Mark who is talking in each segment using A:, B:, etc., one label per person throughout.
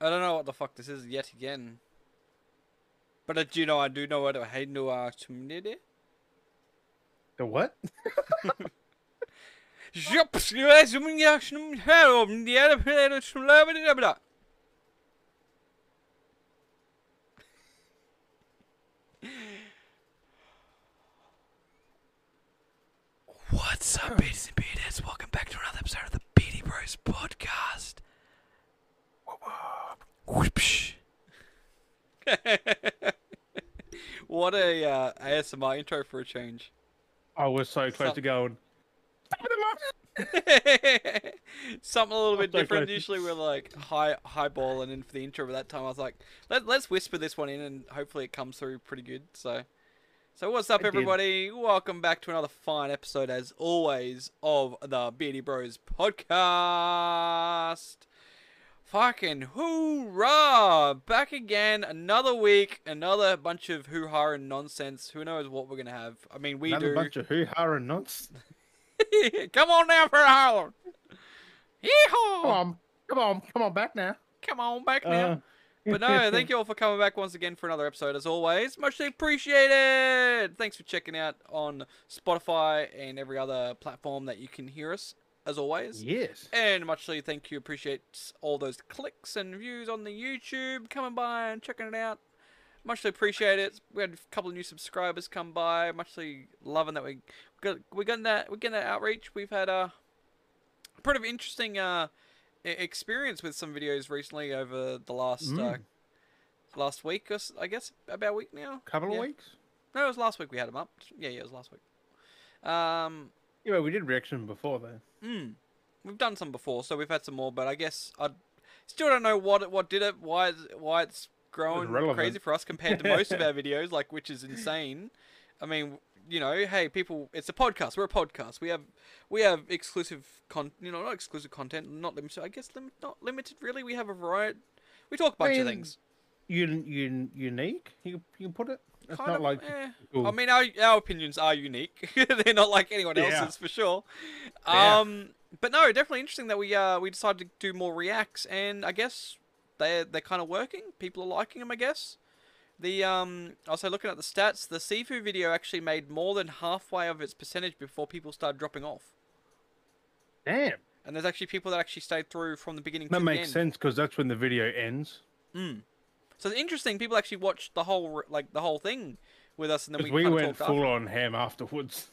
A: I don't know what the fuck this is yet again. But I do know I do know what a Hindu are community.
B: The what?
A: What's up, Beaties and Beaties? Welcome back to another episode of the Beady Bros podcast. Whoopsh. what a uh, ASMR intro for a change.
B: Oh, we're so close
A: Some-
B: to going.
A: Something a little bit
B: so
A: different.
B: close.
A: Usually we're like high highball and in for the intro, but that time I was like, Let, let's whisper this one in and hopefully it comes through pretty good. So, so what's up,
B: It did.
A: everybody? Welcome back to another fine episode, as always, of the Beardy Bros podcast. Fucking hoorah! Back again, another week, another bunch of hoo ha and nonsense. Who knows what we're gonna have? I mean, we
B: Another
A: do.
B: bunch of hoo ha and nonsense.
A: Come on now for a holler.
B: Come
A: Yeehaw!
B: on, come on, come on back now.
A: Come on back now.
B: Oh. Uh,
A: but no, thank you all for coming back once again for another episode, as always. Muchly appreciated. Thanks for checking out on Spotify and every other platform that you can hear us, as always.
B: Yes.
A: And muchly thank you. Appreciate all those clicks and views on the YouTube coming by and checking it out. Muchly appreciate it. We had a couple of new subscribers come by. Muchly loving that we got we got that we are getting that outreach. We've had a pretty of interesting uh e- experience with some videos recently over the last uh,
B: Mm.
A: last week or s- I guess about a week now.
B: Couple of
A: yeah.
B: weeks.
A: No, it was last week we had them up. Yeah, yeah, it was last week. Um,
B: Yeah, we did reaction before though.
A: Mm. We've done some before, so we've had some more, but I guess I still don't know what it, what did it, why is- why it's grown
B: relevant.
A: crazy for us compared to most of our videos, like which is insane. I mean, you know, hey people, it's a podcast. We're a podcast. We have we have exclusive con, you know, not exclusive content, not limited. I guess lim- not limited really. We have a variety. We talk a bunch of
B: mean,
A: things.
B: Un, un, unique. You you can put it. It's
A: Kind
B: not
A: of,
B: like
A: eh.
B: cool.
A: I mean, our, our opinions are unique. They're not like anyone
B: Yeah.
A: else's for sure.
B: Yeah.
A: Um, but no, definitely interesting that we uh we decided to do more reacts, and I guess they are they're kind of working. People are liking them, I guess. The um, also looking at the stats, the Sifu video actually made more than halfway of its percentage before people started dropping off.
B: damn.
A: And there's actually people that actually stayed through from the beginning
B: That
A: to
B: makes
A: the end.
B: sense because that's when the video ends.
A: Mm. So it's interesting. People actually watched the whole re- like the whole thing with us, and then
B: Because
A: we,
B: we,
A: kinda
B: went
A: talked after.
B: full on ham afterwards.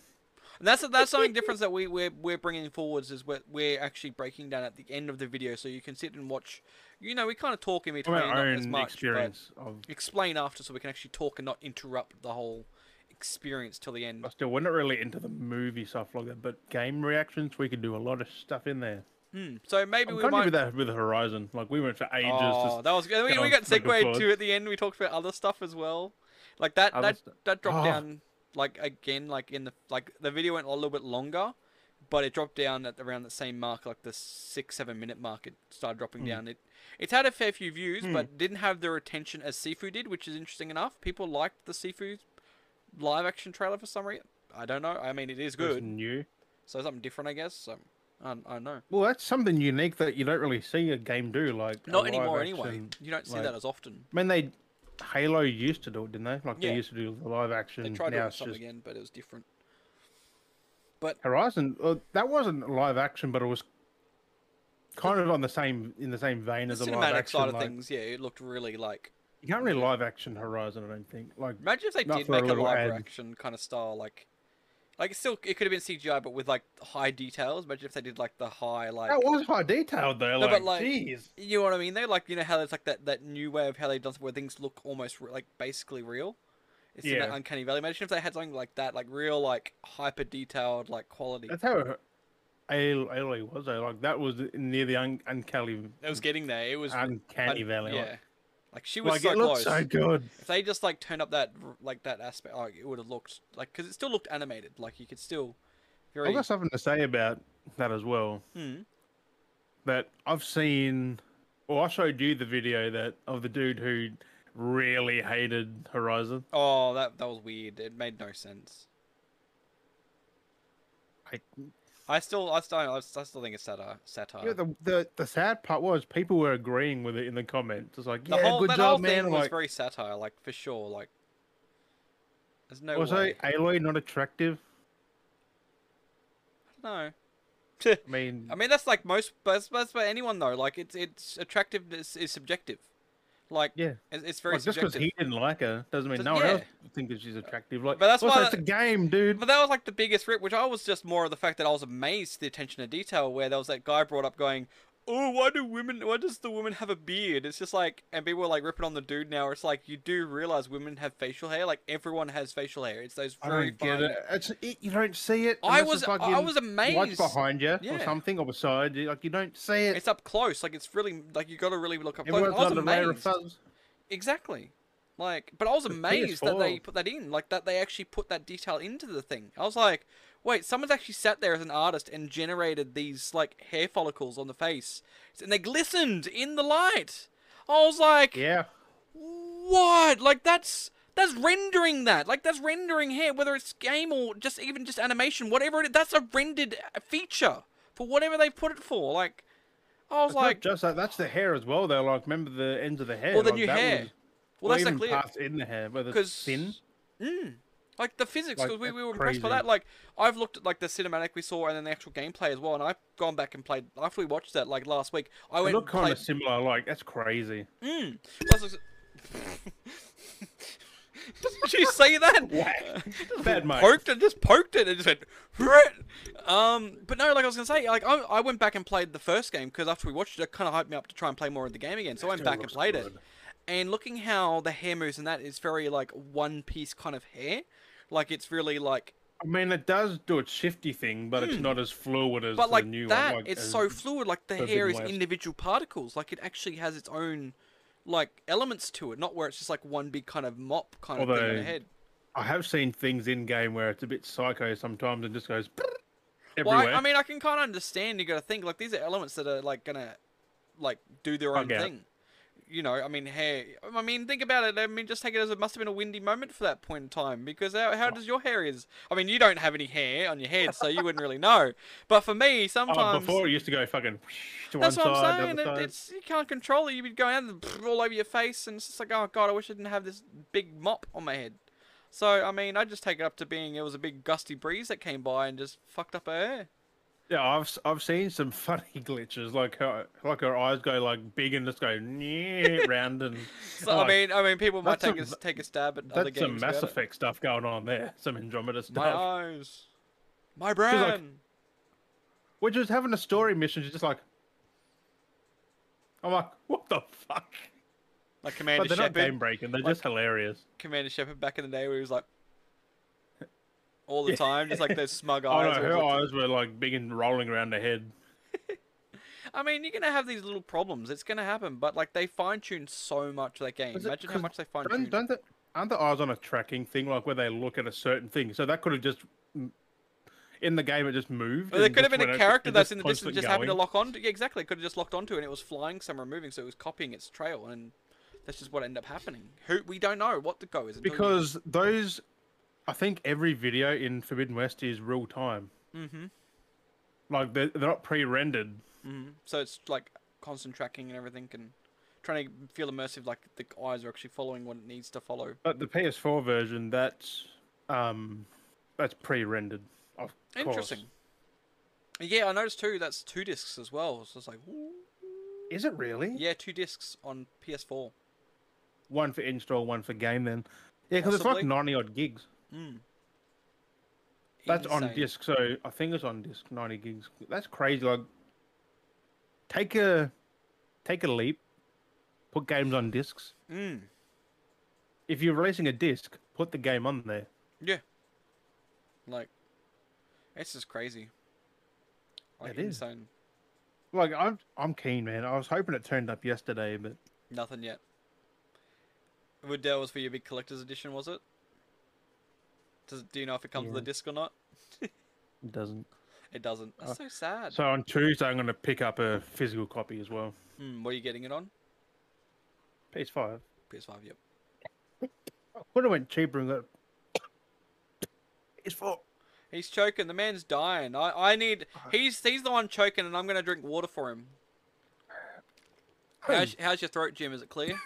A: And that's that's something different that we we're, we're bringing forwards is we're, we're actually breaking down at the end of the video, so you can sit and watch. You know, we kind of talk in between,
B: Our
A: not as
B: own
A: much,
B: experience of.
A: but explain after, so we can actually talk and not interrupt the whole experience till the end.
B: I still, we're not really into the movie stuff like that, but game reactions, we could do a lot of stuff in there.
A: Hmm. So maybe
B: I'm
A: we
B: kind of
A: might.
B: with that with Horizon. Like we went for ages.
A: Oh,
B: just,
A: that was good. We,
B: go
A: we
B: on
A: got
B: back and
A: segued
B: forth.
A: to at the end. We talked about other stuff as well, like that
B: Other
A: that
B: stu-
A: that dropped
B: Oh.
A: down like again like in the like the video went a little bit longer, but it dropped down at around the same mark like the six seven minute mark. It started dropping
B: Hmm.
A: down. It it's had a fair few views, but didn't have the retention as Sifu did, which is interesting enough. People liked the Sifu live action trailer for some reason. I don't know. I mean, it is
B: it was
A: good,
B: new.
A: so something different, I guess. So I, I don't know.
B: Well, that's something unique that you don't really see a game do. Like a
A: Not anymore,
B: live
A: anyway.
B: action-
A: You don't see
B: like-
A: that as often.
B: I mean, they Halo used to do it, didn't they? Like
A: Yeah.
B: they used to do the live action.
A: They tried
B: now
A: doing
B: it's
A: something
B: just
A: again, but it was different.
B: Horizon. Uh, that wasn't live action, but it was kind of on the same in the same vein
A: the
B: as the live
A: cinematic
B: action.
A: side of
B: like,
A: things, yeah, it looked really like.
B: You can't really live action Horizon, I don't think. Like
A: Imagine if they
B: Not
A: did
B: for a
A: make a
B: little
A: live
B: ad.
A: action kind of style, like, like it's still it could have been CGI, but with like high details. Imagine if they did like the high, like,
B: that was high detailed though.
A: No,
B: like,
A: but, like,
B: jeez.
A: you know what I mean? They like you know how there's like that that new way of how they've done stuff where things look almost re- like basically real. It's in that
B: Yeah.
A: uncanny valley. Imagine if they had something like that, like real, like hyper detailed, like quality.
B: That's how Al- Aloy was though. Like that was near the un- uncanny,
A: It was getting there. It was
B: uncanny
A: un-
B: valley.
A: Yeah,
B: Like,
A: like she was
B: like,
A: so
B: it
A: close.
B: looks so good.
A: If they just like turned up that r- like that aspect, like it would have looked like because it still looked animated. Like you could still very.
B: I've got something to say about that as well.
A: Hmm.
B: That I've seen, or I showed you the video that of the dude who really hated Horizon.
A: Oh, that that was weird. It made no sense.
B: Like,
A: I still, I still, I still think it's satire. Satire.
B: Yeah, the, the the sad part was people were agreeing with it in the comments. It's like,
A: the
B: yeah,
A: whole
B: good
A: that
B: job,
A: whole
B: man.
A: thing was
B: Like,
A: very satire, like for sure. Like, there's no
B: also,
A: way.
B: Aloy not attractive.
A: No,
B: I mean,
A: I mean that's like most, that's, that's for anyone though. Like, it's it's attractiveness is subjective. Like,
B: yeah,
A: it's, it's very
B: like, just because
A: subjective.
B: he didn't like her doesn't mean
A: Does-
B: no one
A: yeah.
B: else thinks that she's attractive. Like,
A: But that's
B: also,
A: why
B: it's a
A: that-
B: game, dude.
A: But that was like the biggest rip, which I was just more of the fact that I was amazed at the attention to detail where there was that guy brought up going, Oh, why do women why does the woman have a beard? It's just like and people are like ripping on the dude now, it's like you do realise women have facial hair, like everyone has facial hair. It's those
B: I
A: very
B: don't get
A: fine-
B: it. It's, it. You don't see it.
A: I
B: unless
A: was
B: it's
A: I- I
B: fucking
A: was
B: lights
A: amazed.
B: behind you or
A: Yeah.
B: something or beside you. Like you don't see it.
A: It's up close, like it's really like you gotta really look up close.
B: Everyone's
A: I was
B: under a layer of
A: amazed.
B: fuzz.
A: Exactly. Like, but I was
B: It's
A: amazed that they
B: PS4.
A: put that in, like that they actually put that detail into the thing. I was like, wait, someone's actually sat there as an artist and generated these like hair follicles on the face, and they glistened in the light. I was like,
B: Yeah.
A: what? Like that's that's rendering that. Like that's rendering hair, whether it's game or just even just animation, whatever it is. That's a rendered uh, feature for whatever they put it for. Like, I was
B: It's
A: like,
B: like just that. That's the hair as well, though. Like remember the ends of the hair.
A: well, the
B: like,
A: new
B: that
A: hair.
B: Was,
A: well, that's
B: or
A: the
B: even
A: clear.
B: parts in the hair, whether it's thin.
A: Mm. Like the physics,
B: Like,
A: because we,
B: that's
A: we were impressed by
B: crazy.
A: that. Like I've looked at like the cinematic we saw and then the actual gameplay as well, and I've gone back and played. After we watched that like last week, I
B: They
A: went
B: look
A: and
B: kind
A: played.
B: of similar. Like that's crazy.
A: Mm. Plus it's- Did you say that?
B: Whack. Bad mate.
A: poked it, just poked it, and just went. "Hurrah!" Um, but no, like I was gonna say, like I, I went back and played the first game because after we watched it, it kind of hyped me up to try and play more of the game again. So I went
B: still
A: back and
B: looks
A: played it,
B: good.
A: and looking how the hair moves and that is very like one piece kind of hair, like it's really like,
B: I mean, it does do its shifty thing, but it's not as fluid as
A: Hmm. but
B: the new
A: like that,
B: one. Like,
A: it's
B: as-
A: so fluid. Like the
B: so
A: hair
B: big
A: is
B: waves.
A: individual particles. Like it actually has its own like elements to it, not where it's just like one big kind of mop kind of thing on
B: Although-
A: the head.
B: I have seen things in game where it's a bit psycho sometimes and just goes
A: Well,
B: everywhere.
A: I, I mean, I can kind of understand. You got to think like these are elements that are like gonna, like do their own
B: Bug out.
A: thing. You know, I mean, hey, I mean, think about it. I mean, just take it as it must have been a windy moment for that point in time because how, how does your hair is? I mean, you don't have any hair on your head, so you wouldn't really know. But for me,
B: oh,
A: sometimes
B: before it used to go fucking whoosh to
A: that's
B: one
A: what
B: side,
A: I'm saying.
B: the other
A: It, it's
B: side.
A: you can't control it. You'd be going out and all over your face, and it's just like, oh god, I wish I didn't have this big mop on my head. So I mean, I just take it up to being it was a big gusty breeze that came by and just fucked up her hair.
B: Yeah, I've s- I've seen some funny glitches, like her like her eyes go like big and just go "Nyeh," round and.
A: So, I
B: like,
A: mean, I mean, people might
B: that's
A: take
B: a-
A: a, s- take a stab at other
B: that's
A: games.
B: some Mass
A: about it.
B: Effect stuff going on there, some Andromeda
A: My
B: stuff.
A: eyes, my brand.
B: We're just having a story mission. She's just like, I'm like, what the fuck?
A: Like,
B: But
A: Commander
B: they're not game
A: Shepard.
B: breaking. They're just hilarious.
A: Commander Shepard back in the day, where he was like all the time, just like those smug eyes.
B: Oh no,
A: where
B: her
A: he's like-
B: eyes were like big and rolling around her head.
A: I mean, you're gonna have these little problems. It's gonna happen. But like, they fine tune so much of that game.
B: Was it-
A: Imagine how
B: 'cause
A: much they fine
B: Don't,
A: tune.
B: don't the, aren't the eyes on a tracking thing, like where they look at a certain thing? So that could have just m- in the game it just moved.
A: There
B: and
A: could have
B: just
A: been a
B: went-
A: character
B: it
A: that's
B: just
A: in the distance,
B: constant
A: just happened to
B: going.
A: lock onto. Yeah, exactly. Could have just locked onto it, and it was flying somewhere, and moving, so it was copying its trail, and that's just what ended up happening. Who we don't know what the go is until you-
B: Because those, I think every video in Forbidden West is real time.
A: Mhm.
B: Like they're, they're not pre-rendered.
A: Mm-hmm. So it's like constant tracking and everything, and trying to feel immersive. Like the eyes are actually following what it needs to follow.
B: But the PS4 version, that's um, that's pre-rendered. Of course.
A: Interesting. Yeah, I noticed too. That's two discs as well. So it's like, "Ooh."
B: Is it really?
A: yeah, two discs on PS4.
B: One for install, one for game. Then. Yeah, because it's
A: Possibly.
B: like ninety odd gigs.
A: Mm.
B: That's on
A: Insane.
B: disc, so I think it's on disc, ninety gigs. That's crazy. Like, take a take a leap, put games on discs.
A: Mm.
B: If you're releasing a disc, put the game on there.
A: Like, it's just crazy. Like
B: It is.
A: insane.
B: Like, I'm I'm keen, man. I was hoping it turned up yesterday, but
A: Nothing yet. Would that was for your big collector's edition, was it? Does do you know if it comes with a
B: Yeah.
A: disc or not?
B: it doesn't.
A: It doesn't. That's
B: Uh,
A: so sad.
B: So on Tuesday, I'm going to pick up a physical copy as well.
A: Hmm, what are you getting it on?
B: PS5.
A: PS5. Yep.
B: I could have went cheaper and got. It's for
A: He's choking. The man's dying. I, I need.
B: Uh,
A: He's he's the one choking, and I'm gonna drink water for him. How's, how's your throat, Jim? Is it clear?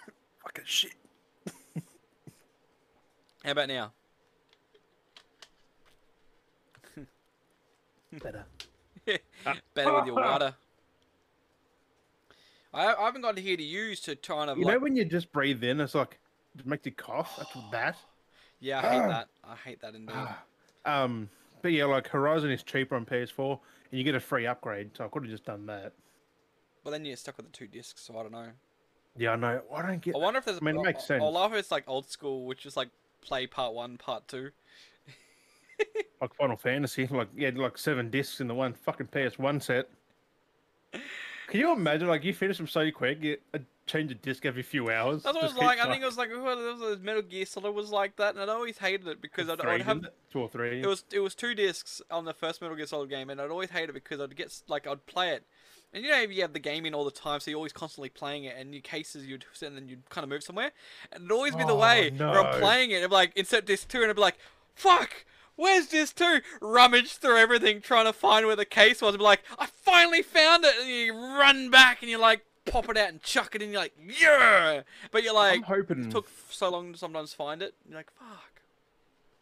C: Fucking shit.
A: How about now?
B: Better.
A: Better with your water. I, I haven't got here to use to kind of
B: You know
A: like.
B: when you just breathe in, it's like it makes you cough. That's that.
A: Yeah, I
B: Ah.
A: hate that. I hate that indeed.
B: Um, but yeah, like Horizon is cheaper on PS4, and you get a free upgrade. So I could have just done that.
A: But then you're stuck with the two discs, so I don't know.
B: Yeah, I know. I don't get.
A: I wonder if there's.
B: I mean, it
A: I'll-
B: makes
A: I'll
B: sense.
A: laugh if it's like old school, which is like play part one, part two.
B: like Final Fantasy, like yeah, like seven discs in the one fucking PS1 set. Can you imagine? Like you finish them so quick, you uh, change a disc every few hours.
A: That's what it
B: just
A: was like.
B: keep
A: I think it was like who was it? Metal Gear Solid was like that, and I'd always hated it because I'd,
B: three,
A: I'd have
B: didn't it? two or three.
A: it was it was two discs on the first Metal Gear Solid game, and I'd always hate it because I'd get s- like I'd play it, and you know you have the game in all the time, so you're always constantly playing it, and your cases you'd sit and then you'd kind of move somewhere, and it'd always be the
B: Oh,
A: way where I'm
B: no.
A: playing it, and like insert disc two, and I'd be like, fuck. Where's disc two? Rummage through everything, trying to find where the case was. and be like, I finally found it, and you run back and you like pop it out and chuck it in. You're like, yeah, but you're like,
B: I'm hoping.
A: it took f- so long to sometimes find it. You're like, fuck.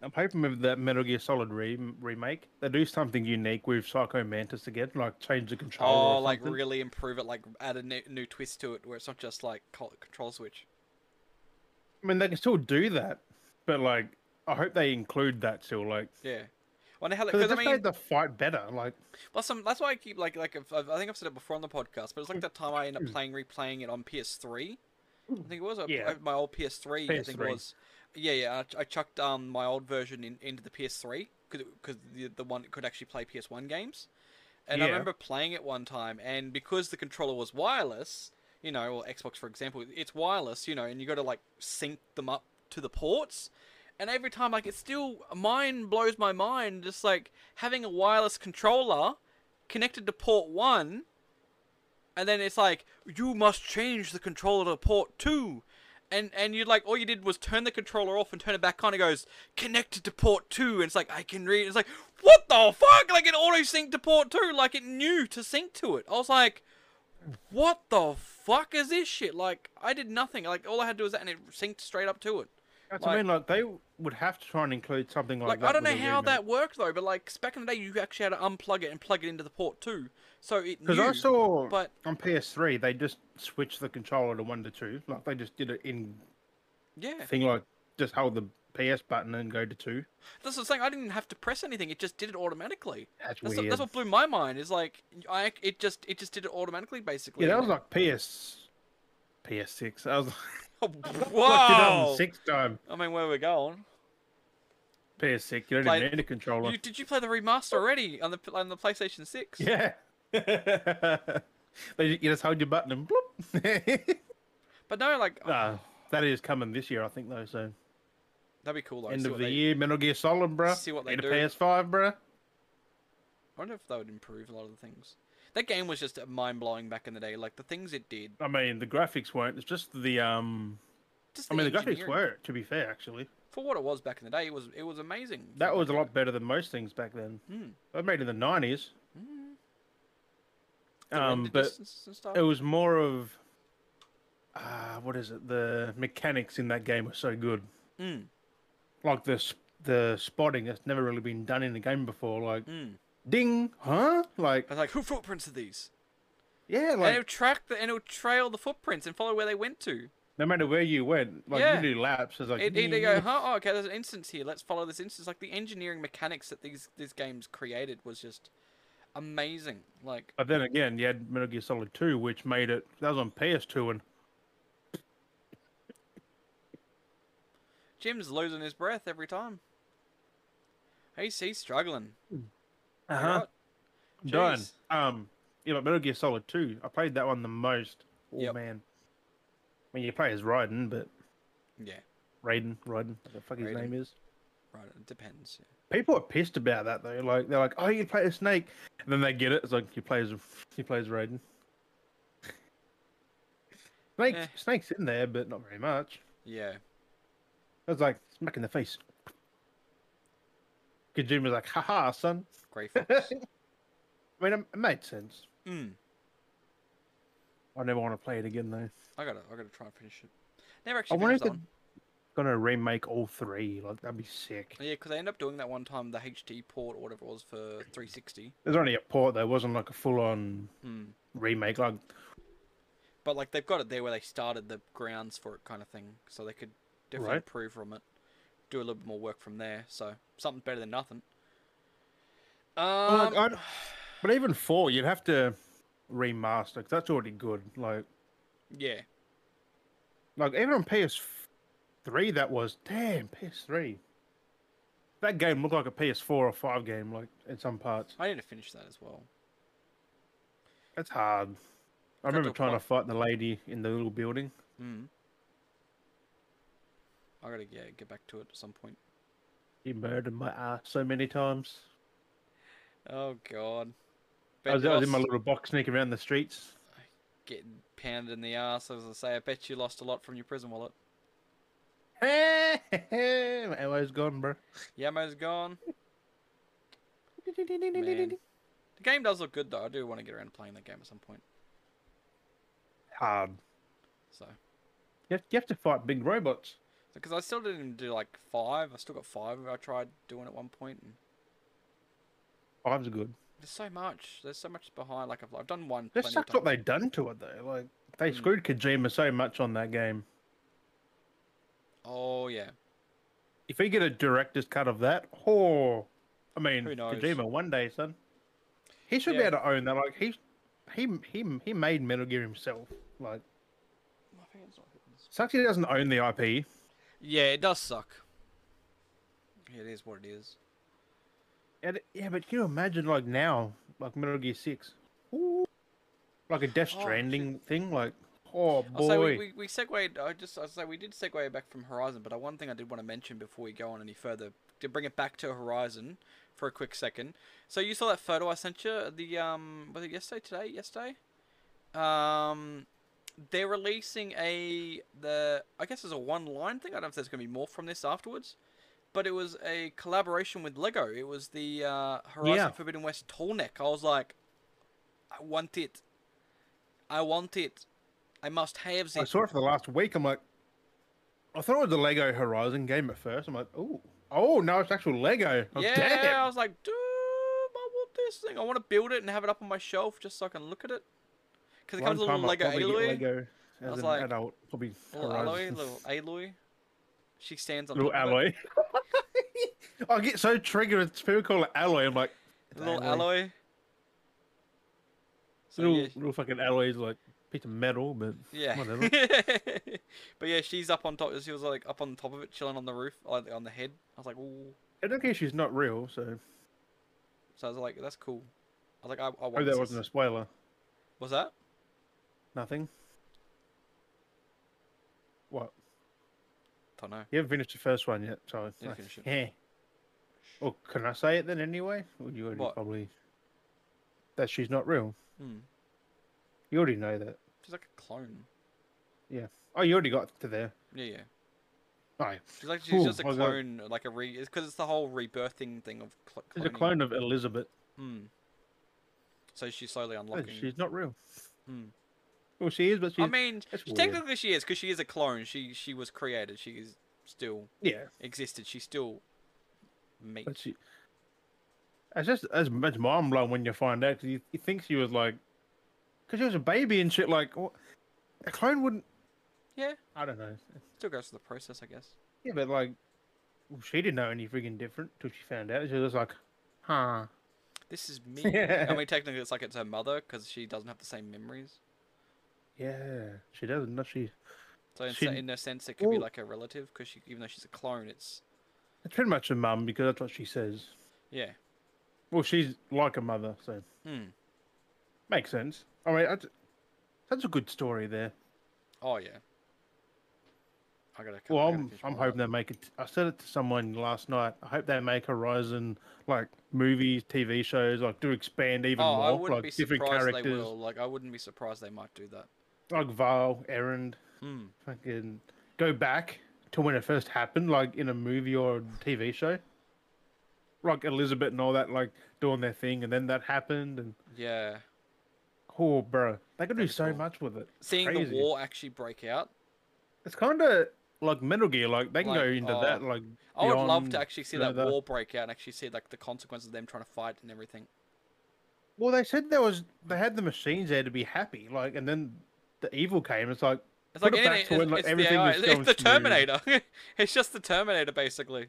B: I'm hoping with that Metal Gear Solid re- remake, they do something unique with Psycho Mantis again, like change the controller.
A: Oh,
B: or
A: like
B: something.
A: really improve it, like add a new, new twist to it, where it's not just like col- control switch.
B: I mean, they can still do that, but like, I hope they include that still. Like,
A: Yeah. Wonder how.
B: because
A: Because
B: they
A: I
B: just
A: mean,
B: made the fight better. Like,
A: Plus, some, that's why I keep like like I've, I've- I think I've said it before on the podcast, but it's like that time I end
B: Hmm.
A: up playing replaying it on PS3. I think it was I-
B: Yeah.
A: I- my old PS3. I think it
B: PS3.
A: was. Yeah, yeah. I, ch- I chucked um my old version in, into the PS3 because the the one that could actually play PS1 games, and I
B: Yeah.
A: remember playing it one time, and because the controller was wireless, you know, or Xbox for example, it's wireless, you know, and you got to like sync them up to the ports. And every time, like, it still mine blows my mind. Just like having a wireless controller connected to port one, and then it's like you must change the controller to port two, and and you like all you did was turn the controller off and turn it back on. It goes connected to port two, and it's like I can read. It's like what the fuck? Like it auto synced to port two, like it knew to sync to it. I was like, what the fuck is this shit? Like I did nothing. Like all I had to do was that, and it synced straight up to it.
B: that's what
A: Like-
B: I mean. Like, they would have to try and include something like,
A: Like
B: that.
A: I don't know
B: with a
A: how
B: remake.
A: that worked though, but like back in the day, you actually had to unplug it and plug it into the port two, so it
B: Because I
A: knew.
B: saw
A: but-
B: on PS3 they just switched the controller to one to two. Like they just did it in
A: yeah,
B: thing like just hold the PS button and go to two.
A: that's the thing. I didn't have to press anything; it just did it automatically.
B: That's,
A: That's,
B: weird.
A: that's what blew my mind. Is like I it just it just did it automatically basically.
B: yeah, that
A: and
B: was like PS PS6. That was like
A: like,
B: wow.
A: wow.
B: 2006 time
A: Oh, I mean, where we're going?
B: PS6. You don't
A: Like,
B: even need a controller.
A: You, did you play the remaster already on the on the PlayStation Six?
B: Yeah. they, you just hold your button and bloop.
A: But no, like oh,
B: nah, that is coming this year, I think, though. So
A: that'd be cool. Though.
B: end
A: see
B: of
A: what
B: the
A: they-
B: year, Metal Gear Solid, bruh.
A: see what they
B: Get
A: do.
B: a PS5, bruh.
A: I wonder if that would improve a lot of the things. That game was just mind blowing back in the day. Like the things it did.
B: I mean, the graphics weren't. It's just the um.
A: Just
B: I mean, the graphics
A: engineering.
B: were. To be fair, actually,
A: for what it was back in the day, it was it was amazing. for
B: that
A: back
B: was a
A: in the
B: lot better than most things back then.
A: day. Mm.
B: I made in the nineties.
A: Hmm. The
B: Um,
A: render
B: but
A: distance and stuff.
B: it was more of. Uh, what is it? The mechanics in that game were so good.
A: Mm.
B: Like the s- the spotting that's never really been done in a game before. Like
A: Mm.
B: ding, huh? Like
A: I was like, who footprints are these?
B: yeah,
A: and it
B: like
A: would track the, and it would trail the footprints and follow where they went to.
B: no matter where you went, like
A: Yeah.
B: you do laps. It's like
A: It
B: "Yeah,
A: either go,
B: yeah."
A: huh? Oh, okay, there's an instance here. Let's follow this instance. Like the engineering mechanics that these these games created was just amazing. Like
B: But then again, you had Metal Gear Solid Two, which made it. That was on PS2, and
A: Jim's losing his breath every time. He's he's struggling.
B: uh
A: Right?
B: Done.
A: Jeez.
B: Um, yeah, but Metal Gear Solid 2, I played that one the most. Oh,
A: Yep.
B: man. I mean, you play as Raiden, but
A: Yeah,
B: Raiden, Raiden, what the fuck his
A: Raiden.
B: name is.
A: right. It depends.
B: People are pissed about that, though. Like, they're like, oh, you play as Snake. And then they get it. It's like, you play as, you play as Raiden. Snake,
A: Eh.
B: Snake's in there, but not very much.
A: Yeah.
B: I was like, smack in the face. Kojima's like, haha, son.
A: Grey
B: I
A: Fox.
B: mean, it- it made sense.
A: mm.
B: I never want to play it again though.
A: I gotta, I gotta try and finish it. Never
B: I
A: actually
B: wonder if
A: finished that
B: they're
A: one.
B: gonna remake all three. Like that'd be sick.
A: Yeah, because they end up doing that one time the HD port or whatever it was for 360.
B: There's only a port though. It wasn't like a full-on
A: Mm.
B: remake. Like
A: But like they've got it there where they started the grounds for it kind of thing, so they could definitely
B: Right.
A: improve from it, do a little bit more work from there. So something better than nothing. Um,
B: Well, like, I'd- but even four, you'd have to remaster. 'cause that's already good. Like,
A: yeah,
B: like even on PS3, that was damn PS3. That game looked like a PS4 or five game. Like in some parts,
A: I need to finish that as well.
B: that's hard.
A: Got
B: I remember
A: to a
B: trying
A: point-
B: to fight the lady in the little building.
A: Mm. I gotta yeah, get back to it at some point.
B: He murdered my ass so many times.
A: Oh god,
B: I was, I was in my
A: Bedros
B: little box sneaking around the streets.
A: getting pounded in the ass. As I say, I bet you lost a lot from your prison wallet.
B: my arrow's gone, bro.
A: Yamo's gone. Man. The game does look good though. I do want to get around to playing that game at some point.
B: Hard.
A: So.
B: You have, you have to fight big robots.
A: Because I still didn't do like five. I still got five. I tried doing at one point. And
B: Five's good.
A: there's so much. There's so much behind. Like I've, I've done one.
B: That
A: plenty of
B: sucks what
A: times.
B: they done to it though. Like they
A: Hmm.
B: screwed Kojima so much on that game.
A: Oh yeah.
B: If we get a director's cut of that, oh, I mean,
A: Who knows?
B: Kojima one day, son, he should
A: Yeah.
B: be able to own that. Like he, he, he, he made Metal Gear himself. Like
A: My finger's not hitting this.
B: sucks he doesn't own the IP.
A: Yeah, it does suck. It is what it is.
B: And it- yeah, but can you imagine like now, like Metal Gear Six, Ooh. like a Death
A: Oh, shit.
B: Stranding thing, like oh
A: I'll say we,
B: boy,
A: we, we segued. I just I say we did segue back from Horizon, but I, one thing I did want to mention before we go on any further to bring it back to Horizon for a quick second. So you saw that photo I sent you the um was it yesterday today yesterday, um they're releasing a the I guess it's a one line thing. I don't know if there's gonna be more from this afterwards, but it was a collaboration with Lego. It was the uh, Horizon
B: Yeah.
A: Forbidden West tall neck. I was like, I want it. I want it. I must have
B: I
A: it.
B: saw it for the last week. I'm like, I thought it was the Lego Horizon game at first. I'm like, oh, oh no, it's actual Lego. I'm
A: yeah, I
B: Oh, damn.
A: was like, dude, I want this thing. I want to build it and have it up on my shelf just so I can look at it. Because it
B: One
A: comes with a
B: time
A: little Lego
B: I'll probably get
A: Aloy.
B: Lego as
A: was
B: an
A: like,
B: adult, probably
A: Little Aloy,
B: Horizon.
A: little Aloy. She stands on
B: little
A: top of it.
B: alloy. I get so triggered. It's people call it alloy. I'm like, it's
A: Little Aloy. So,
B: little,
A: yeah,
B: little fucking alloy is like a piece of metal, but
A: Yeah.
B: whatever.
A: but yeah, she's up on top. She was like up on top of it, chilling on the roof, like on the head. I was like, ooh.
B: I don't care. She's not real, so
A: So I was like, that's cool. I was like, I, I
B: hope
A: want
B: Oh, that
A: this.
B: wasn't a spoiler.
A: Was that?
B: Nothing. What?
A: Don't know.
B: You haven't finished the first one yet, so
A: Didn't finish it.
B: yeah. Well, can I say it then anyway? Or you already
A: What?
B: probably that she's not real.
A: Hmm.
B: You already know that.
A: She's like a clone.
B: Yeah. Oh, you already got to there.
A: Yeah, yeah.
B: Oh,
A: She's like she's
B: Ooh,
A: just a
B: I was like-
A: clone, like a re, because it's the whole rebirthing thing of cl-
B: she's a
A: cloning.
B: clone of Elizabeth.
A: Hmm. So she's slowly
B: No,
A: unlocking.
B: she's not real.
A: Hmm.
B: Well, she is, but she's
A: I mean,
B: that's
A: she-
B: weird.
A: technically she is, because she is a clone. She she was created. She is still
B: yeah.
A: existed. She still me.
B: But she. It's just as much mind blowing when you find out because you, you think she was like, because she was a baby and shit. Like, wha- a clone wouldn't.
A: Yeah.
B: I don't know.
A: Still goes through the process, I guess.
B: Yeah, but like, well, she didn't know any freaking different till she found out. She was just like, huh.
A: This is me. I mean, technically, it's like it's her mother because she doesn't have the same memories.
B: Yeah, she doesn't. No, she.
A: So in,
B: She-
A: se- in a sense, it could be
B: Well-
A: like a relative because she, even though she's a clone, it's
B: It's pretty much a mum because that's what she says.
A: yeah.
B: Well, she's like a mother, so
A: Hmm.
B: makes sense. I mean, that's, that's a good story there.
A: Oh yeah. I gotta.
B: Well,
A: I gotta
B: I'm,
A: finish
B: I'm
A: my
B: hoping they make it. I said it to someone last night. I hope they make Horizon like movies, TV shows, like do expand even
A: oh,
B: more,
A: I wouldn't
B: like
A: be
B: different
A: surprised
B: characters,
A: they will. Like, I wouldn't be surprised they might do that.
B: like Val, Errand,
A: Hmm.
B: fucking go back to when it first happened, like in a movie or a TV show. like Elizabeth and all that, like doing their thing, and then that happened, and
A: Yeah.
B: oh, bro, they could do
A: That'd be
B: so
A: cool.
B: much with it. It's
A: Seeing
B: crazy.
A: the war actually break out.
B: It's kind of like Metal Gear, like they can go
A: Like,
B: into
A: oh,
B: that, like
A: I would love to
B: beyond,
A: actually see
B: you know,
A: that
B: the-
A: war break out and actually see like the consequences of them trying to fight and everything.
B: Well, they said there was they had the machines there to be happy, like, and then the evil came. It's like
A: It's
B: Put
A: like,
B: it back
A: any,
B: to when, like,
A: it's, it's, the,
B: everything
A: AI.
B: was going
A: it's the
B: smooth.
A: Terminator. it's just the Terminator basically.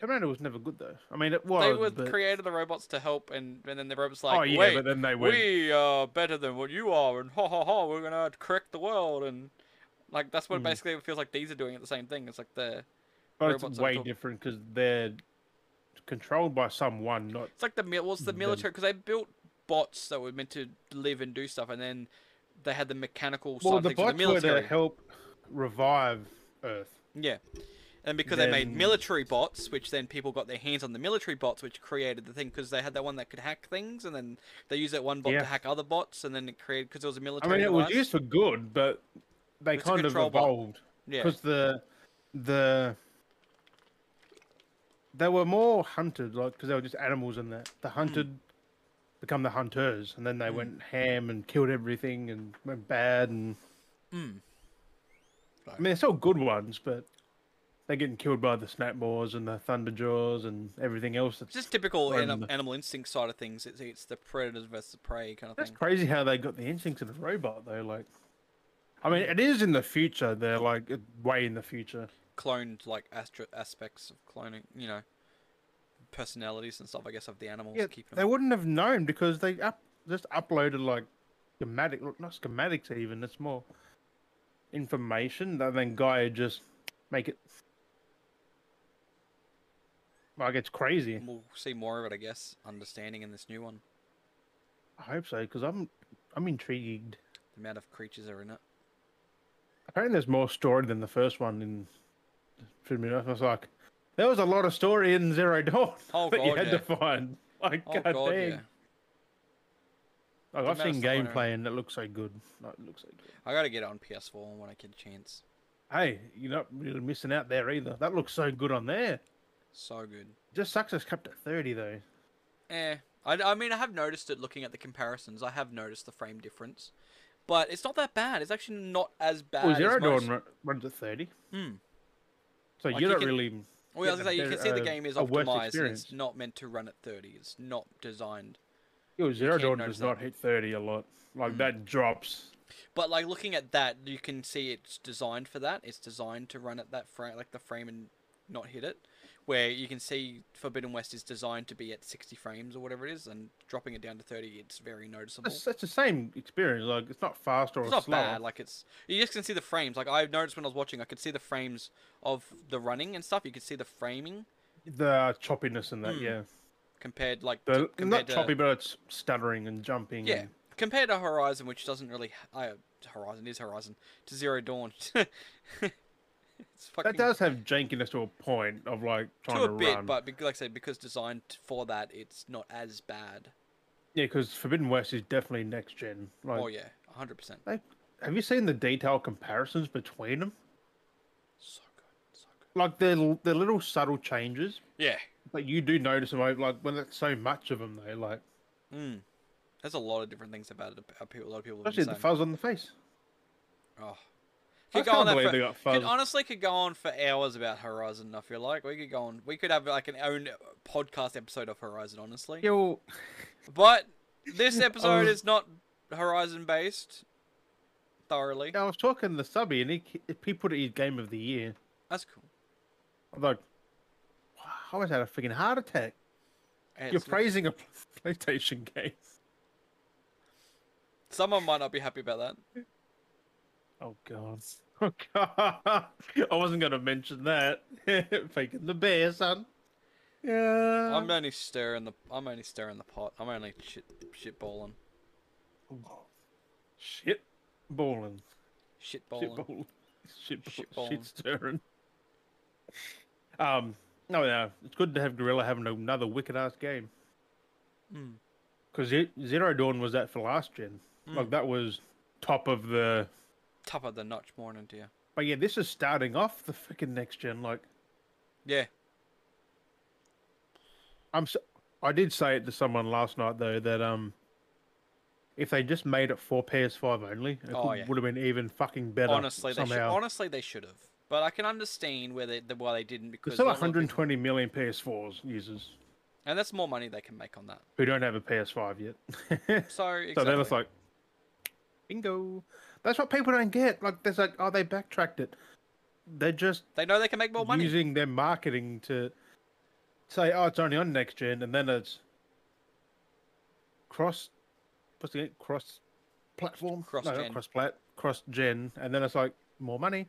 B: Terminator was never good though. I mean, it was.
A: they were
B: but-
A: created the robots to help, and, and then the robots like,
B: oh yeah,
A: wait,
B: but then they went.
A: we are better than what you are, and ha ha ha, we're gonna correct the world, and like that's what
B: Mhm.
A: basically it feels like these are doing at the same thing. It's like the
B: But it's
A: robots are
B: way
A: talk-
B: different because they're controlled by someone, not
A: it's like the mil- what's the
B: Them.
A: military because they built bots that were meant to live and do stuff, and then they had the mechanical side
B: Well,
A: of
B: the
A: things of the
B: bots were
A: military.
B: to help revive Earth.
A: Yeah. And because they made
B: Then-
A: military bots, which then people got their hands on the military bots, which created the thing, because they had that one that could hack things, and then they used that one bot
B: Yeah.
A: to hack other bots, and then it created because it was a
B: I
A: military.
B: mean, it was
A: device.
B: used for good, but they
A: It's a
B: kind of
A: control bot.
B: evolved
A: Yeah,
B: because the the they were more hunted, like because they were just animals, and that
A: Hmm.
B: the hunted become the hunters, and then they
A: Mm.
B: went ham and killed everything and went bad. And
A: Mm.
B: I mean, they're still good ones, but. They're getting killed by the snapmores and the thunderjaws and everything else.
A: it's just typical
B: Run
A: anim-
B: the-
A: animal instinct side of things. It's, it's the predators versus the prey kind of
B: That's
A: thing.
B: crazy how they got the instincts of the robot, though. Like, I mean, it is in the future. They're like it- way in the future.
A: Cloned like astra- aspects of cloning, you know, personalities and stuff. I guess of the animals.
B: Yeah,
A: keeping
B: they
A: them.
B: wouldn't have known because they up, just uploaded like schematic, well, not schematics even. It's more information. And then guy just make it like it's crazy.
A: We'll see more of it, I guess. Understanding in this new one,
B: I hope so because I'm I'm intrigued.
A: the amount of creatures that are in it.
B: Apparently, there's more story than the first one in. I was like, there was a lot of story in Zero Dawn
A: Oh,
B: that you
A: God,
B: had
A: yeah.
B: to find. Like,
A: Oh
B: god,
A: god,
B: dang.
A: yeah.
B: Like,
A: The
B: I've seen
A: amount of story.
B: gameplay and it looks so good. Like, it looks so good.
A: I gotta get it on PS4 when I get a chance.
B: Hey, you're not really missing out there either. That looks so good on there.
A: So good.
B: Just sucks it's kept at 30 though.
A: Eh. I, I mean, I have noticed it looking at the comparisons. I have noticed the frame difference. But it's not that bad. It's actually not as bad.
B: well, Zero
A: as most...
B: Dawn run, runs at thirty,
A: Hmm.
B: so
A: Like,
B: you're
A: you
B: not
A: can-
B: really.
A: Well, I was gonna
B: Yeah,
A: say, you
B: they're,
A: can see the
B: uh,
A: game is
B: a worse
A: optimized. And
B: experience.
A: it's not meant to run at 30. It's not designed.
B: Yo, Zero
A: can't Hmm.
B: Dawn
A: notice
B: does
A: that.
B: not hit thirty a lot. Like that drops.
A: But like looking at that, you can see it's designed for that. It's designed to run at that frame, like the frame, and not hit it. Where you can see Forbidden West is designed to be at 60 frames or whatever it is, and dropping it down to 30, it's very noticeable.
B: That's, that's the same experience. Like it's not fast or
A: It's not
B: slow.
A: bad. Like it's you just can see the frames. Like I noticed when I was watching, I could see the frames of the running and stuff. You could see the framing
B: The choppiness and that,
A: Mm.
B: yeah.
A: compared like
B: The,
A: to,
B: not
A: compared to
B: choppy, but it's stuttering and jumping.
A: yeah
B: and-
A: compared to Horizon, which doesn't really I Horizon is Horizon to Zero Dawn. it's fucking
B: that does have jankiness to a point of like trying
A: to
B: to,
A: a bit,
B: run.
A: but bec- like I said, because designed for that, it's not as bad.
B: Yeah, because Forbidden West is definitely next gen. Like,
A: oh yeah, 100. percent
B: have you seen the detailed comparisons between them?
A: So good, so good.
B: Like the the little subtle changes,
A: Yeah.
B: but you do notice them. Like like, when it's so much of them, though, like
A: Mm. There's a lot of different things about it. about people- A lot of people. have been
B: especially
A: saying.
B: the fuzz on the face.
A: Oh.
B: I
A: Could go
B: can't
A: on that
B: believe
A: for-
B: they got
A: could
B: fuzz.
A: honestly could go on for hours about Horizon. I feel like we could go on. We could have like an own podcast episode of Horizon, honestly.
B: Yeah, well,
A: But this episode
B: Um,
A: is not Horizon based. Thoroughly,
B: I was talking to the subby, and he he put it his game of the year.
A: that's cool.
B: I'm like, wow, I was had a freaking heart attack.
A: And
B: You're
A: it's not-
B: praising a PlayStation game.
A: Someone might not be happy about that.
B: Oh god. Oh god. I wasn't gonna mention that. Faking the bear, son. Yeah.
A: I'm only stirring the. I'm only stirring the pot. I'm only shit shitballing.
B: Oh, Shit balling. Shit
A: Shitballing.
B: balling. Shit,
A: Shit
B: ball-
A: ballin'.
B: shit stirring. Um no no. It's good to have Gorilla having another wicked ass game.
A: Mm.
B: Because Zero Dawn was that for last gen. Like
A: Hmm.
B: that was top of the
A: Top of the notch morning, dear.
B: but yeah, this is starting off the freaking next gen, like
A: Yeah.
B: I'm. s I did say it to someone last night though that um, if they just made it for PS5 only, it
A: Oh,
B: could-
A: yeah.
B: would have been even fucking better.
A: honestly, they should,
B: somehow.
A: honestly they should have. But I can understand where they, the, why they didn't
B: There's
A: because
B: still
A: not a lot of
B: 120 million PS4s users
A: people- and that's more money they can make on that.
B: who don't have a PS5 yet. so
A: So,
B: they're just
A: exactly.
B: like, bingo. That's what people don't get. Like, there's like, oh, they backtracked it. They're just
A: they know they can make more money.
B: using their marketing to say, oh, it's only on next gen, and then it's cross, what's it, cross platform, no,
A: Cross-gen.
B: cross plat, cross gen, and then it's like more money.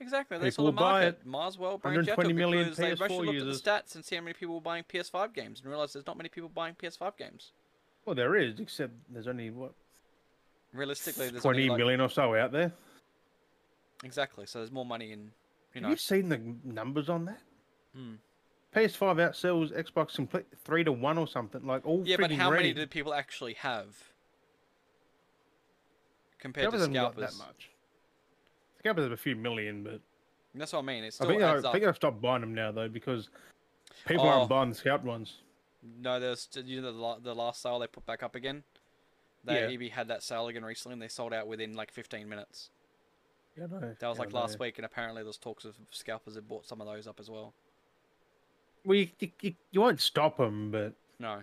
A: Exactly, they
B: People
A: saw the
B: will buy
A: market.
B: it.
A: Might as well branch out to
B: 120
A: it
B: million
A: because they
B: PS4
A: actually looked
B: users.
A: at the stats and see how many people were buying PS5 games and realized there's not many people buying PS5 games.
B: Well, there is, except there's only what
A: Realistically, there's
B: twenty
A: only,
B: million
A: like-
B: or so out there.
A: Exactly, so there's more money in, you know.
B: Have you seen the n- numbers on that?
A: Hmm.
B: PS5 outsells Xbox complete three to one or something. Like all
A: Yeah, but
B: freaking
A: how many
B: ready.
A: do people actually have compared to
B: Scalpers haven't got
A: scalpers?
B: that much. Scalpers have a few million, but
A: And That's what I mean. It
B: I
A: still
B: think, I,
A: adds
B: I
A: up.
B: think uh, I've stopped buying them now though because people
A: Oh.
B: aren't buying the scalped ones.
A: No, there's st- you know the, la- the last sale they put back up again. They
B: Yeah.
A: EB had that sale again recently, and they sold out within like 15 minutes.
B: Yeah, no,
A: That was
B: yeah,
A: like last
B: no.
A: week, and apparently there's talks of scalpers had bought some of those up as well.
B: Well, you, you- you, you won't stop them, but
A: No,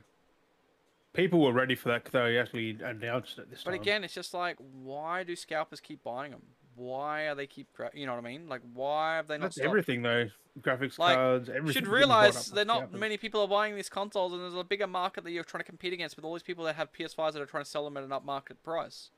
B: people were ready for that because they actually announced it this
A: but
B: time.
A: again, it's just like why do scalpers keep buying them? Why are they keep gra- you know what I mean? Like why have they not?
B: that's
A: stopped?
B: everything though. Graphics
A: Like,
B: cards,
A: You
B: everything.
A: should
B: getting bought
A: realize
B: up by
A: that not
B: scalpers.
A: many people are buying these consoles, and there's a bigger market that you're trying to compete against with all these people that have PS5s that are trying to sell them at an upmarket price.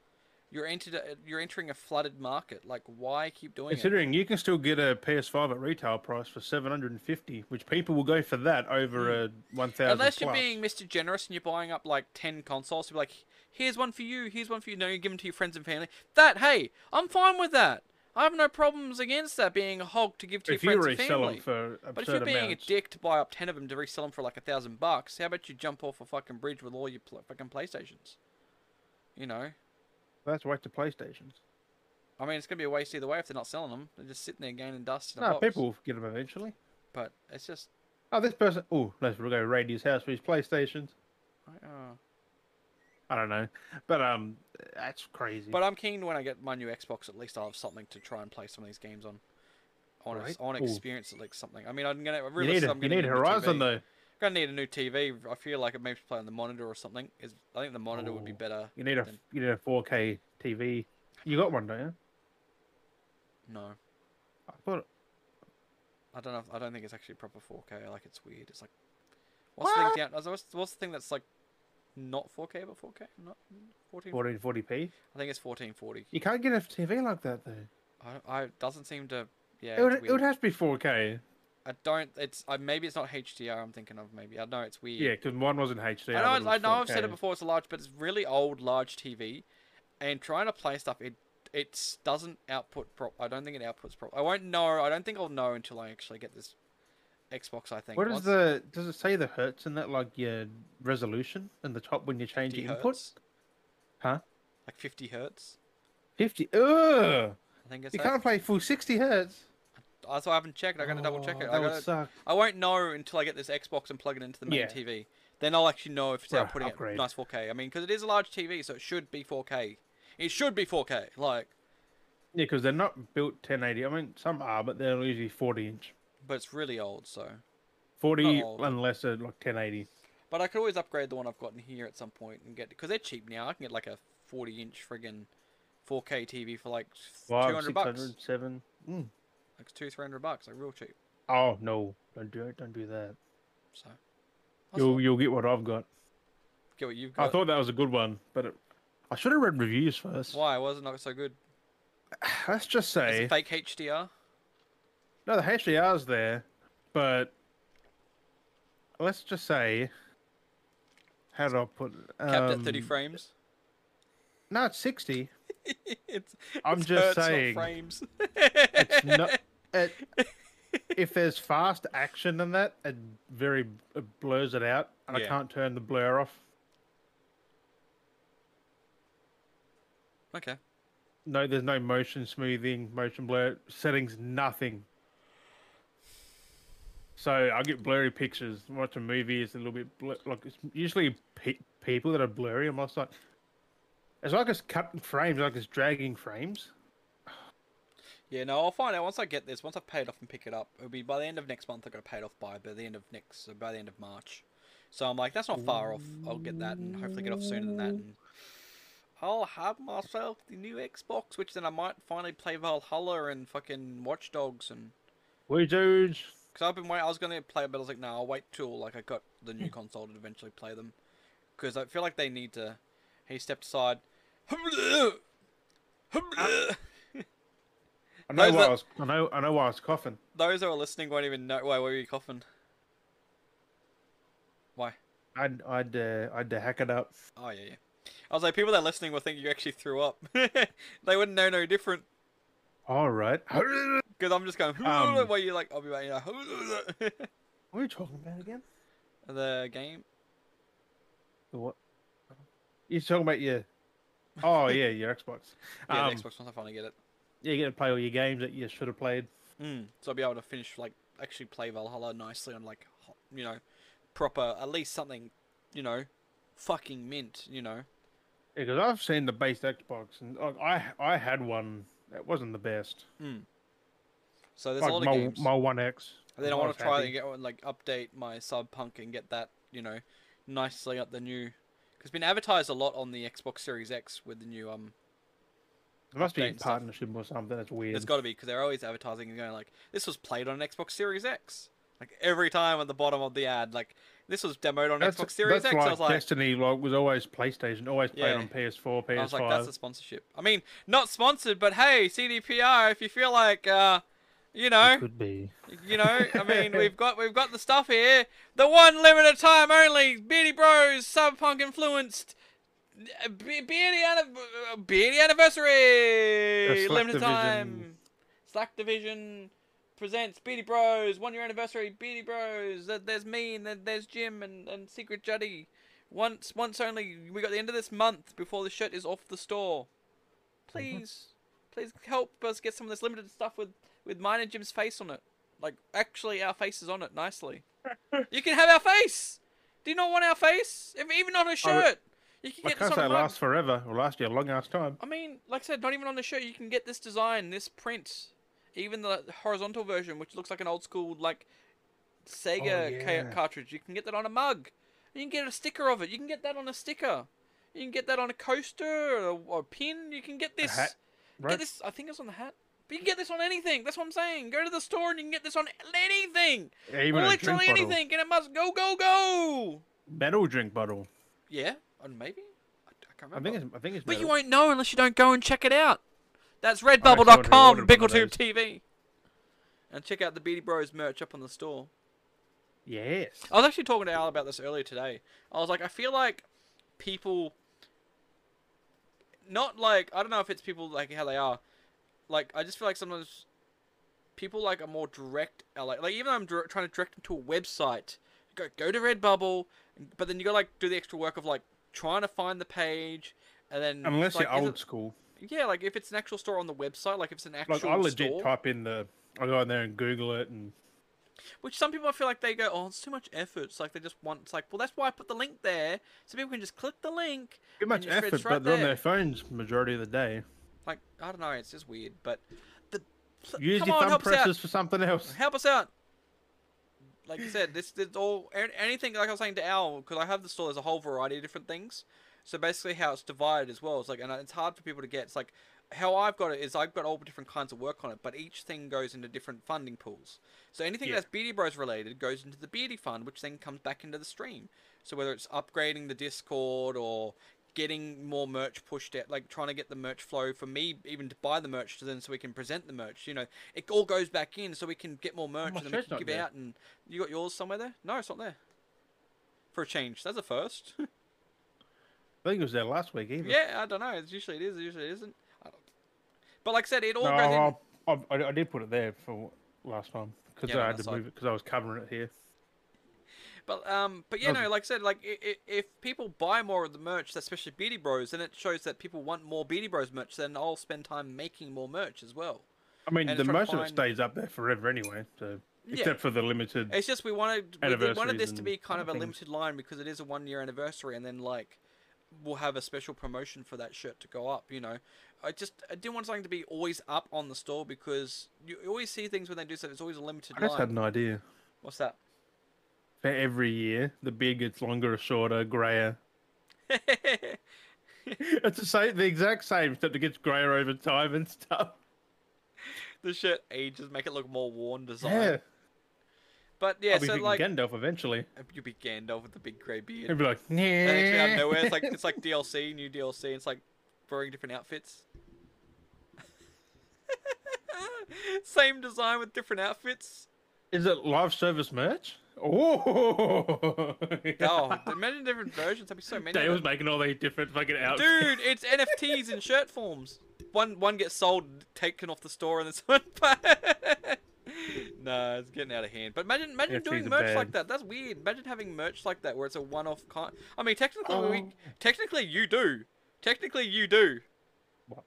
A: You're entered, a- you're entering a flooded market. Like, why keep doing it?
B: Considering you can still get a PS5 at retail price for 750, which people will go for that over a 1000
A: Hmm. Unless you're
B: plus.
A: being Mr. Generous and you're buying up like 10 consoles to be like, here's one for you, here's one for you. No, you give them to your friends and family. That, hey, I'm fine with that. I have no problems against that being a hog to give to
B: if
A: your
B: you
A: friends and
B: resell
A: family.
B: them for absurd
A: but if you're being
B: amounts,
A: a dick to buy up 10 of them to resell them for like a thousand bucks, how about you jump off a fucking bridge with all your pl- fucking PlayStations? You know?
B: that's right to PlayStations.
A: I mean, it's going to be a waste either way if they're not selling them. They're just sitting there gaining dust in a
B: No,
A: box.
B: people will get them eventually.
A: But it's just.
B: Oh, this person. Oh, let's go raid his house for his PlayStations.
A: I- Uh,
B: I don't know, but um, that's crazy.
A: But I'm keen when I get my new Xbox. At least I'll have something to try and play some of these games on. I want
B: Right.
A: to, I want to
B: Ooh.
A: experience at least something. I mean, I'm gonna.
B: you
A: Really,
B: need a,
A: I'm
B: you
A: gonna
B: need a Horizon
A: though.
B: though.
A: Gonna need a new TV. I feel like it maybe play on the monitor or something. Is I think the monitor would be
B: Ooh.
A: better.
B: You need a
A: Then-
B: you need a 4K TV. You got one, don't you?
A: No,
B: I thought
A: I don't know. if- I don't think it's actually proper 4K. Like it's weird. It's like what's the thing down? What's, what's the thing that's like not 4K but 4K? Not 14.
B: 1440p.
A: I think it's 1440.
B: You can't get a TV like that though.
A: I, I doesn't seem to. Yeah,
B: it, would,
A: it's
B: it
A: weird.
B: would have to be 4K.
A: I don't. It's I, maybe it's not HDR. I'm thinking of maybe. I know it's weird.
B: Yeah, because mine wasn't HD.
A: I know,
B: ours
A: it's-
B: was
A: I know I've said it
B: 4K.
A: before. It's a large, but it's really old, large TV, and trying to play stuff, it it doesn't output. Pro- I don't think it outputs. Pro- I won't know. I don't think I'll know until I actually get this Xbox. I think.
B: What is
A: Once-
B: the? Does it say the hertz in that, like your resolution in the top when you change
A: 50
B: your input?
A: hertz,
B: Huh?
A: Like 50 hertz.
B: Fifty. Ugh.
A: I think it's.
B: You
A: that.
B: can't play full sixty hertz.
A: That's why I haven't checked. I gotta double check
B: Oh,
A: it. I
B: That would
A: gotta.
B: suck.
A: I won't know until I get this Xbox and plug it into the main
B: Yeah.
A: TV. Then I'll actually know if it's
B: Right,
A: outputting at
B: upgrade.
A: nice 4K. I mean, because it is a large TV, so it should be 4K. It should be 4K. Like,
B: Yeah, because they're not built 1080. I mean, some are, but they're usually 40 inch.
A: but it's really old, so.
B: 40
A: old.
B: unless they're like 1080.
A: But I could always upgrade the one I've got in here at some point and get because they're cheap now. I can get like a forty-inch friggin' four K TV for like two
B: Five,
A: hundred
B: 600,
A: bucks,
B: seven. Mm.
A: like two three hundred bucks, like real cheap.
B: Oh no! Don't do it. Don't do that.
A: So that's
B: You'll
A: fine.
B: you'll get what I've got.
A: get what you've
B: I
A: got.
B: thought that was a good one, but it, I should have read reviews first.
A: Why was it not so good?
B: Let's just
A: Is
B: say
A: it fake HDR?
B: No, the HDR's there, but let's just say, how do I put it?
A: Capped at thirty
B: Um,
A: frames.
B: No, it's sixty.
A: it's,
B: I'm
A: it's
B: just
A: hertz, not
B: saying.
A: frames.
B: It's not. It, if there's fast action in that, it very it blurs it out, and
A: Yeah.
B: I can't turn the blur off.
A: okay.
B: No, there's no motion smoothing, motion blur settings, nothing. So I get blurry pictures. Watch a movie, it's a little bit bl- like it's usually pe- people that are blurry. I'm just like, it's like it's cutting frames, like it's dragging frames.
A: Yeah, no, I'll find out once I get this. Once I've paid off and pick it up, it'll be by the end of next month. I've got to pay it off by by the end of next, so by the end of March. So I'm like, that's not far off. I'll get that and hopefully get off sooner than that. And I'll have myself the new Xbox, which then I might finally play Valhalla and fucking Watch Dogs and
B: We dudes.
A: because I've been waiting. I was gonna play, but I was like, no, I'll wait till like I got the
B: Hmm.
A: new console to eventually play them, because I feel like they need to. He stepped aside.
B: I know
A: Those
B: why
A: that-
B: I was. I know. I know why I was coughing.
A: Those who are listening won't even know. Why were you coughing? Why?
B: I'd. I'd. Uh, I'd uh, hack it up.
A: Oh yeah, yeah. I was like, people that are listening will think you actually threw up. they wouldn't know no different.
B: All right. What
A: Because I'm just going.
B: Um.
A: where you're like, I'll be back. You know,
B: are you talking about again?
A: the game.
B: The what? You're talking about your. Oh yeah, your Xbox.
A: Yeah,
B: um,
A: the Xbox. Once I finally get it.
B: Yeah, you get to play all your games that you should have played.
A: Mm. So I'll be able to finish like actually play Valhalla nicely on like ho- you know proper at least something you know fucking mint you know
B: Because I've seen the base Xbox, and like, I I had one that wasn't the best.
A: so there's
B: like
A: a lot
B: my,
A: of games
B: my One X.
A: and then I
B: was
A: want to try
B: happy.
A: and get one, like update my sub punk and get that you know nicely up the new because it's been advertised a lot on the Xbox Series X with the new um
B: It must be
A: update
B: in
A: and stuff.
B: partnership or something. That's weird.
A: It's got to be because they're always advertising and going like, "This was played on an Xbox Series X." Like every time at the bottom of the ad, like this was demoed on
B: that's,
A: Xbox Series
B: that's
A: X.
B: why
A: I was like,
B: Destiny like was always PlayStation, always played
A: Yeah.
B: on PS4, PS5.
A: I was like, "That's a sponsorship." I mean, not sponsored, but hey, CDPR, if you feel like, uh, you know,
B: could be.
A: you know, I mean, we've got we've got the stuff here. The one limited time only, Beardy Bros, Sub Punk influenced. uh, Be- Beardy, anni- uh, Beardy anniversary,
B: The Slack
A: limited
B: Division.
A: time. Slack division presents Beardy Bros, one year anniversary. Beardy Bros, There- there's me and there- there's Jim and, and Secret Juddy. Once, once only. We got the end of this month before the shirt is off the store.
B: Mm-hmm.
A: Please, please help us get some of this limited stuff with with mine and Jim's face on it. Like actually, our face is on it nicely. you can have our face. Do you not want our face? If, even on a shirt, you can
B: I
A: get this on
B: can't say
A: a
B: it
A: mug.
B: lasts forever. It'll last you a long ass time.
A: I mean, like I said, not even on the shirt. You can get this design, this print, even the horizontal version, which looks like an old school like Sega ca-
B: Oh, yeah.
A: cartridge. You can get that on a mug. You can get a sticker of it. You can get that on a sticker. You can get that on a coaster or a, or a pin. You can get this.
B: hat,
A: Get
B: Right?
A: this. I think it's on the hat. But you can get this on anything. That's what I'm saying. Go to the store and you can get this on anything.
B: Yeah, even a drink
A: Literally
B: bottle.
A: anything. And it must go, go, go.
B: Metal drink bottle.
A: Yeah. Or maybe. I, I can't
B: I
A: remember.
B: think it's. I think it's.
A: But you
B: metal.
A: won't know unless you don't go and check it out. That's
B: someone who
A: redbubble.com,
B: ordered one of
A: BickleTube
B: those.
A: TV. And check out the Beady Bros merch up on the store.
B: Yes.
A: I was actually talking to Al about this earlier today. I was like, I feel like people, not like I don't know if it's people like how they are, like I just feel like sometimes people like are more direct. are Like, like even though I'm dir- trying to direct them to a website, go go to Redbubble, but then you got to like do the extra work of like trying to find the page, and then it's
B: Unless
A: like,
B: you're
A: is
B: old
A: it-
B: school.
A: yeah, like if it's an actual store on the website, like if it's an actual
B: Like I legit
A: store,
B: type in the. I go in there and Google it and.
A: Which some people I feel like they go, oh, it's too much effort. It's like they just want. It's like, well, that's why I put the link there, so people can just click the link.
B: Too
A: and
B: much
A: it's-
B: effort,
A: it's right
B: but they're on
A: there.
B: their phones majority of the day.
A: Like I don't know, it's just weird. But the pl-
B: Use
A: come
B: your
A: on,
B: thumb
A: help us out.
B: presses for something else.
A: Help us out. Like you said, this is all an- anything. Like I was saying to Al, because I have the store. There's a whole variety of different things. So basically, how it's divided as well. It's like, and it's hard for people to get. It's like how I've got it is I've got all different kinds of work on it, but each thing goes into different funding pools. So anything
B: Yeah.
A: that's Beardy Bros related goes into the Beardy Fund, which then comes back into the stream. So whether it's upgrading the Discord or getting more merch pushed out, like trying to get the merch flow for me, even to buy the merch to them, so we can present the merch. You know, it all goes back in, so we can get more merch
B: my
A: and then we
B: shirt's
A: can
B: not
A: give
B: there.
A: out. And you got yours somewhere there? No, it's not there. For a change, that's a first.
B: I think it was there last week either.
A: yeah, I don't know. It's usually it is. Usually it isn't. I don't... But like I said, it all
B: No,
A: goes in.
B: I, I, I- I did put it there for last time because
A: Yeah, no,
B: I had
A: that's
B: to
A: like-
B: move it because I was covering it here.
A: But um, but you
B: Okay.
A: know, like I said, like i i if people buy more of the merch, especially Beardy Bros, then it shows that people want more Beardy Bros merch. Then I'll spend time making more merch as well.
B: I mean,
A: And
B: the
A: trying to
B: most of it
A: find-
B: stays up there forever anyway. So except for the limited.
A: It's just we wanted we did- wanted this
B: Anniversaries
A: to
B: and
A: be kind of a
B: other things.
A: limited line because it is a one year anniversary, and then like we'll have a special promotion for that shirt to go up. You know, I just I didn't want something to be always up on the store because you you always see things when they do stuff. It's always a limited
B: I just
A: line.
B: had an idea.
A: What's that?
B: For every year, the beard gets longer or shorter, grayer. It's the same, the exact same, except it gets grayer over time and stuff.
A: the shirt ages, make it look more worn design.
B: Yeah,
A: But yeah,
B: I'll be
A: so
B: thinking
A: like
B: Gandalf eventually.
A: you'll be Gandalf with the big grey beard.
B: He'll be like, nah.
A: And actually out of nowhere, it's like it's like DLC, new DLC. It's like wearing different outfits. Same design with different outfits.
B: Is it live service merch? Oh,
A: Oh, imagine different versions. That'd be so many.
B: Dale
A: of
B: was
A: them.
B: making all these different fucking outfits.
A: Dude, it's NFTs in shirt forms. One one gets sold, taken off the store, and this one. no, it's getting out of hand. But imagine imagine
B: NFTs
A: doing
B: are
A: merch
B: bad.
A: like that. That's weird. Imagine having merch like that where it's a one-off kind. I mean, technically, we,
B: Oh.
A: technically you do. Technically, you do.
B: What?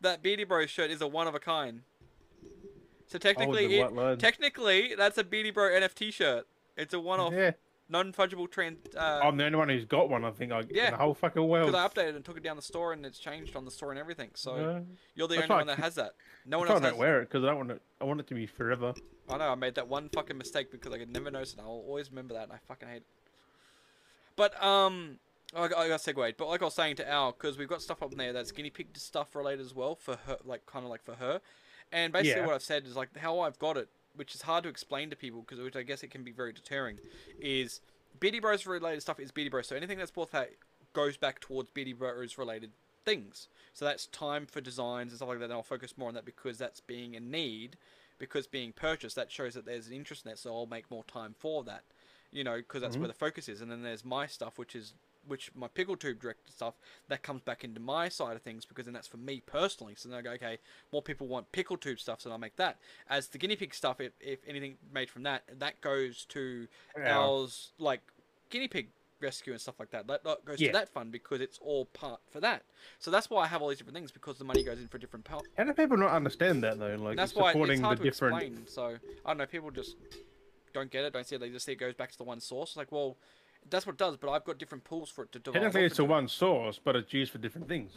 A: That Beardy Bros shirt is a one of a kind. So
B: Oh, the
A: technically,
B: white line.
A: it, technically, that's a Beardy Bro NFT shirt. It's a one-off,
B: yeah,
A: non-fungible trans. Uh,
B: I'm the only one who's got one. I think I
A: Yeah.
B: in the whole fucking world.
A: because I updated and took it down the store, and it's changed on the store and everything. So
B: Yeah.
A: you're the only
B: That's why I
A: one that
B: keep-
A: has that. No
B: I
A: one else
B: don't
A: has.
B: wear it because I want it. I want it to be forever.
A: I know I made that one fucking mistake because I could never notice it. I'll always remember that, and I fucking hate it. But um, I got, I got segued. But like I was saying to Al, because we've got stuff up there that's guinea pig stuff related as well for her, like kind of like for her. And basically,
B: Yeah.
A: what I've said is like how I've got it, which is hard to explain to people because which I guess it can be very deterring, is Beardy Bros related stuff is Beardy Bros. So anything that's bought that goes back towards Beardy Bros related things. So that's time for designs and stuff like that. And I'll focus more on that because that's being in need, because being purchased, that shows that there's an interest in that. So I'll make more time for that, you know, because
B: Mm-hmm.
A: that's where the focus is. And then there's my stuff, which is which my pickle tube directed stuff that comes back into my side of things because then that's for me personally. So then I go, okay, more people want pickle tube stuff, so then I'll make that. As the guinea pig stuff, if, if anything made from that, that goes to
B: Yeah.
A: Al's like guinea pig rescue and stuff like that. That, that goes to
B: Yeah.
A: that fund because it's all part for that. So that's why I have all these different things because the money goes in for different parts.
B: How do people not understand that though? Like
A: That's
B: you're
A: why it-
B: supporting
A: it's hard
B: the
A: to
B: different.
A: explain. So I don't know. People just don't get it. Don't see it. They just see it goes back to the one source. It's like, well, that's what it does. But I've got different pools for it Hmm. to develop.
B: Technically, it's a one source, but it's used for different things.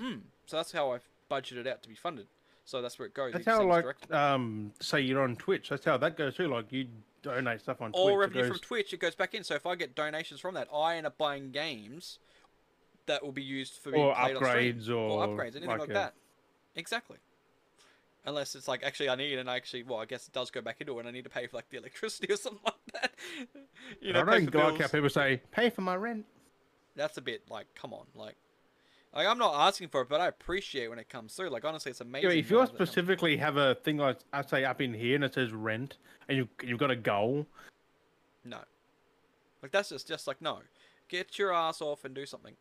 A: So that's how I've budgeted out to be funded. So that's where it goes.
B: That's
A: each
B: how,
A: thing's
B: like,
A: directed.
B: um, say you're on Twitch. That's how that goes too. Like you donate stuff on
A: all
B: Twitch. it
A: revenue
B: goes-
A: from Twitch, it goes back in. So if I get donations from that, I end up buying games that will be used for being
B: Or
A: played on
B: upgrades
A: stream,
B: or
A: upgrades, anything like,
B: like a-
A: that. Exactly. Unless it's like actually I need and I actually well I guess it does go back into it and I need to pay for like the electricity or something like that. you know,
B: I
A: pay
B: don't
A: for
B: like how
A: bills.
B: people say pay for my rent.
A: that's a bit like come on like. Like, I'm not asking for it, but I appreciate when it comes through. Like honestly, it's amazing.
B: Yeah, if
A: now
B: you
A: that it comes-
B: specifically have a thing like I say up in here and it says rent, and you you've got a goal,
A: no, like that's just just like no, get your ass off and do something.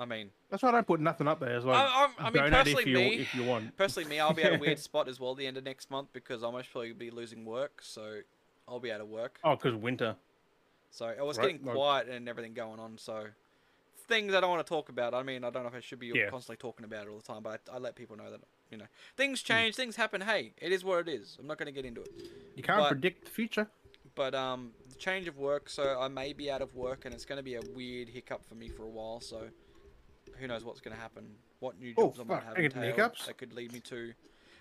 A: I mean,
B: that's why I don't put nothing up there. It's like
A: I- I mean,
B: donate if
A: personally,
B: you
A: me-
B: if you want.
A: Personally, me, I'll be at a weird spot as well the end of next month because I'll most probably be losing work, so I'll be out of work.
B: Oh, because winter.
A: So it was
B: Right,
A: getting
B: like-
A: quiet and everything going on, so things I don't want to talk about. I mean, I don't know if I should be
B: Yeah.
A: constantly talking about it all the time, but I, I let people know that you know
B: Mm.
A: things change, things happen. Hey, it is what it is. I'm not going to get into it.
B: You can't
A: But-
B: predict the future.
A: But um, the change of work, so I may be out of work, and it's going to be a weird hiccup for me for a while. So who knows what's going to happen? What new
B: Oh,
A: jobs I might
B: fuck,
A: have
B: I get
A: entailed
B: hiccups.
A: that could lead me to.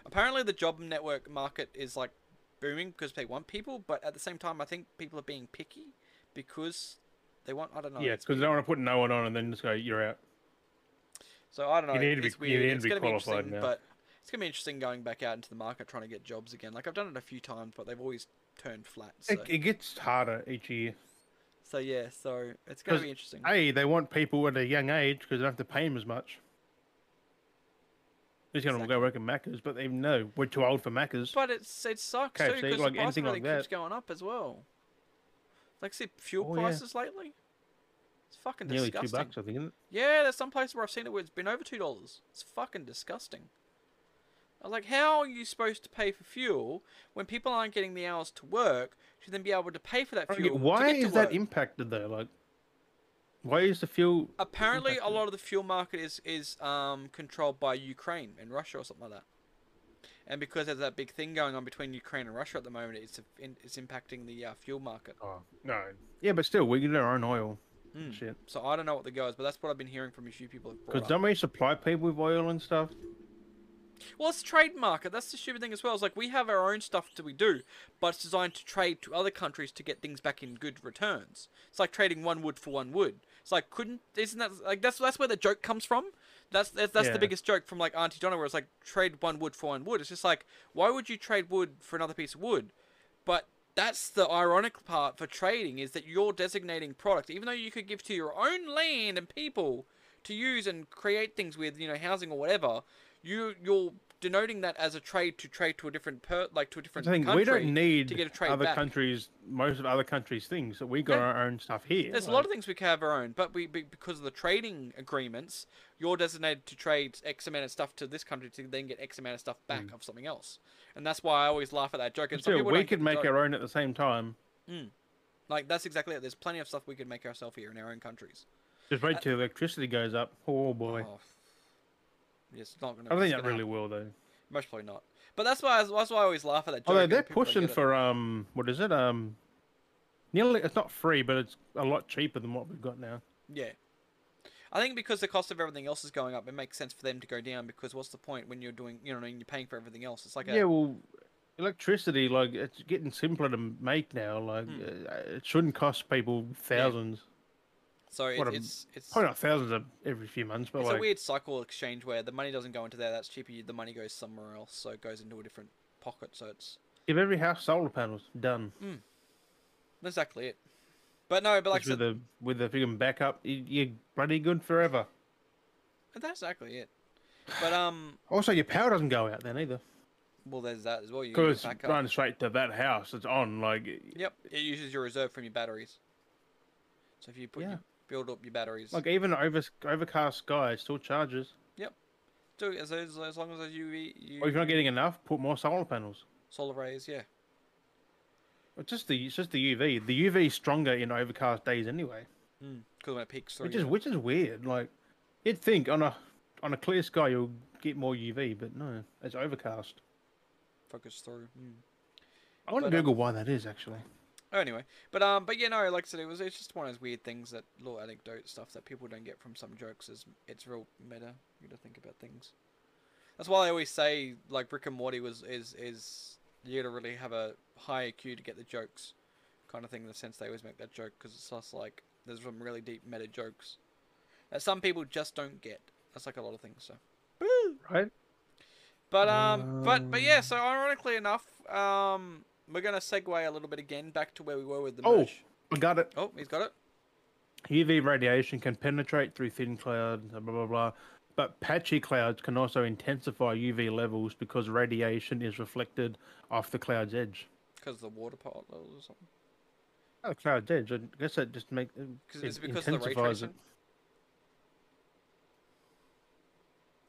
A: Apparently, the job network market is like booming because they want people, but at the same time, I think people are being picky because they want. I don't know.
B: Yeah,
A: it's
B: because they don't want to put no one on and then just go you're out.
A: So I don't know.
B: You need to be-
A: it's
B: you
A: weird.
B: need to
A: it's
B: be
A: going to be
B: qualified
A: interesting,
B: now.
A: but it's going to be interesting going back out into the market trying to get jobs again. Like I've done it a few times, but they've always turned flat. So,
B: It, it gets harder each year.
A: so yeah, so it's going to
B: 'Cause
A: be interesting.
B: A, they want people at a young age because they don't have to pay them as much. They're just going to
A: Exactly.
B: go work at Macca's, but they even know we're too old for Macca's.
A: But it's it sucks too
B: KFC,
A: because
B: like,
A: the price of
B: anything like
A: everything keeps
B: that.
A: going up as well. Like see fuel
B: Oh, yeah.
A: prices lately. It's fucking
B: Nearly
A: disgusting.
B: two bucks, I think. Isn't it?
A: Yeah, there's some places where I've seen it where it's been over two dollars. It's fucking disgusting. I was like, how are you supposed to pay for fuel when people aren't getting the hours to work to then be able to pay for that
B: I don't
A: fuel?
B: get-
A: to
B: why
A: get to
B: is that
A: work?
B: impacted though? Like, why is the fuel?
A: Apparently, a
B: impacted?
A: lot of the fuel market is is um, controlled by Ukraine and Russia or something like that. and because there's that big thing going on between Ukraine and Russia at the moment, it's it's impacting the uh, fuel market.
B: Oh no. Yeah, but still, we get our own oil.
A: Mm.
B: Shit.
A: So I don't know what the go is, but that's what I've been hearing from a few people. Have brought
B: Because
A: up.
B: don't we supply people with oil and stuff?
A: Well, it's trade market. That's the stupid thing as well. It's like we have our own stuff that we do, but it's designed to trade to other countries to get things back in good returns. It's like trading one wood for one wood. It's like couldn't isn't that like that's that's where the joke comes from. That's that's, that's
B: Yeah.
A: the biggest joke from like Auntie Donna, where it's like trade one wood for one wood. It's just like why would you trade wood for another piece of wood? But that's the ironic part for trading is that you're designating product, even though you could give to your own land and people to use and create things with, you know, housing or whatever. You you're denoting that as a trade to trade to a different per like to a
B: I
A: different
B: think
A: country
B: we don't need
A: to get a trade
B: other
A: back.
B: countries, most of other countries' things. that We got
A: No.
B: our own stuff here.
A: There's a lot of things we can have our own, but we be- because of the trading agreements, you're designated to trade X amount of stuff to this country to then get X amount of stuff back of something else, and that's why I always laugh at that joke. And some
B: Still,
A: people
B: Hmm. we
A: don't get
B: could
A: the
B: make
A: joke.
B: our own at the same time.
A: like that's exactly it. There's plenty of stuff we could make ourselves here in our own countries.
B: Just wait till electricity goes up. Oh boy.
A: Uh, Oh, it's not gonna.
B: I don't
A: it's
B: think that
A: gonna
B: really
A: happen.
B: will though.
A: Most probably not. But that's why I, that's why I always laugh at that. Joke
B: Although
A: and
B: they're
A: people don't
B: pushing
A: get it.
B: for um, what is it? Um, nearly it's not free, but it's a lot cheaper than what we've got now.
A: Yeah. I think because the cost of everything else is going up, it makes sense for them to go down. Because what's the point when you're doing, you know, when you're paying for everything else? It's like a,
B: Yeah, well, electricity like it's getting simpler to make now. Like
A: Hmm.
B: uh, it shouldn't cost people thousands.
A: so it's
B: what a-
A: it's it's,
B: Probably not thousands of every few months, but
A: it's
B: like
A: a weird cycle exchange where the money doesn't go into there. That's cheaper. The money goes somewhere else, so it goes into a different pocket. So it's
B: give every house solar panels. Done.
A: that's exactly it. But no, but like I
B: Just with
A: said,
B: the with the freaking backup, you, you're bloody good forever.
A: that's exactly it. But um,
B: Also, your power doesn't go out then either.
A: well, there's that as well. You
B: Because
A: back
B: it's
A: up.
B: running straight to that house. It's on. Like,
A: Yep, it uses your reserve from your batteries. So if you put
B: Yeah.
A: your, build up your batteries,
B: like even an over, overcast sky it still charges.
A: do it as, as as long as those UV you
B: Or if you're not getting enough, put more solar panels.
A: solar rays, yeah.
B: It's just the it's just the UV. The UV is stronger in overcast days anyway,
A: Because when it peaks through,
B: Hmm. which is which is weird. Like, you'd think on a on a clear sky you'll get more UV, but no, it's overcast.
A: focus through.
B: Hmm.
A: Mm.
B: I want to
A: But, um,
B: Google why that is actually.
A: Oh, anyway, but um, but you know, like I said, it was it's just one of those weird things that little anecdote stuff that people don't get from some jokes is it's real meta. You to think about things. That's why I always say like Rick and Morty was is is you gotta really have a high IQ to get the jokes, kind of thing. In the sense they always make that joke because it's just like there's some really deep meta jokes that some people just don't get. That's like a lot of things. So.
B: Right?
A: But um, but but yeah. So ironically enough, um, we're gonna segue a little bit again back to where we were with the
B: Oh.
A: merch.
B: I got it.
A: Oh, he's got it.
B: UV radiation can penetrate through thin clouds, blah, blah, blah, blah. But patchy clouds can also intensify UV levels because radiation is reflected off the cloud's edge.
A: Because the water part or something.
B: Oh, the cloud's edge. I guess that just makes it,
A: Because
B: it
A: it's because of the ray
B: intensifies
A: tracing.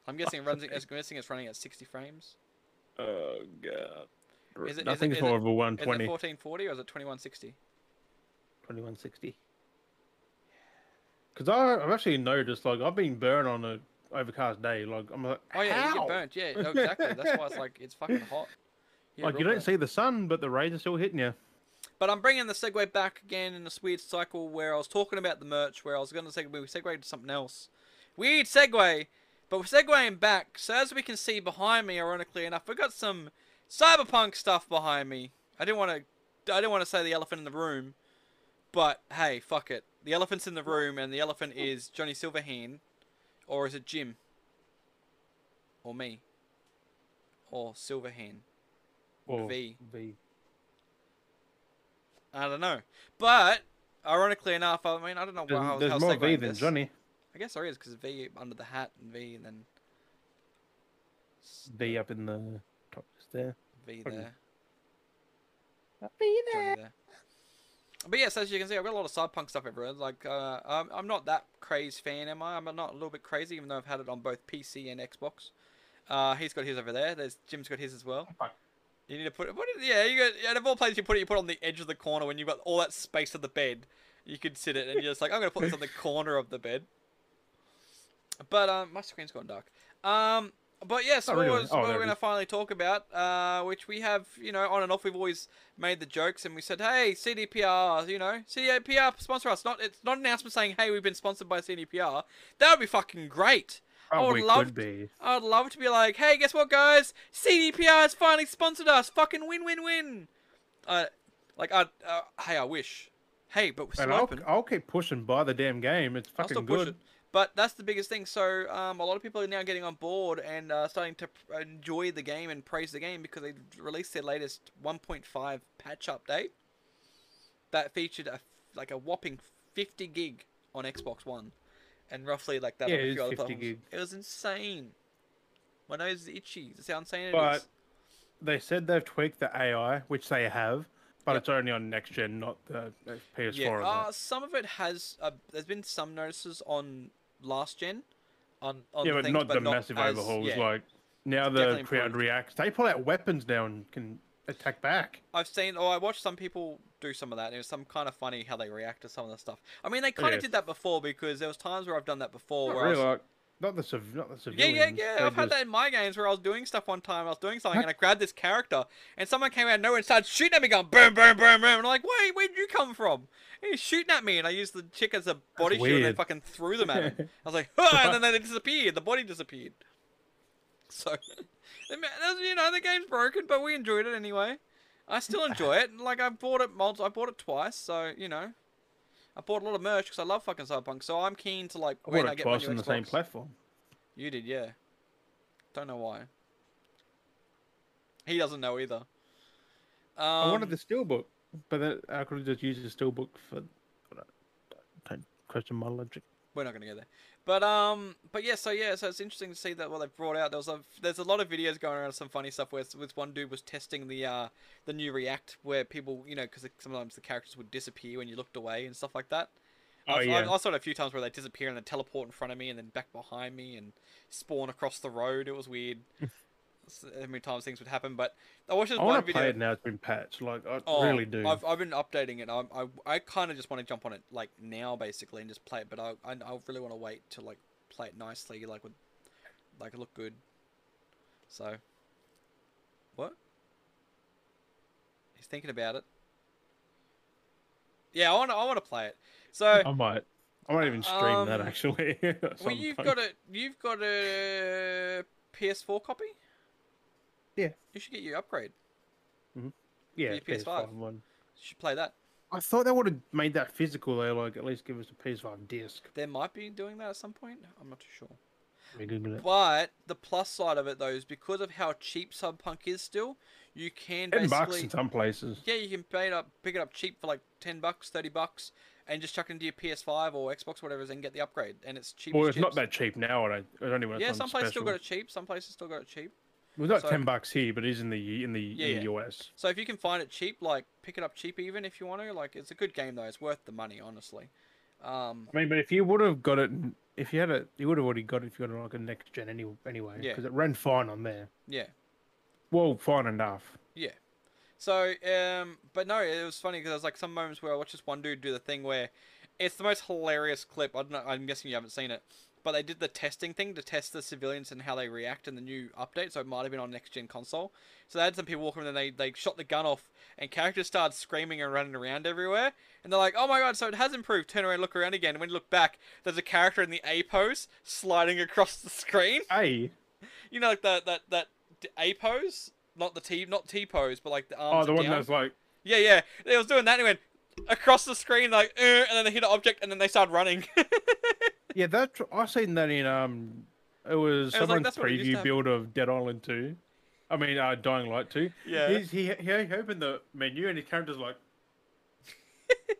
A: I'm guessing it runs. I'm guessing it's running at 60 frames.
B: It. Oh, God.
A: Is it- is
B: I think
A: it- is
B: it's
A: it-
B: more of a
A: Is it
B: 120,
A: 1440 or is it 2160?
B: 2160. Because I've actually noticed, like, I've been burned on a overcast day. Like, I'm like,
A: Oh yeah, you
B: "How?"
A: get burnt. Yeah, oh, exactly. That's why it's like it's fucking hot. Yeah,
B: Like, you
A: real
B: don't
A: bad.
B: see the sun, but the rays are still hitting you.
A: But I'm bringing the segue back again in this weird cycle where I was talking about the merch, where I was going to segue, we segued to something else. Weird segue, but we're segueing back. So as we can see behind me, ironically enough, we've got some cyberpunk stuff behind me. I didn't want to, I didn't want to say the elephant in the room, but hey, fuck it. The elephant's in the room, and the elephant is Johnny Silverhand, or is it Jim, or me, or Silverhand?
B: Or
A: V.
B: V.
A: I don't know. But ironically enough, I mean, I don't know
B: There's,
A: why. I was-
B: there's
A: how I was
B: more V
A: segueing
B: than
A: this.
B: Johnny.
A: I guess there is because V under the hat and V and then
B: V up in the top just there.
A: V
B: Pardon.
A: there,
B: V
A: Johnny there. But yes, as you can see, I've got a lot of cyberpunk stuff everywhere. Like, uh, I'm, I'm not that crazy fan, am I? I'm not a little bit crazy, even though I've had it on both PC and Xbox. Uh, he's got his over there. There's Jim's got his as well.
B: Fuck.
A: You need to put it. What is, yeah, you got. Out of all places you put it, you put it on the edge of the corner when you've got all that space of the bed. You could sit it, and you're just like, I'm gonna put this on the corner of the bed. But um, my screen's gone dark. Um, But yes,
B: Oh,
A: what
B: really?
A: was
B: Oh,
A: what
B: there
A: we're
B: it
A: going to
B: is.
A: finally talk about, uh, which we have, you know, on and off, we've always made the jokes, and we said, "Hey, CDPR, you know, CDPR sponsor us." Not it's not an announcement saying, "Hey, we've been sponsored by CDPR." That would be fucking great. I would
B: Probably
A: love
B: could be.
A: I'd love to be like, "Hey, guess what, guys? CDPR has finally sponsored us. Fucking win, win, win." Uh, like I, uh, hey, I wish. Hey, but we're still
B: And I'll,
A: open.
B: I'll keep pushing by the damn game. It's
A: I'll
B: fucking
A: still push
B: good.
A: it. But that's the biggest thing. So um, a lot of people are now getting on board and uh, starting to p- enjoy the game and praise the game because they released their latest 1.5 patch update that featured a, like a whopping 50 gig on Xbox One and roughly like that
B: Yeah,
A: on a few
B: it is
A: other
B: 50
A: platforms.
B: gig.
A: It was insane. My nose is itchy. That's how insane it is.
B: But they said they've tweaked the AI, which they have, but
A: Yep.
B: it's only on next gen, not the uh, PS4.
A: Yeah,
B: and
A: uh,
B: that.
A: some of it has. Uh, there's been some notices on last gen, on, on
B: yeah but
A: things,
B: not
A: but
B: the
A: not
B: massive
A: as-
B: overhauls.
A: yeah.
B: Like now the
A: definitely
B: crowd
A: improved.
B: reacts. They pull out weapons now and can attack back.
A: I've seen, or I watched some people do some of that, and it was some kind of funny how they react to some of the stuff. I mean, they kind
B: Yeah.
A: of did that before because there was times where I've done that before.
B: Not
A: where I
B: really,
A: was-
B: like not the civ- not the
A: yeah,
B: civilians.
A: yeah, yeah.
B: they
A: I've had
B: just-
A: that in my games where I was doing stuff one time. I was doing something,
B: What?
A: and I grabbed this character, and someone came out of nowhere and started shooting at me, going boom, boom, boom, boom. And I'm like, wait, where did you come from? And he's shooting at me, and I used the chick as a body shield and
B: weird.
A: fucking threw them at him. I was like, huh, and then they disappeared. The body disappeared. So, the ma- that's- you know, the game's broken, but we enjoyed it anyway. I still enjoy it. and, Like I bought it, multi- I bought it twice, so you know, I bought a lot of merch because I love fucking Cyberpunk. So I'm keen to like
B: I
A: when
B: bought
A: I
B: it
A: get my
B: twice
A: new
B: on the same
A: Xbox.
B: platform.
A: You did, yeah. Don't know why. He doesn't know either. Um,
B: I wanted the steelbook, but then I could have just used the steelbook for. but I Don't question my logic.
A: We're not gonna go there. But um, but yeah, so yeah, so it's interesting to see that what they've brought out. There was a, there's a lot of videos going around of some funny stuff where s- with one dude was testing the uh the new React where people you know because sometimes the characters would disappear when you looked away and stuff like that.
B: Oh,
A: I've,
B: yeah.
A: I've, I saw it a few times where they disappear and then teleport in front of me and then back behind me and spawn across the road. It was weird. S- How many times things would happen? But I watched this
B: I
A: one
B: want to
A: video.
B: play it now. It's been patched. Like I
A: Oh,
B: really do.
A: I've, I've been updating it. I'm, I I kind of just want to jump on it like now, basically, and just play it. But I I, I really want to wait to like play it nicely, like with like look good. So. What? He's thinking about it. Yeah, I want to I want to play it. So
B: I might. I might even stream that
A: Um,
B: actually. at
A: well,
B: some
A: you've
B: point.
A: got a you've got a PS4 copy.
B: Yeah.
A: You should get your upgrade.
B: yeah
A: your PS5.
B: PS5 one.
A: You should play that.
B: I thought they would have made that physical. They like at least give us a PS5 disc.
A: There might be doing that at some point. I'm not too sure.
B: Let me Google it.
A: But the plus side of it though is because of how cheap Cyberpunk is still, you can
B: Ten bucks
A: basically
B: in some places.
A: yeah, you can pay it up, pick it up cheap for like ten bucks, thirty bucks, and just chuck it into your PS5 or Xbox, whatever, it is, and get the upgrade, and it's cheap.
B: Well,
A: as
B: it's not
A: chips.
B: that cheap now. I don't, I don't even.
A: Yeah, some places still got it cheap. Some places still got it cheap.
B: Well, not
A: so-
B: ten bucks here, but it is in the in the in
A: Yeah,
B: the US.
A: So if you can find it cheap, like pick it up cheap even if you want to. Like it's a good game though. It's worth the money, honestly. Um,
B: I mean, but if you would have got it, n- if you had it, you would have already got it if you got it like a next gen any, anyway.
A: Yeah.
B: Because it ran fine on there.
A: yeah.
B: Well, fine enough.
A: So, um, but no, it was funny because there's like some moments where I watched this one dude do the thing where it's the most hilarious clip. I don't know, I'm guessing you haven't seen it, but they did the testing thing to test the civilians and how they react in the new update. So it might have been on next gen console. So they had some people walking and they they shot the gun off, and characters started screaming and running around everywhere. And they're like, "Oh my god!" So it has improved. Turn around, look around again. And when you look back, there's a character in the A pose sliding across the screen
B: Hey,
A: you know, like that that that d- A pose, not the T, not T pose, but like the
B: oh,
A: arms.
B: the
A: are
B: one
A: down.
B: that's like,
A: Yeah, yeah. They was doing that and it went across the screen like, "Uh," and then they hit an object and then they started running.
B: yeah, that I seen that in um, it was
A: It was like,
B: someone's
A: that's what it used to
B: preview
A: have-
B: build of Dead Island Two. I mean, uh, Dying Light Two.
A: Yeah.
B: He's, he he opened the menu and his character's like.
A: the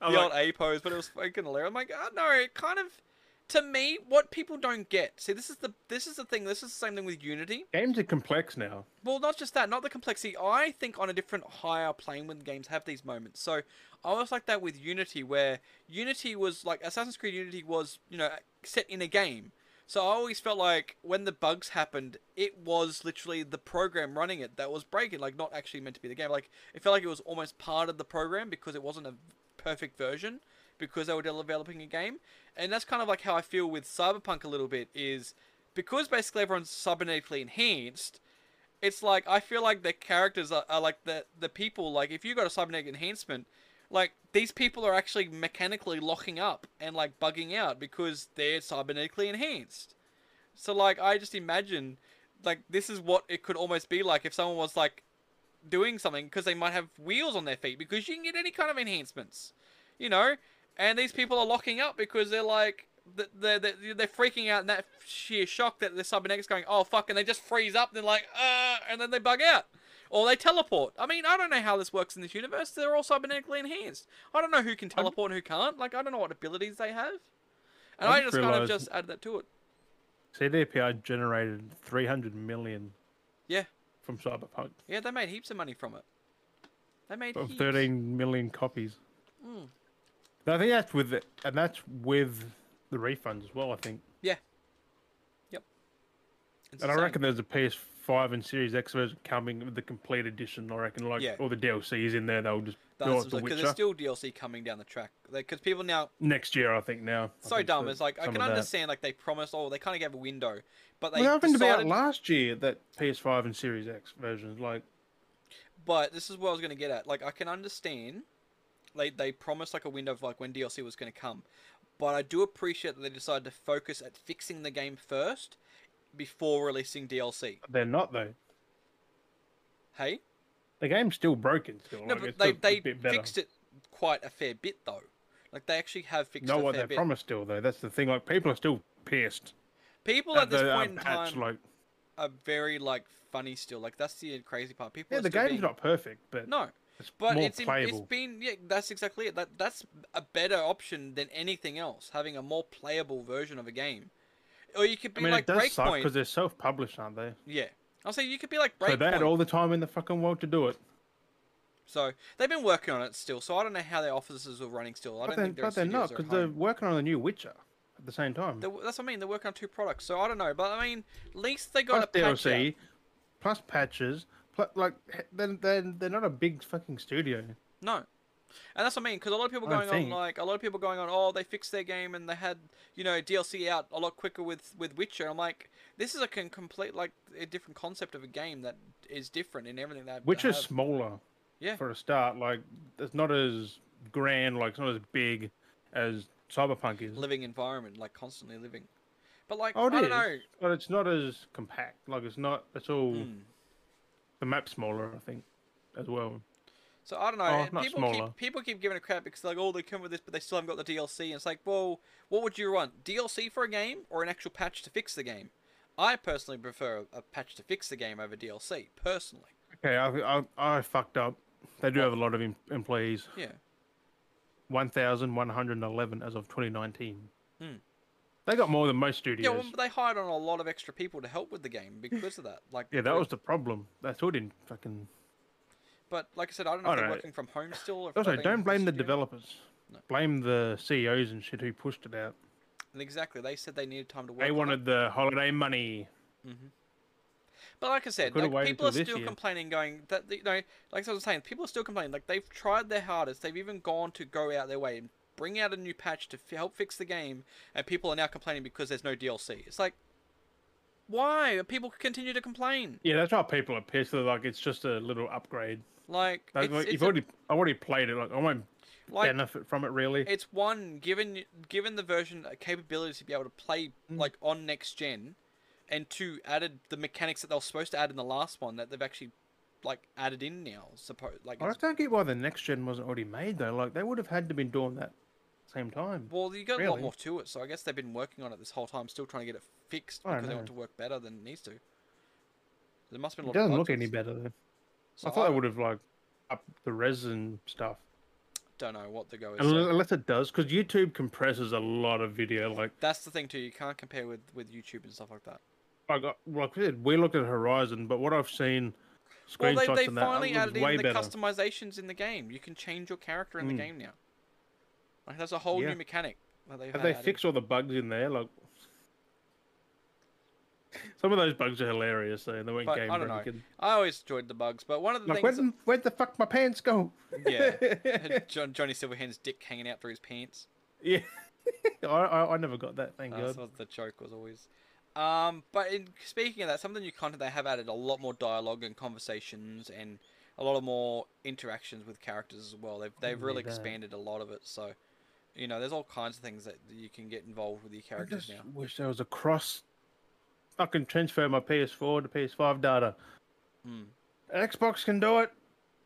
B: I'm
A: old A pose, but it was fucking hilarious. I'm like, oh no, it kind of. To me, what people don't get. See, this is the this is the thing. This is the same thing with Unity.
B: Games are complex now.
A: Well, not just that, not the complexity. I think on a different higher plane when games have these moments. So I was like that with Unity, where Unity was like Assassin's Creed Unity was you know set in a game. So I always felt like when the bugs happened, it was literally the program running it that was breaking, like not actually meant to be the game. Like it felt like it was almost part of the program because it wasn't a perfect version because they were developing a game. And that's kind of like how I feel with Cyberpunk a little bit is because basically everyone's cybernetically enhanced, it's like I feel like the characters are, are like the the people. Like if you got a cybernetic enhancement, like these people are actually mechanically locking up and like bugging out because they're cybernetically enhanced. So like I just imagine like this is what it could almost be like if someone was like doing something because they might have wheels on their feet because you can get any kind of enhancements, you know. And these people are locking up because they're like th- they're they're, they're freaking out in that sheer shock that the cybernetic's going oh fuck and they just freeze up and they're like uh and then they bug out. Or they teleport. I mean, I don't know how this works in this universe. They're all cybernetically enhanced. I don't know who can teleport and who can't. Like, I don't know what abilities they have. And
B: I
A: I
B: just
A: just kind of
B: realised-
A: just added that to it.
B: CDPR generated 300 million.
A: Yeah.
B: From Cyberpunk.
A: Yeah, they made heaps of money from it. They made
B: Of
A: heaps.
B: 13 million copies.
A: Mm.
B: And I think that's with the, and that's with the refunds as well, I think.
A: It's
B: And I
A: insane.
B: reckon there's a PS5 and Series X version coming with the complete edition. I reckon, like,
A: Yeah.
B: all the DLCs in there, they'll just
A: That's
B: go
A: what
B: off
A: I'm saying,
B: The
A: 'cause
B: Witcher.
A: there's still DLC coming down the track. Because people now
B: Next year, I think, now. I
A: so
B: think
A: dumb.
B: that-
A: It's like I
B: some
A: can
B: of that.
A: understand like they promised. Oh, they kind of gave a window, but they
B: What happened
A: decided,
B: about last year, that PS5 and Series X versions? Like,
A: But this is what I was gonna get at. Like I can understand, they they promised like a window of like when DLC was gonna come, but I do appreciate that they decided to focus at fixing the game first before releasing DLC.
B: they're not, though.
A: Hey,
B: The game's still broken. Still.
A: no,
B: like,
A: but
B: it's
A: they
B: still a
A: they
B: bit better.
A: fixed it quite a fair bit though. Like they actually have fixed
B: Know
A: it a
B: what
A: fair
B: they
A: bit.
B: promised still, though. That's the thing. Like, people are still pissed.
A: People at this
B: the, uh,
A: point in
B: patch,
A: time
B: like,
A: are very like funny still. Like that's the crazy part. People
B: yeah,
A: are
B: the
A: still
B: game's
A: being-
B: not perfect, but
A: no.
B: it's
A: But
B: more
A: it's, in, it's
B: playable.
A: been yeah, that's exactly it. That that's a better option than anything else. Having a more playable version of a game, or you could be
B: I mean,
A: like
B: it does suck because
A: Breakpoint.
B: they're self-published, aren't they?
A: Yeah, I'll say you could be like
B: So they
A: Breakpoint.
B: had
A: So,
B: all the time in the fucking world to do it.
A: they've been working on it still. So I don't know how their offices are running still. I don't
B: But, then,
A: think their
B: but they're not,
A: studios are
B: because
A: at
B: they're
A: home.
B: working on the new Witcher at the same time.
A: They're- that's what I mean. They're working on two products. So I don't know. But I mean, at least they got
B: plus
A: a patch
B: DLC,
A: out.
B: plus patches, plus, like, he- then they're, they're not a big fucking studio.
A: No. And that's what I mean, because a lot of people
B: I
A: going on
B: think-
A: like a lot of people going on. Oh, they fixed their game and they had you know DLC out a lot quicker with with Witcher. I'm like, this is a con- complete like a different concept of a game that is different in everything that.
B: Which is
A: have.
B: smaller.
A: Yeah.
B: For a start, like, it's not as grand, like, it's not as big as Cyberpunk is.
A: living environment, like constantly living. But like
B: Oh, it
A: I
B: is,
A: don't know.
B: But it's not as compact. Like, it's not, it's all,
A: Hmm.
B: the map's smaller, I think, as well.
A: So I don't
B: Oh,
A: know.
B: not
A: people
B: smaller.
A: keep people keep giving a crap because they're like, oh, they come with this, but they still haven't got the DLC. And it's like, well, what would you want? DLC for a game or an actual patch to fix the game? I personally prefer a patch to fix the game over DLC. Personally,
B: Okay, I, I, I fucked up. They do have a lot of em- employees.
A: yeah.
B: 1,111 as of 2019.
A: Hmm.
B: They got more than most studios.
A: Yeah, well, they hired on a lot of extra people to help with the game because of that. Like,
B: Yeah, that
A: but-
B: was the problem. They still didn't fucking.
A: But like I said, I don't know
B: I
A: if they're
B: don't know.
A: working from home still. Or if
B: Also,
A: they're being
B: don't blame the
A: studio.
B: developers.
A: E No.
B: Blame the CEOs and shit who pushed it out.
A: And exactly, they said they needed time to work.
B: They
A: on it.
B: wanted the holiday money.
A: But like I said,
B: coulda
A: like,
B: waited
A: people are
B: till this
A: still
B: year.
A: complaining, going that you know, like I was saying, people are still complaining. Like they've tried their hardest. They've even gone to go out their way and bring out a new patch to f- help fix the game, and people are now complaining because there's no DLC. It's like, why? People continue to complain.
B: Yeah, that's why people are pissed. They're like, it's just a little upgrade.
A: Like,
B: Like,
A: it's,
B: like,
A: it's
B: you've
A: a-
B: already, I already played it. Like, I won't
A: like,
B: benefit from it really.
A: it's one given given the version a capability to be able to play
B: Mm.
A: like on next gen, and two added the mechanics that they were supposed to add in the last one that they've actually like added in now. Suppose like
B: I
A: it's-
B: just don't get why the next gen wasn't already made though. Like, they would have had to been doing that same time.
A: well, you got a lot
B: Really?
A: more to it, so I guess they've been working on it this whole time, still trying to get it fixed
B: I don't
A: because they want
B: know.
A: to work better than it needs to. There must have
B: It
A: been a lot.
B: doesn't
A: of
B: look any
A: budgets.
B: better though.
A: So
B: I thought
A: I
B: they would have like up the resin stuff.
A: don't know what the go is.
B: Unle-
A: so
B: Unless it does, because YouTube compresses a lot of video. Like,
A: That's the thing too. You can't compare with with YouTube and stuff like that.
B: I got like we said, we looked at Horizon, but what I've seen
A: Well,
B: screenshots
A: they, they
B: and that
A: finally
B: it looks
A: added
B: way
A: in the
B: better.
A: customizations in the game. You can change your character in the
B: Mm.
A: game now. Like that's a whole
B: Yeah.
A: new mechanic. That they've
B: Have
A: had
B: they
A: added.
B: fixed all the bugs in there? Like, some of those bugs are hilarious. Though and they weren't
A: But
B: game
A: I don't know.
B: breaking.
A: I always enjoyed the bugs, but one of the
B: Like,
A: things,
B: where where'd the fuck my pants go?
A: yeah, John, Johnny Silverhand's dick hanging out through his pants.
B: yeah. I, I I never got that. Thank
A: Uh,
B: God.
A: that's what the joke was always. Um, but in, speaking of that, some of the new content they have added a lot more dialogue and conversations and a lot of more interactions with characters as well. They've they've really
B: Yeah.
A: expanded a lot of it. So, you know, there's all kinds of things that you can get involved with your
B: I
A: characters
B: just
A: now.
B: wish there was a cross. I can transfer my PS4 to PS5 data.
A: Mm.
B: Xbox can do it.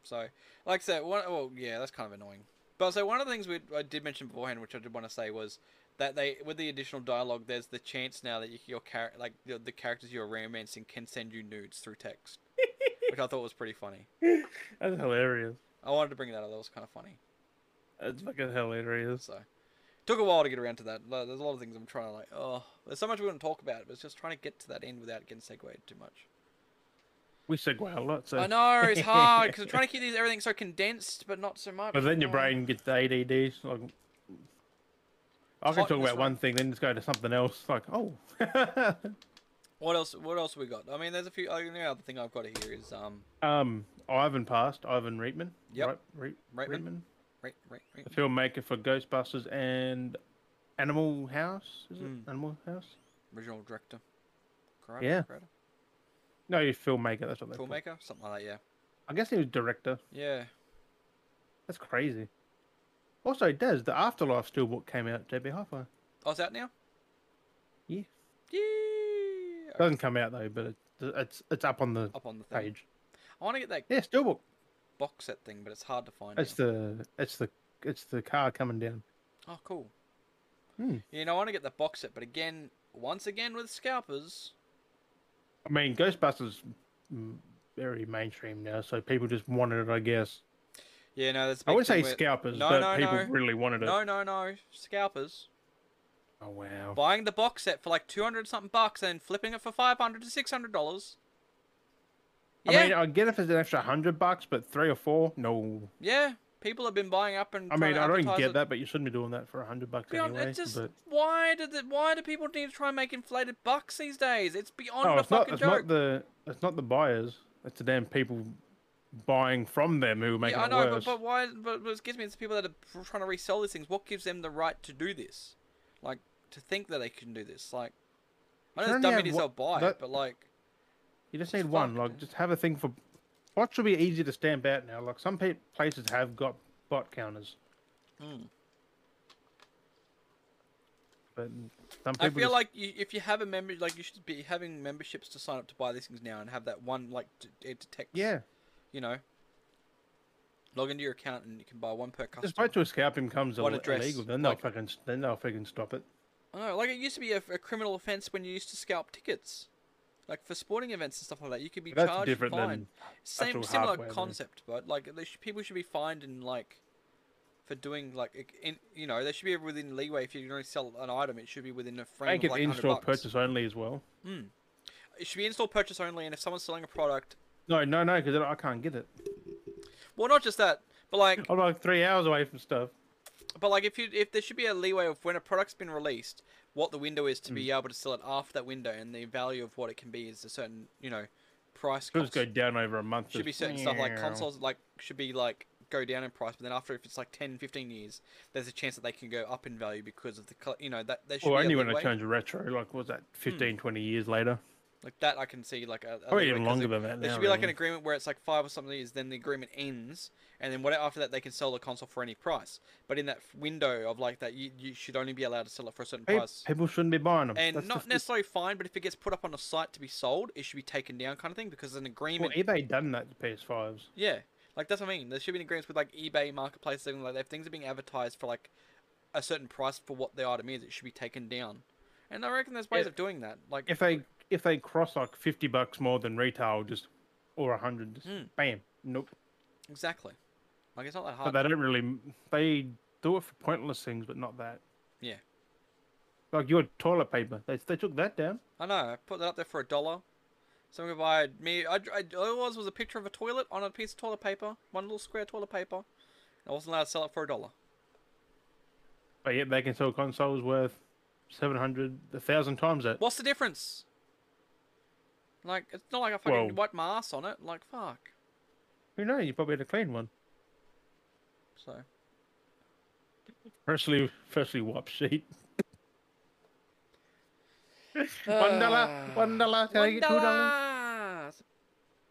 A: So, like I said, one, well, yeah, that's kind of annoying. But so one of the things we I did mention beforehand, which I did want to say, was that they with the additional dialogue, there's the chance now that you, your character, like the, the characters you're romancing, can send you nudes through text, which I thought was pretty funny.
B: That's hilarious.
A: I wanted to bring that up. That was kind of funny.
B: That's fucking hilarious.
A: So, took a while to get around to that. Like, There's a lot of things I'm trying to like. Oh, there's so much we want to talk about, but it's just trying to get to that end without getting segued too much.
B: We segue a lot, so.
A: I know it's hard because I'm trying to keep these everything so condensed, but not so much.
B: But then your
A: you know?
B: brain gets the ADD. so, Like, I can
A: Hot-
B: talk
A: that's
B: about one thing, then just go to something else. Like, oh,
A: What else? What else we got? I mean, there's a few. I mean, the other thing I've got here is um,
B: um, Ivan passed. Ivan Reitman.
A: Yep.
B: Right,
A: Reitman.
B: Reit- Reitman,
A: right, right, right.
B: the filmmaker for Ghostbusters and Animal House. Is it
A: Mm.
B: Animal House?
A: Original director. Correct.
B: Yeah.
A: Correct.
B: No, he's filmmaker. That's what they. Filmmaker.
A: Filmmaker, something like that. Yeah.
B: I guess he was director.
A: Yeah.
B: That's crazy. Also, Des, the Afterlife steelbook came out. JB Hi-Fi
A: Oh, it's out now.
B: Yeah.
A: Yeah.
B: doesn't come out though, but it, it's it's up on the
A: Up on the thing.
B: page.
A: I want to get that
B: Yeah, steelbook.
A: box set thing, but it's hard to find.
B: Oh, It's
A: now.
B: the it's the it's the car coming down.
A: Oh, cool.
B: Hmm.
A: You know, I want to get the box set, but again, once again with scalpers.
B: I mean, Ghostbusters mm, very mainstream now, so people just wanted it. I guess
A: Yeah, no, that's. a
B: I
A: big
B: wouldn't say
A: thing with-
B: scalpers,
A: No,
B: but
A: no,
B: people
A: no.
B: really wanted it.
A: No, no, no, scalpers.
B: Oh wow!
A: Buying the box set for like two hundred something bucks and flipping it for five hundred to six hundred dollars. Yeah,
B: I mean, uh, I get if it's an extra hundred bucks, but three or four, no.
A: yeah. People have been buying up and.
B: I
A: trying
B: mean,
A: to
B: I don't
A: advertise
B: get
A: it.
B: that, but you shouldn't be doing that for a hundred bucks
A: Beyond,
B: anyway.
A: it's just
B: but
A: why did the, why do people need to try and make inflated bucks these days? It's beyond
B: no,
A: a
B: Oh, it's not.
A: fucking
B: It's
A: joke.
B: not the. It's not the buyers. It's the damn people buying from them who are making
A: yeah, I
B: it
A: know,
B: worse.
A: but but why? But what gives me is the people that are trying to resell these things. What gives them the right to do this? Like to think that they can do this. Like I
B: You
A: know it's
B: only
A: dumb
B: have
A: idiots
B: one-
A: that'll buy it,
B: that-
A: but like
B: You just
A: It's
B: need one.
A: fucked,
B: Like,
A: eh?
B: just have a thing for. What should be easy to stamp out now? Like, some pe- places have got bot counters,
A: Mm.
B: but some people.
A: I feel
B: just-
A: like you, if you have a member, like you should be having memberships to sign up to buy these things now and have that one like d- it detects.
B: Yeah,
A: You know. Log into your account and you can buy one per customer.
B: just wait till scalping comes
A: What
B: ill-
A: address?
B: illegal. Then they'll
A: Like-
B: fucking s- then they'll fucking stop it.
A: I don't know, like it used to be a, a criminal offence when you used to scalp tickets, like for sporting events and stuff like that. You could be
B: But that's
A: charged
B: different
A: and
B: than
A: fined. Same
B: actual
A: similar
B: hardware, though.
A: concept, but like they should, people should be fined and like for doing like ec- in, you know there should be within leeway if you're going to sell an item, it should be within a frame of
B: Make it
A: like
B: in-store
A: 100 bucks.
B: purchase only as well.
A: It should be in-store purchase only, and if someone's selling a product,
B: No, no, no, because I can't get it.
A: well, not just that, but like
B: I'm like three hours away from stuff.
A: But like, if you if there should be a leeway of when a product's been released, what the window is to
B: Mm.
A: be able to sell it after that window, and the value of what it can be is a certain you know price.
B: Could just
A: Cost.
B: go down over a month.
A: should be
B: just-
A: certain stuff like
B: meow.
A: consoles like should be like go down in price, but then after if it's like 10, 15 years, there's a chance that they can go up in value because of the col- you know that they should. be
B: Or
A: a Hmm.
B: only when I
A: leeway.
B: change retro. Like, what was that 15, 20 years later?
A: like that I can see like a, a
B: Probably
A: leeway,
B: even
A: 'cause
B: longer
A: it-
B: than that
A: There
B: now,
A: should be like an
B: really.
A: agreement where it's like five or something years, then the agreement ends, and then what after that they can sell the console for any price. But in that f- window of like that, you, you should only be allowed to sell it for a certain
B: Pe-
A: price.
B: People shouldn't be buying them.
A: and
B: That's the
A: not
B: f-
A: necessarily fine, but if it gets put up on a site to be sold, it should be taken down, kind of thing, because there's an
B: Well, e
A: agreement.
B: eBay done that to PS5s.
A: yeah, like that's what I mean. There should be an agreement with like eBay marketplace, something like that. If things are being advertised for like a certain price for what the item is, it should be taken down. And I reckon there's ways
B: Yeah.
A: of doing that. Like
B: if they if they cross like fifty bucks more than retail, just or a hundred, just
A: Mm.
B: bam, nope.
A: exactly, like it's not that
B: But
A: hard.
B: they don't really. They do it for pointless things, but not that.
A: Yeah.
B: Like your toilet paper, they they took that down.
A: I know. I put that up there for a dollar. Someone could buy me. I, I all it was was a picture of a toilet on a piece of toilet paper, one little square toilet paper. I wasn't allowed to sell it for a dollar.
B: But yet they can sell consoles worth seven hundred, a thousand times that.
A: What's the difference? Like, it's not like I fucking
B: Well-
A: wiped my ass on it. Like, fuck.
B: Who knows? You probably had a clean one.
A: So,
B: Firstly, firstly, wipe sheet. one dollar, one dollar, can
A: Uh,
B: I
A: One
B: get two dollars?
A: dollar. It's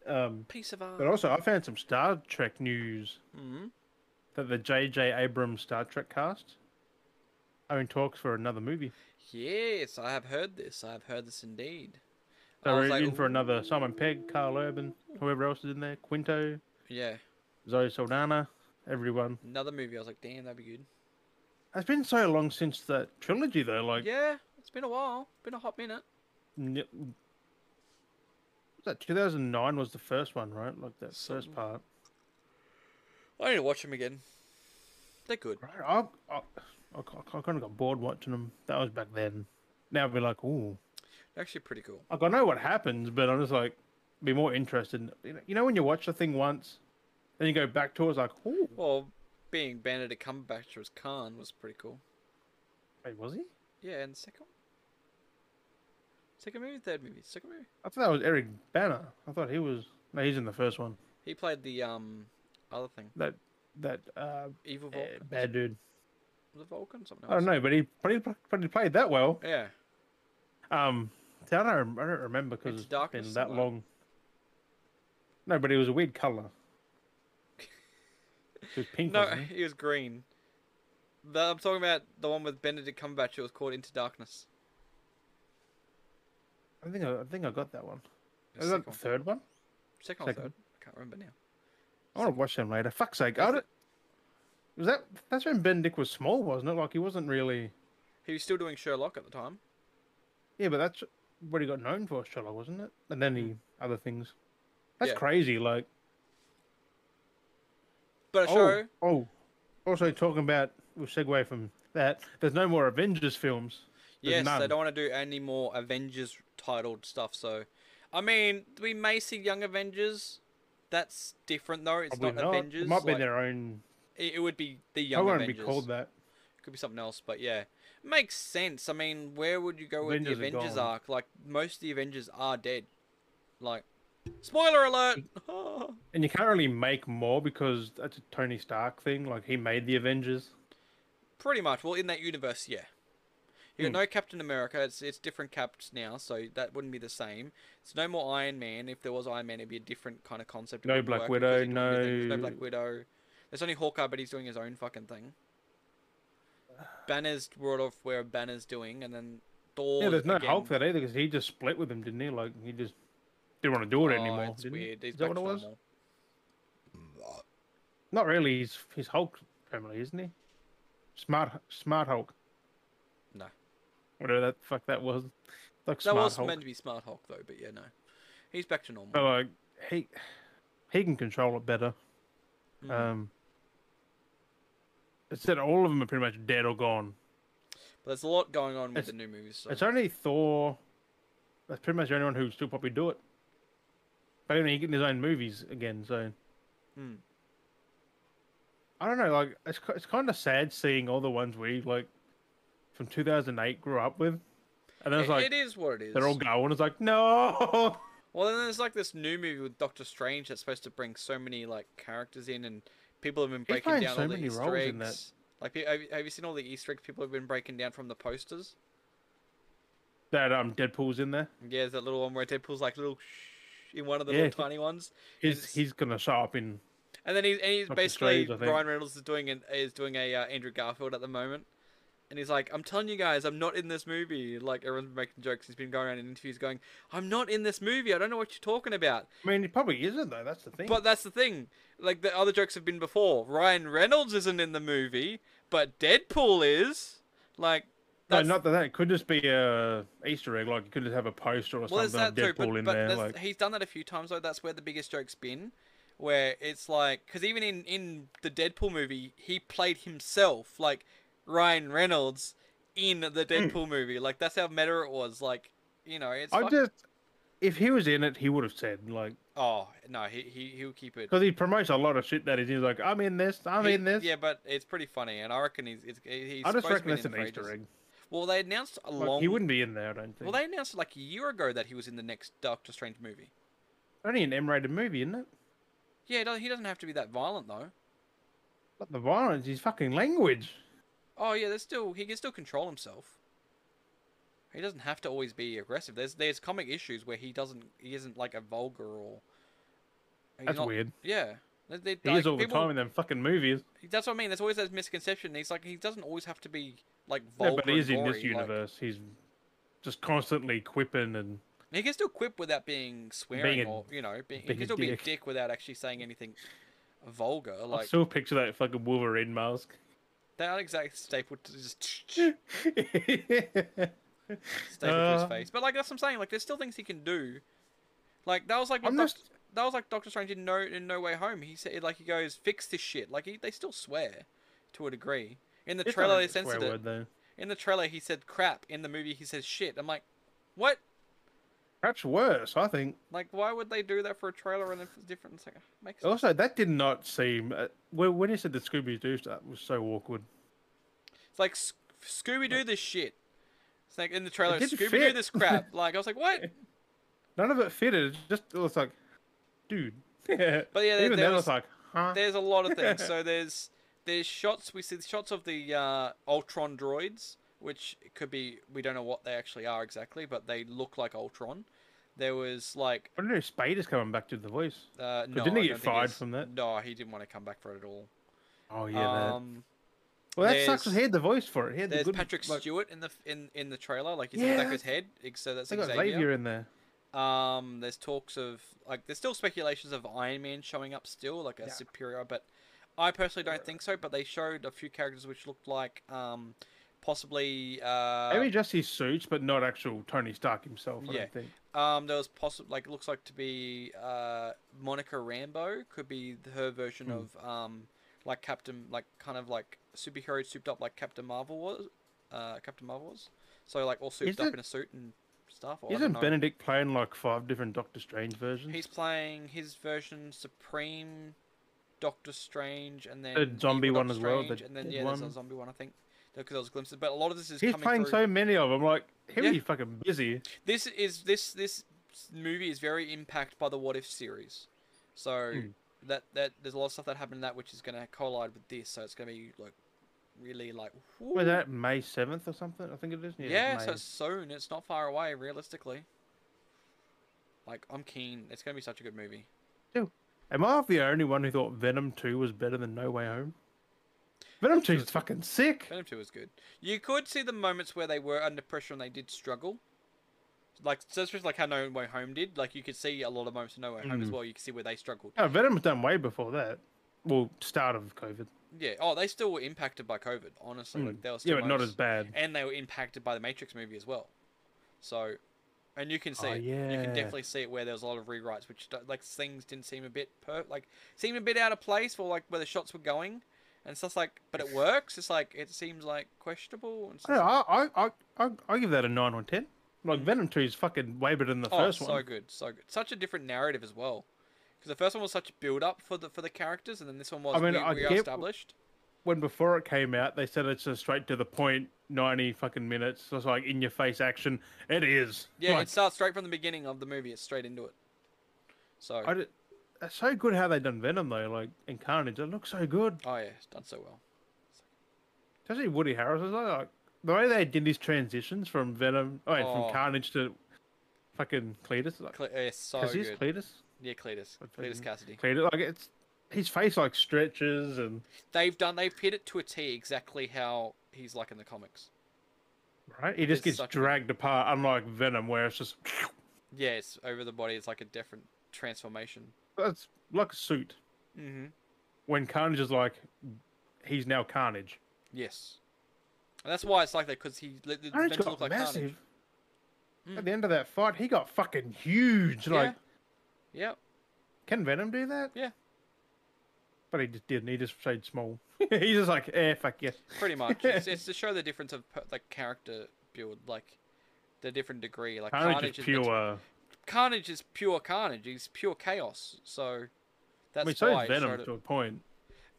B: Um,
A: a piece of art.
B: but also, I found some Star Trek news
A: hmm
B: that the J.J. Abrams Star Trek cast are in talks for another movie.
A: Yes, I have heard this. I have heard this indeed. I
B: So we're
A: was like,
B: in for another Simon Pegg, Carl Urban, whoever else is in there, Quinto,
A: Yeah,
B: Zoe Saldana, everyone.
A: another movie. I was like, damn, that'd be good.
B: It's been so long since that trilogy, though. Like,
A: yeah, it's been a while. Been a hot minute.
B: n- was that 2009 was the first one, right? Like that
A: Something.
B: first part.
A: I need to watch them again. They're good.
B: Right. I, I, I, kind of got bored watching them. That was back then. Now I'd be like, ooh,
A: They're actually pretty cool.
B: like I know what happens, but I'm just like, be more interested. In, you know- you know, when you watch a thing once, then you go back to it, it's like, ooh,
A: Well, being Benedict Cumberbatch was Khan was pretty cool.
B: wait, was he?
A: Yeah, and the second one? Second movie, third movie, second movie.
B: I thought that was Eric Banner. I thought he was. No, he's in the first one.
A: He played the um other thing,
B: That that uh,
A: evil
B: eh,
A: Vulcan.
B: bad dude.
A: The Vulcan, something else.
B: I don't know, but he but he, but he played that well.
A: Yeah,
B: Um, see, I don't, rem- I don't remember
A: It's
B: because it's
A: darkness
B: been that
A: somewhere.
B: long. No, but it was a weird color. It was pink.
A: no,
B: wasn't it?
A: he was green. The, I'm talking about the one with Benedict Cumberbatch. It was called Into Darkness.
B: I think I, I think I got that one.
A: The
B: Is that
A: second,
B: the
A: one.
B: third one?
A: second or
B: second.
A: third? I can't remember now.
B: I want to watch them later. Fuck's sake! I
A: That's
B: don't, was that that's when Ben Dick was small, wasn't it? Like he wasn't really.
A: He was still doing Sherlock at the time.
B: Yeah, but that's what he got known for, Sherlock, wasn't it? And then he other things. That's
A: Yeah.
B: crazy. Like
A: But a show,
B: oh oh. Also talking about we'll segue from that. There's no more Avengers films. There's
A: yes, they
B: none.
A: don't want to do any more Avengers titled stuff. So, I mean, we may see Young Avengers. That's different though. It's
B: Probably
A: not,
B: not.
A: Avengers.
B: It might be
A: like-
B: their own.
A: It, it would be the
B: I
A: Young
B: won't
A: Avengers.
B: be called that.
A: Could be something else, but yeah, makes sense. I mean, where would you go with the
B: Avengers are
A: Avengers
B: gone.
A: arc? Like most of the Avengers are dead. Like, spoiler alert.
B: And you can't really make more because that's a Tony Stark thing. Like he made the Avengers.
A: Pretty much. Well, in that universe, yeah. You
B: Hmm.
A: got no Captain America. It's it's different caps now, so that wouldn't be the same. It's no more Iron Man. If there was Iron Man, it'd be a different kind of concept. It
B: No
A: wouldn't
B: Black
A: work
B: Widow,
A: because he's doing his thing. There's no
B: no-
A: Black Widow. There's only Hawkeye, but he's doing his own fucking thing. Banner's world of where Banner's doing, and then Thor.
B: Yeah, there's no
A: again.
B: Hulk that either because he just split with him, didn't he? Like he just didn't want to do it
A: Oh,
B: anymore.
A: It's
B: didn't he?
A: weird. He's
B: Is that
A: back
B: what it
A: to
B: was?
A: normal.
B: Not really. He's he's Hulk family, isn't he? Smart Smart Hulk.
A: No.
B: Whatever that fuck that was. Like
A: That
B: Smart
A: was
B: Hulk.
A: meant to be Smart Hulk though, but yeah, no, he's back to normal.
B: But like he he can control it better.
A: Mm.
B: Um. It said all of them are pretty much dead or gone.
A: But there's a lot going on with
B: it's-
A: the new movies. So.
B: It's only Thor. That's pretty much the only one who can still probably do it. But even he getting his own movies again, so
A: Mm.
B: I don't know. Like it's ki- it's kind of sad seeing all the ones we like from 2008 grew up with, and then it's
A: It-
B: like
A: it is what it is.
B: they're all going. It's like no,
A: Well, then there's like this new movie with Doctor Strange that's supposed to bring so many like characters in, and people have been breaking
B: playing
A: down
B: so
A: all the
B: many
A: Easter
B: roles
A: eggs.
B: in that.
A: Like, pe- have you- have you seen all the Easter eggs people have been breaking down from the posters?
B: that um Deadpool's in there.
A: Yeah, there's that little one where Deadpool's like little shh in one of the
B: Yeah.
A: little tiny ones,
B: He's
A: It's-
B: he's gonna show up in.
A: and then he's, and he's
B: Doctor
A: basically
B: Strange, I think.
A: Ryan Reynolds is doing an, is doing a uh, Andrew Garfield at the moment, and he's like, "I'm telling you guys, I'm not in this movie." Like everyone's been making jokes. He's been going around in interviews going, "I'm not in this movie. I don't know what you're talking about."
B: I mean, he probably isn't though. That's the thing.
A: But that's the thing. Like the other jokes have been before. Ryan Reynolds isn't in the movie, but Deadpool is. Like
B: no,
A: that's-
B: not that. It could just be a Easter egg. Like you could just have a poster or
A: well, is
B: something of
A: that true?
B: Deadpool
A: But,
B: in
A: but
B: there.
A: that's-
B: Like
A: he's done that a few times though. That's where the biggest joke's been, where it's like because even in in the Deadpool movie, he played himself, like Ryan Reynolds, in
B: Hmm.
A: the Deadpool movie. Like that's how meta it was. Like you know, it's
B: I
A: like,
B: just if he was in it, he would have said like
A: oh no, he he he'll keep it.
B: because he promotes a lot of shit that he's in. He's like I'm in this, I'm
A: He-
B: in this.
A: Yeah, but it's pretty funny, and I reckon he's it's, he's.
B: I just
A: supposed to
B: reckon
A: been
B: that's
A: in
B: an
A: for
B: Easter
A: ages.
B: egg.
A: Well, they announced a
B: Like,
A: long.
B: he wouldn't be in there, I don't think.
A: Well, they announced like a year ago that he was in the next Doctor Strange movie.
B: Only an M-rated movie, isn't it?
A: Yeah, he doesn't- he doesn't have to be that violent though.
B: But the violence, his fucking language.
A: Oh yeah, there's still he can still control himself. He doesn't have to always be aggressive. There's there's comic issues where he doesn't he isn't like a vulgar or. he's
B: That's
A: not-
B: weird.
A: Yeah. They- they-
B: He
A: like,
B: is all the
A: people-
B: time in them fucking movies.
A: That's what I mean. There's always that misconception. He's like he doesn't always have to be like vulgar.
B: No, but he is
A: and
B: in this
A: gory, like-
B: universe. He's just constantly quipping and
A: He can still quip without being swearing
B: a-
A: or you know, being, he
B: being
A: can
B: a
A: still be a
B: dick.
A: dick without actually saying anything vulgar.
B: I
A: Like
B: still picture that fucking Wolverine mask.
A: they aren't exact staple to just staple to
B: Uh,
A: his face. But like that's what I'm saying. Like there's still things he can do. Like that was like what
B: I'm
A: Doc-
B: just-
A: that was like Doctor Strange in No in No Way Home. He said like he goes fix this shit. Like he, they still swear to a degree. In the
B: It's not
A: trailer
B: really
A: they
B: a swear
A: censored it.
B: word, though.
A: In the trailer he said crap. In the movie he says shit. I'm like, what?
B: Perhaps worse, I think.
A: Like why would they do that for a trailer and then for different? It's like, ah, makes
B: Also, that did not seem. Uh, when when he said the Scooby Doo stuff was so awkward.
A: It's like Scooby Doo this shit. It's like in the trailer,
B: didn't
A: Scooby Doo
B: fit.
A: this crap. Like I was like, what?
B: None of it fitted. It just it was like, dude. but yeah,
A: there- there
B: even then I
A: was-
B: was like, huh?
A: There's a lot of things. So there's there's shots. We see the shots of the uh, Ultron droids, which could be we don't know what they actually are exactly, but they look like Ultron. There was like
B: I don't know. if Spader's coming back to the voice.
A: uh, no.
B: didn't
A: I
B: he get
A: don't think
B: fired
A: he's-
B: from that?
A: No, he didn't want to come back for it at all.
B: Oh yeah. that-
A: um,
B: well, that sucks. 'cause
A: there's-
B: He had the voice for it. He had the
A: there's
B: good,
A: Patrick
B: like,
A: Stewart in the f- in in the trailer, like he's in
B: Yeah,
A: the back of his head. ex- So that's
B: They got
A: Xavier.
B: Xavier in there.
A: Um, there's talks of like there's still speculations of Iron Man showing up still, like a
B: Yeah.
A: superior, but I personally don't think so. But they showed a few characters which looked like um, possibly uh,
B: Maybe just his suits, but not actual Tony Stark himself. I
A: Yeah.
B: don't think.
A: um, there was possible like looks like to be uh, Monica Rambo could be th- her version
B: Hmm.
A: of um, like Captain, like kind of like superhero souped up like Captain Marvel was, uh, Captain Marvel was. So like all souped up
B: Isn't-
A: in a suit and stuff. Or I don't
B: Isn't
A: know.
B: Benedict playing like five different Doctor Strange versions?
A: He's playing his version Supreme, Doctor Strange, and then
B: A
A: Evil
B: zombie one
A: Doctor
B: as well, the
A: Strange, and then
B: dead
A: yeah, there's a
B: one.
A: zombie one I think. Because there was glimpses, but a lot of this is
B: He's
A: coming
B: playing
A: through.
B: so many of them. Like, how
A: Yeah.
B: are you fucking busy?
A: This is this this movie is very impacted by the What If series, so
B: Hmm.
A: that that there's a lot of stuff that happened in that which is going to collide with this, so it's going to be like really like
B: Was
A: whoo.
B: that May seventh or something? I think it is. Yeah,
A: yeah,
B: it's
A: so
B: May.
A: it's soon. It's not far away realistically. Like I'm keen. It's going to be such a good movie.
B: Am I the only one who thought Venom Two was better than No Way Home? Venom Two is fucking sick.
A: Venom 2 was good. You could see the moments where they were under pressure and they did struggle. Like, so it's just like how No Way Home did. Like, you could see a lot of moments in No Way Home
B: Mm.
A: as well. You could see where they struggled.
B: No, Venom was done way before that. Well, start of COVID.
A: Yeah. Oh, they still were impacted by COVID, honestly. Like, there was
B: Mm. Yeah,
A: still
B: but not as
A: moments-
B: bad.
A: And they were impacted by the Matrix movie as well. So, and you can see
B: Oh,
A: it. You
B: yeah.
A: can definitely see it where there was a lot of rewrites, which, do- like, things didn't seem a bit, per- like, seemed a bit out of place for, like, where the shots were going. And stuff like, but it works. It's like, it seems, like, questionable. And
B: I,
A: stuff
B: don't know, I, I, I, I- I give that a nine on ten. Like Venom Two is fucking way better than the
A: Oh,
B: first
A: so
B: one.
A: good, so good. Such a different narrative as well, because the first one was such build up for the for the characters, and then this one was
B: mean,
A: we,
B: I
A: we
B: get
A: are established.
B: When before it came out, they said it's a straight to the point, ninety fucking minutes. So it's like in your face action. It is.
A: Yeah,
B: Like,
A: it starts straight from the beginning of the movie. It's straight into it. So,
B: I did, it's so good how they done Venom though, like in Carnage. It looks so good.
A: oh yeah, it's done so well.
B: Especially Woody Harrelson. Like, like the way they did these transitions from Venom, oh, wait,
A: Oh.
B: from Carnage to fucking Cletus. Like,
A: Cle- yeah, it's so
B: is
A: Oh, good.
B: this Cletus?
A: yeah, Cletus,
B: What's his
A: Cletus
B: name?
A: Cassidy.
B: Cletus. Like it's his face like stretches and
A: They've done. They've hit it to a T exactly how he's like in the comics.
B: right. He just
A: It's
B: gets
A: such a-
B: dragged apart, unlike Venom, where it's just
A: Yeah, it's over the body. It's like a different transformation.
B: that's like a suit.
A: Mm-hmm.
B: When Carnage is like, he's now Carnage.
A: Yes, and that's why it's like that because he li- it's meant
B: Carnage
A: to look
B: got
A: like Carnage. Hmm.
B: massive. At the end of that fight, he got fucking huge. Like,
A: Yep.
B: can Venom do that?
A: Yeah.
B: But he just didn't. He just stayed small. he's just like, eh, fuck yes.
A: pretty much. It's, it's to show the difference of per- like character build, like the different degree. Like
B: Carnage,
A: Carnage,
B: is
A: meant to-
B: pure. uh,
A: Carnage is pure Carnage. He's pure chaos. So
B: I
A: that's
B: mean, so
A: why
B: is
A: it
B: Venom
A: showed it.
B: to a point.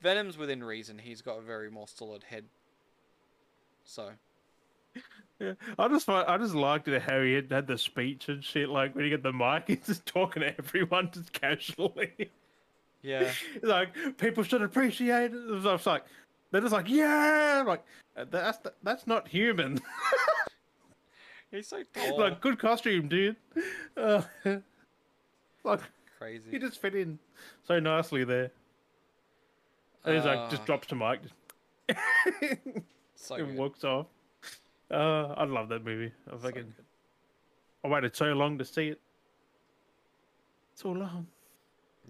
A: Venom's within reason. He's got a very more solid head. So
B: Yeah. I just find, I just liked it how he had, had the speech and shit. Like when he got the mic, he's just talking to everyone just casually.
A: yeah,
B: like people should appreciate it. I was just like, uh, they're just like, yeah, I'm like that's that's not human.
A: He's so tall.
B: Like, good costume, dude. Uh, like,
A: Crazy.
B: he just fit in so nicely there. And he's like, just
A: Ah.
B: drops to Mike, just
A: so
B: and
A: good.
B: walks off. Uh, I love that movie. I
A: So
B: fucking,
A: good.
B: I waited so long to see it. So long.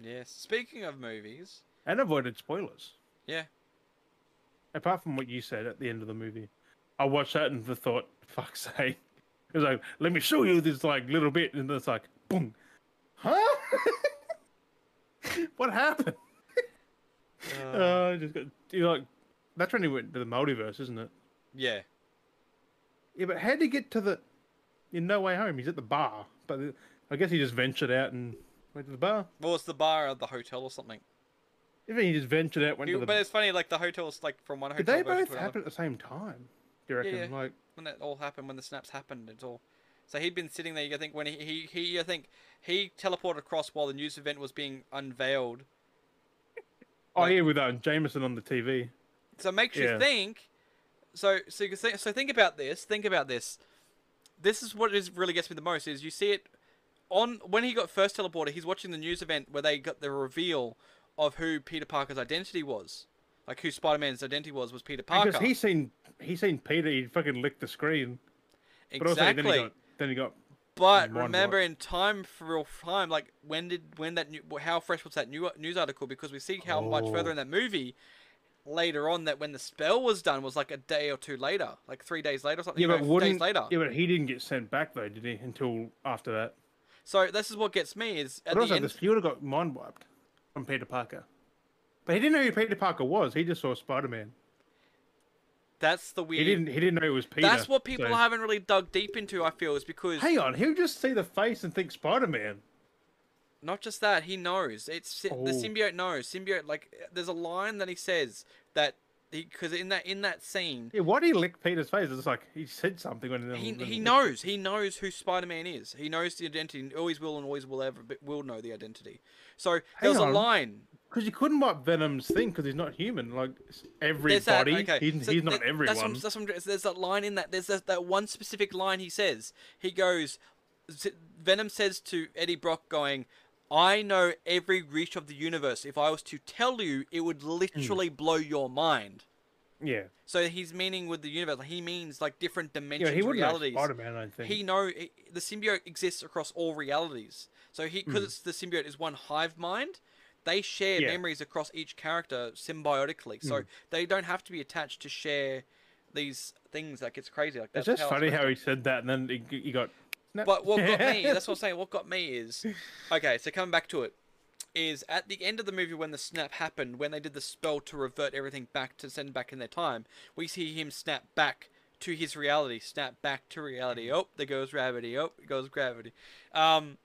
A: Yes. Speaking of movies,
B: And avoided spoilers.
A: yeah.
B: Apart from what you said at the end of the movie, I watched that and the thought, fuck's sake. It was like, let me show you this like little bit, and it's like, boom, huh? what happened?
A: Uh,
B: Uh, just got, you like, that's when he went to the multiverse, isn't it?
A: yeah.
B: Yeah, but how would he get to the? In no way home. He's at the bar, but the- I guess he just ventured out and went to the bar.
A: Well, it's the bar at the hotel or something.
B: Even he just ventured out, went
A: You-
B: to the.
A: but it's funny, like the hotel's like from one hotel.
B: Did they
A: version to
B: both
A: another.
B: happen at the same time? Do you reckon?
A: yeah.
B: Like,
A: when that all happened, when the snaps happened, it's all. So he'd been sitting there. I think when he, he, he I think he teleported across while the news event was being unveiled.
B: oh
A: Like-
B: yeah, with um, Jameson on the TV.
A: So it makes
B: Yeah.
A: you think. So so you can think, so think about this. Think about this. This is what is really gets me the most is you see it on when he got first teleported. He's watching the news event where they got the reveal of who Peter Parker's identity was, like who Spider Man's identity was was Peter Parker.
B: Because he's seen he's seen Peter. He fucking licked the screen. But
A: exactly.
B: also then he got then he got
A: But
B: in one
A: remember,
B: lot.
A: in time for real time, like when did when that new, how fresh was that new news article? Because we see how much
B: Oh.
A: further in that movie later on that when the spell was done was like a day or two later, like three days later or something.
B: yeah,
A: no,
B: but
A: four days
B: wouldn't
A: later.
B: yeah, but he didn't get sent back though, did he? Until after that.
A: So this is what gets me is at
B: But
A: the
B: also,
A: end.
B: this, he would have got mind wiped from Peter Parker. But he didn't know who Peter Parker was. He just saw Spider Man.
A: That's the
B: He
A: weird.
B: didn't. He didn't know it was Peter.
A: that's what people
B: so-
A: haven't really dug deep into. I feel is because
B: Hang on, he'll just see the face and think Spider Man.
A: Not just that, he knows. It's
B: Oh.
A: the symbiote knows. Symbiote like there's a line that he says that he because in that in that scene
B: Yeah, why did he lick Peter's face? It's like he said something when when-
A: he,
B: when
A: he knows he knows who Spider-Man is. He knows the identity, and always will, and always will ever be- will know the identity. So there's a
B: on.
A: line.
B: because you couldn't wipe Venom's thing because he's not human. Like it's
A: There's that.
B: everybody,
A: Okay,
B: he's,
A: so
B: he's
A: that- That's
B: not
A: what, I'm-
B: everyone.
A: that's what I'm- there's that line in that. There's that, that one specific line he says. He goes, Z- Venom says to Eddie Brock, going, "I know every reach of the universe. If I was to tell you, it
B: Hmm.
A: would literally blow your mind."
B: Yeah,
A: So he's meaning with the universe. Like he means like different
B: yeah,
A: dimensions,
B: he wouldn't
A: realities.
B: know Spider Man. I don't think.
A: he know he- the symbiote exists across all realities. So he because it's the symbiote is one hive mind, they share
B: Mm. Yeah. Mm.
A: memories across each character symbiotically. So they don't have to be attached to share these things that gets crazy like that.
B: it's just funny how he said that, and then he, he got. snapped.
A: But what got me, that's what I'm saying, what got me is okay, so coming back to it is at the end of the movie when the snap happened, when they did the spell to revert everything back to send back in their time, we see him snap back to his reality, snap back to reality.
B: Mm-hmm.
A: Oh, there goes gravity. Oh, there goes gravity. Um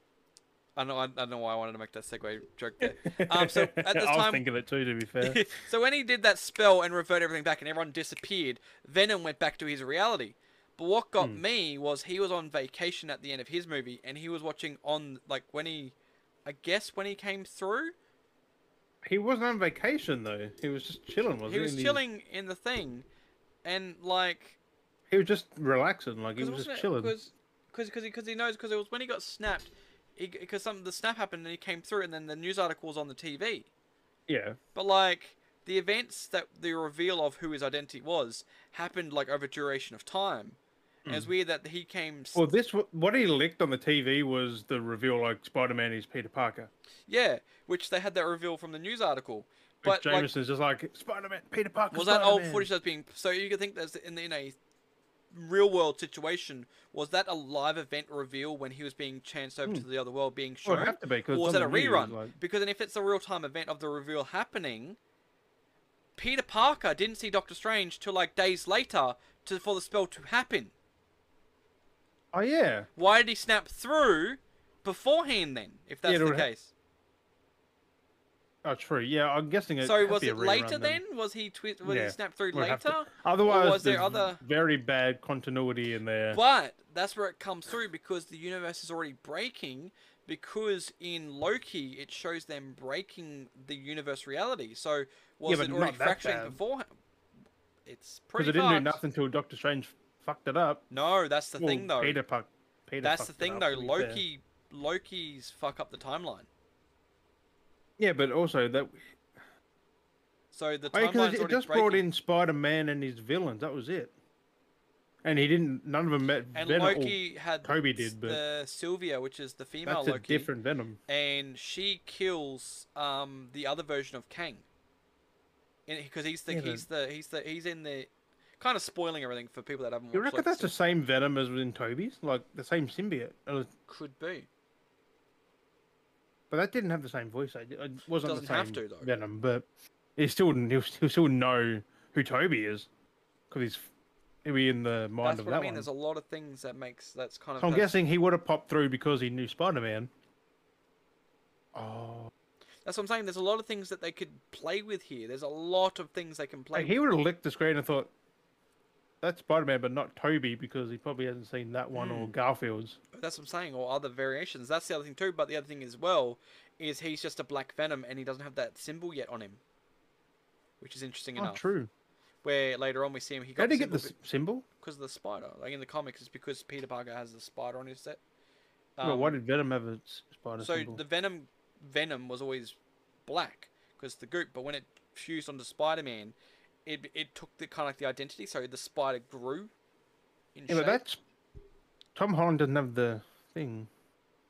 A: I know I, I don't know why I wanted to make that segue joke there. Um so at this
B: I was
A: time
B: thinking it too. To be fair,
A: so when he did that spell and reverted everything back and everyone disappeared, Venom went back to his reality. But what got
B: Hmm.
A: me was he was on vacation at the end of his movie and he was watching on like when he I guess when he came through,
B: he wasn't on vacation though. He was just chilling, wasn't
A: he
B: he?
A: was
B: And
A: chilling in the thing and like
B: He was just relaxing, like he
A: cuz
B: was just chilling.
A: cuz cuz cuz he knows cuz it was when he got snapped because some the snap happened and he came through and then the news article was on the TV.
B: Yeah,
A: But like the events that the reveal of who his identity was happened like over duration of time. And it's weird that he came. s-
B: Well, this wa- what he licked on the TV was the reveal like Spider Man is Peter Parker.
A: yeah, which they had that reveal from the news article.
B: But
A: But like,
B: Jameson's just like Spider Man, Peter Parker.
A: was that old
B: Spider-Man."
A: footage that's being? So you could think that's in the, in a real world situation. Was that a live event reveal when he was being chanced over to the other world, being
B: Hmm. Well,
A: shown?
B: it'd have to be, 'cause
A: or
B: it's
A: was
B: on
A: that a
B: the news,
A: rerun?
B: like-
A: Because then, if it's a real time event of the reveal happening, Peter Parker didn't see Doctor Strange till like days later to for the spell to happen.
B: Oh yeah,
A: Why did he snap through beforehand then? If that's
B: it
A: the
B: would ha-
A: case.
B: oh true. Yeah, I'm guessing it.
A: so
B: had to
A: was
B: be a
A: it later
B: rerun
A: then? Was he twi- was
B: Yeah,
A: he snapped through
B: would have
A: later? or
B: to- Otherwise,
A: was there
B: there's
A: other?
B: very bad continuity in there?
A: But that's where it comes through because the universe is already breaking. Because in Loki, it shows them breaking the universe reality. So was
B: but
A: it already
B: not that
A: fracturing
B: bad.
A: beforehand? It's
B: Because
A: pretty.
B: it didn't do
A: fucked.
B: nothing until Doctor Strange fucked it up.
A: No, that's the
B: Well,
A: thing though.
B: Peter fuck, Peter
A: that's the
B: fucked it
A: thing
B: up,
A: though.
B: to be fair.
A: Loki, Loki's fuck up the timeline.
B: Yeah, but also that
A: So the
B: because
A: timeline's
B: it,
A: already
B: just
A: breaking.
B: brought in Spider Man and his villains. That was it. And he didn't. None of them met
A: and
B: Venom. or-
A: Loki had
B: Toby
A: s-
B: did, but-
A: the Sylvia, which is the female
B: that's
A: Loki,
B: a different Venom.
A: and she kills um the other version of Kang. Because he's the
B: Yeah, but-
A: he's the he's the he's in the kind of spoiling everything for people that haven't watched.
B: You reckon
A: Loki
B: that's
A: still.
B: the same Venom as in Toby's, like the same symbiote, Uh,
A: could be.
B: but that didn't have the same voice. act- It wasn't
A: Doesn't
B: the same
A: have to, though.
B: Venom, but he still didn't. He'll, he'll still know who Toby is because he's he'll be in the mind
A: That's
B: of
A: what
B: that
A: I mean.
B: one.
A: There's a lot of things that makes that's kind of.
B: So I'm
A: that's-
B: guessing he would have popped through because he knew Spider Man. Oh,
A: That's what I'm saying. There's a lot of things that they could play with here. There's a lot of things they can play.
B: like he would have licked the screen and thought, "That's Spider Man," but not Toby because he probably hasn't seen that one
A: Hmm.
B: or Garfield's.
A: with. That's what I'm saying. Or other variations. That's the other thing too. But the other thing as well is he's just a black venom and he doesn't have that symbol yet on him, which is interesting
B: Oh,
A: enough.
B: true.
A: Where later on we see him, he got
B: How did he
A: the
B: get the
A: symbol
B: s- symbol?
A: because of the spider. Like in the comics, it's because Peter Parker has the spider on his set.
B: well, why
A: Um,
B: did Venom have a s- spider
A: so
B: symbol?
A: the venom, venom was always black because the goop. But when it fused onto Spider-Man, it it took the kind of like the identity. So the spider grew. In
B: yeah, but
A: shape.
B: that's Tom Holland doesn't have the thing.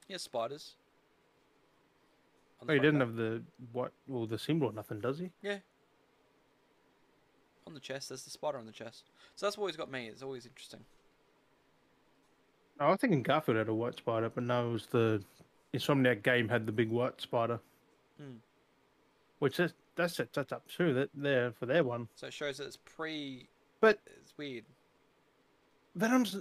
A: Yeah, spiders. On
B: Oh, he
A: front
B: doesn't
A: back.
B: have the what? Well, the symbol or nothing, does he?
A: Yeah. On the chest, there's the spider on the chest. So that's always got me. It's always interesting.
B: No, I was thinking Garfield had a white spider, but no, it was the Insomniac game had the big white spider,
A: Hmm.
B: which is, that sets that's up too. That there for their one,
A: So it shows that it's pre.
B: but
A: It's weird.
B: Venom's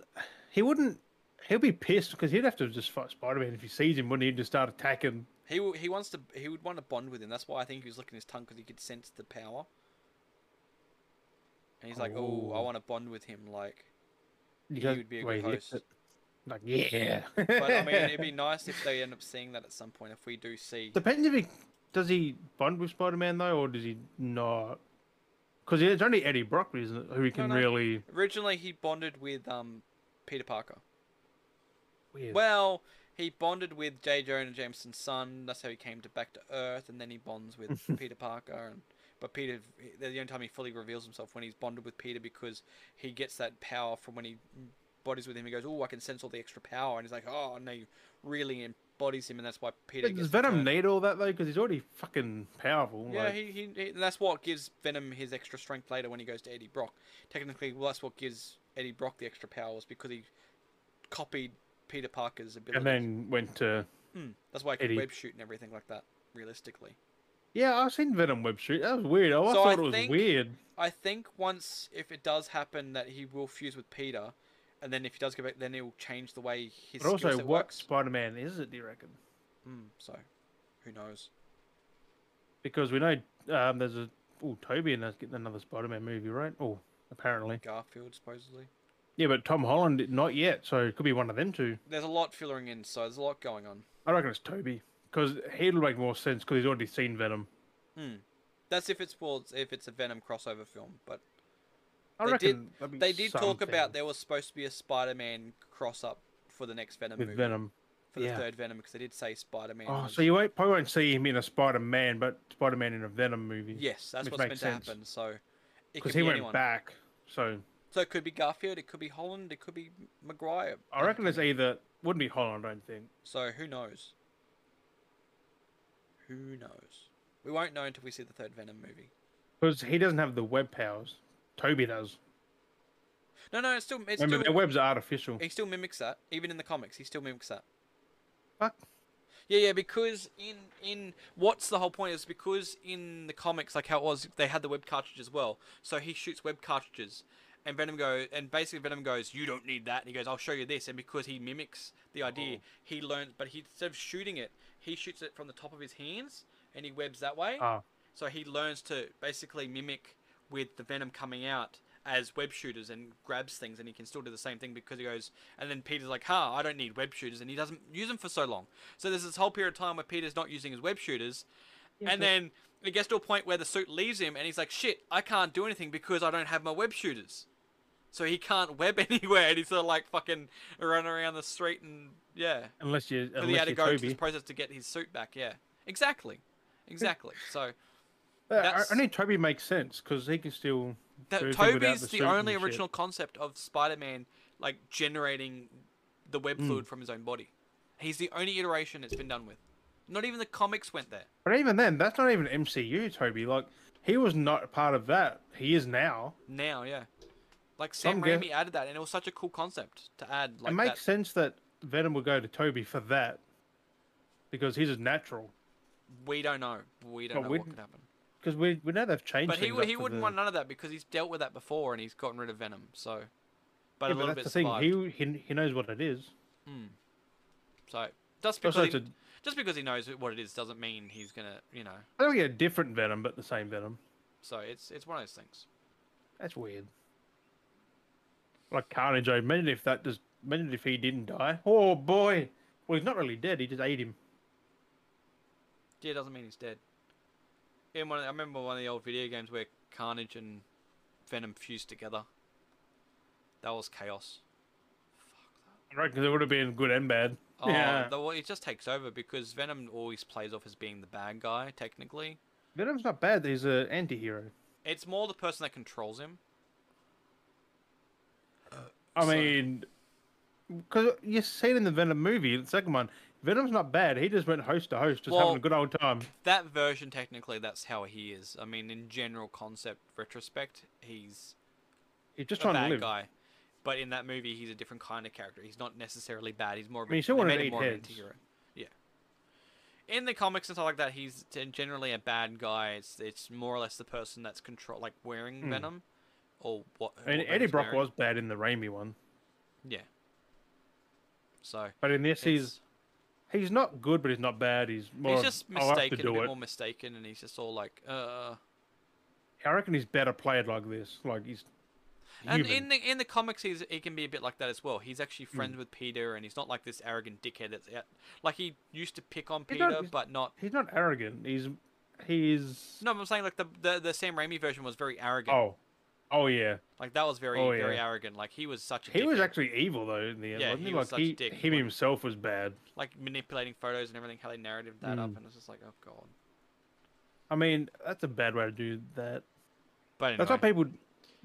B: he wouldn't. He'll be pissed because he'd have to just fight Spider Man if he sees him, wouldn't he? He'd Just start attacking.
A: He w- he wants to. He would want to bond with him. That's why I think he was licking his tongue because he could sense the power. And he's like, "Oh, I
B: Oh.
A: want to bond with him." Like,
B: You
A: He would be a
B: well,
A: good
B: he licks
A: host.
B: it. Like yeah.
A: but I mean, it'd be nice if they end up seeing that at some point. If we do see,
B: Depends if he does he bond with Spider Man though, or does he not? Because it's only Eddie Brock, isn't it, who he can
A: no.
B: really.
A: originally he bonded with um, Peter Parker.
B: Weird.
A: Well, he bonded with J. Jonah Jameson's son. That's how he came to back to Earth, and then he bonds with Peter Parker. And but Peter, they're the only time he fully reveals himself when he's bonded with Peter because he gets that power from when he bodies with him. He goes, "Oh, I can sense all the extra power," and he's like, "Oh," and he really embodies him, and that's why Peter.
B: But
A: gets
B: does
A: the
B: Venom
A: turn.
B: need all that though? Because he's already fucking powerful.
A: Yeah,
B: like-
A: he, he, he, and that's what gives Venom his extra strength later when he goes to Eddie Brock. Technically, well, that's what gives Eddie Brock the extra powers because he copied Peter Parker's ability.
B: and then went to.
A: Mm, that's why I can
B: Eddie.
A: web shoot and everything like that, realistically.
B: Yeah, I've seen Venom web shoot. That was weird. I
A: So
B: thought
A: I
B: it was
A: think-
B: weird.
A: I think once, if it does happen, that he will fuse with Peter, and then if he does go back, then he'll change the way his
B: But also,
A: skill set
B: what
A: works.
B: Spider Man is it? Do you reckon?
A: Mm, so, who knows?
B: Because we know um, there's a oh Toby and that's getting another Spider Man movie, right? Oh, apparently.
A: Garfield, supposedly.
B: Yeah, but Tom Holland not yet, so it could be one of them two.
A: There's a lot filling in, so there's a lot going on.
B: I reckon it's Toby because he'll make more sense because he's already seen Venom.
A: That's if it's well, if it's a Venom crossover film, but
B: I
A: They did-
B: reckon that'd be
A: They did talk
B: something
A: about there was supposed to be a Spider-Man cross-up for the next Venom
B: with
A: movie,
B: Venom.
A: for the
B: yeah.
A: third Venom because they did say Spider-Man.
B: Oh,
A: was-
B: so you won't probably won't see him in a Spider Man, but Spider Man in a Venom movie.
A: yes, that's
B: which
A: what's
B: makes
A: meant
B: sense.
A: to happen. So it could
B: because
A: be
B: he went
A: anyone.
B: back. So
A: So it could be Garfield, it could be Holland, it could be Maguire.
B: I reckon it's either wouldn't be Holland. I don't think.
A: So who knows? Who knows? We won't know until we see the third Venom movie.
B: Because he doesn't have the web powers. Toby does.
A: No, no, it's still it's
B: Remember,
A: still
B: their webs are artificial.
A: he still mimics that even in the comics. He still mimics that.
B: Fuck.
A: Yeah, yeah, because in in what's the whole point is because in the comics, like how it was, they had the web cartridge as well. So he shoots web cartridges, and Venom go and basically Venom goes, "You don't need that," and he goes, "I'll show you this." And because he mimics the idea, he learns. But he instead of shooting it, he shoots it from the top of his hands, and he webs that way.
B: Ah,
A: So he learns to basically mimic with the venom coming out as web shooters and grabs things, and he can still do the same thing because he goes. And then Peter's like, "Ha, I don't need web shooters," and he doesn't use them for so long. So there's this whole period of time where Peter's not using his web shooters, and then it gets to a point where the suit leaves him, and he's like, "Shit, I can't do anything because I don't have my web shooters." so he can't web anywhere, and he's sort of like fucking running around the street and yeah.
B: Unless you,
A: And he had to
B: unless you're
A: go through
B: Toby.
A: this process to get his suit back. Yeah, exactly, exactly. So
B: Uh, I-
A: that's-
B: I need Toby makes sense because he can still. do
A: that
B: everything without
A: Toby's
B: the
A: the
B: suit and
A: only
B: shit.
A: original concept of Spider-Man like generating the web
B: Hmm.
A: fluid from his own body. He's the only iteration it's been done with. Not even the comics went there.
B: But even then, that's not even MCU Toby. Like he was not a part of that. He is now.
A: Now, yeah. Like Sam
B: Some guess-
A: Raimi added that, and it was such a cool concept to add. Like
B: it
A: that.
B: makes sense that Venom will go to Toby for that because he's a natural.
A: We don't know. We don't
B: But
A: know
B: we
A: what
B: d-
A: could happen.
B: Because we, we know they've changed.
A: But he
B: things
A: wou-
B: up
A: he
B: for
A: wouldn't
B: the-
A: want none of that because he's dealt with that before and he's gotten rid of Venom. So, but a
B: Yeah,
A: little
B: that's
A: bit
B: the thing.
A: survived.
B: He, he he knows what it is.
A: So just because
B: Also,
A: he,
B: it's a-
A: just because he knows what it is doesn't mean he's gonna you know.
B: I think we get a different Venom, but the same Venom.
A: So it's it's one of those things.
B: That's weird. Like Carnage, I imagine if that just imagine if he didn't die. Oh boy. Well he's not really dead, he just ate him.
A: Yeah, it doesn't mean he's dead. In one, of the- I remember one of the old video games where Carnage and Venom fused together. That was chaos.
B: I reckon it would have been good and bad.
A: Oh,
B: yeah.
A: the, well, it just takes over because Venom always plays off as being the bad guy. Technically,
B: Venom's not bad, he's an anti hero.
A: it's more the person that controls him.
B: I
A: So-
B: mean because you see it in the Venom movie, the second one, Venom's not bad. He just went host to host, just
A: Well-
B: having a good old time.
A: that version technically that's how he is i mean in general concept retrospect he's
B: He's just
A: a
B: trying to
A: bad
B: live.
A: guy but in that movie he's a different kind of character he's not necessarily bad he's more of,
B: mean,
A: a,
B: he still
A: they
B: wanted
A: made
B: to
A: him
B: eat
A: more of an
B: heads.
A: anti-hero yeah in the comics and stuff like that he's t- generally a bad guy it's, it's more or less the person that's control like wearing venom or what
B: Hmm. And
A: what
B: Eddie
A: Venom's
B: Brock
A: wearing.
B: was bad in the Raimi one.
A: yeah so
B: But in this
A: it's-
B: he's he's not good but he's not bad. He's more
A: he's
B: of,
A: just
B: "I'll have to
A: mistaken a
B: do
A: bit
B: it."
A: more mistaken and he's just all like uh
B: I reckon he's better played like this. Like he's
A: And
B: human. Hmm.
A: in the in the comics, he's he can be a bit like that as well. He's actually friends with Peter, and he's not like this arrogant dickhead that's out. Like he used to pick on
B: He's not-
A: Peter,
B: he's-
A: but not.
B: He's not arrogant. He's he's
A: No, but I'm saying like the, the the Sam Raimi version was very arrogant.
B: oh oh yeah.
A: Like that was very
B: oh,
A: very
B: yeah.
A: arrogant. Like he was such a
B: He was
A: dickhead,
B: actually evil though in the end.
A: Yeah,
B: wasn't
A: he
B: he
A: was
B: like
A: such a
B: he,
A: dick,
B: him
A: like-
B: himself was bad.
A: like manipulating photos and everything. How they narrated that
B: Hmm.
A: up, and it's just like oh god.
B: I mean, that's a bad way to do that.
A: But anyway,
B: That's why people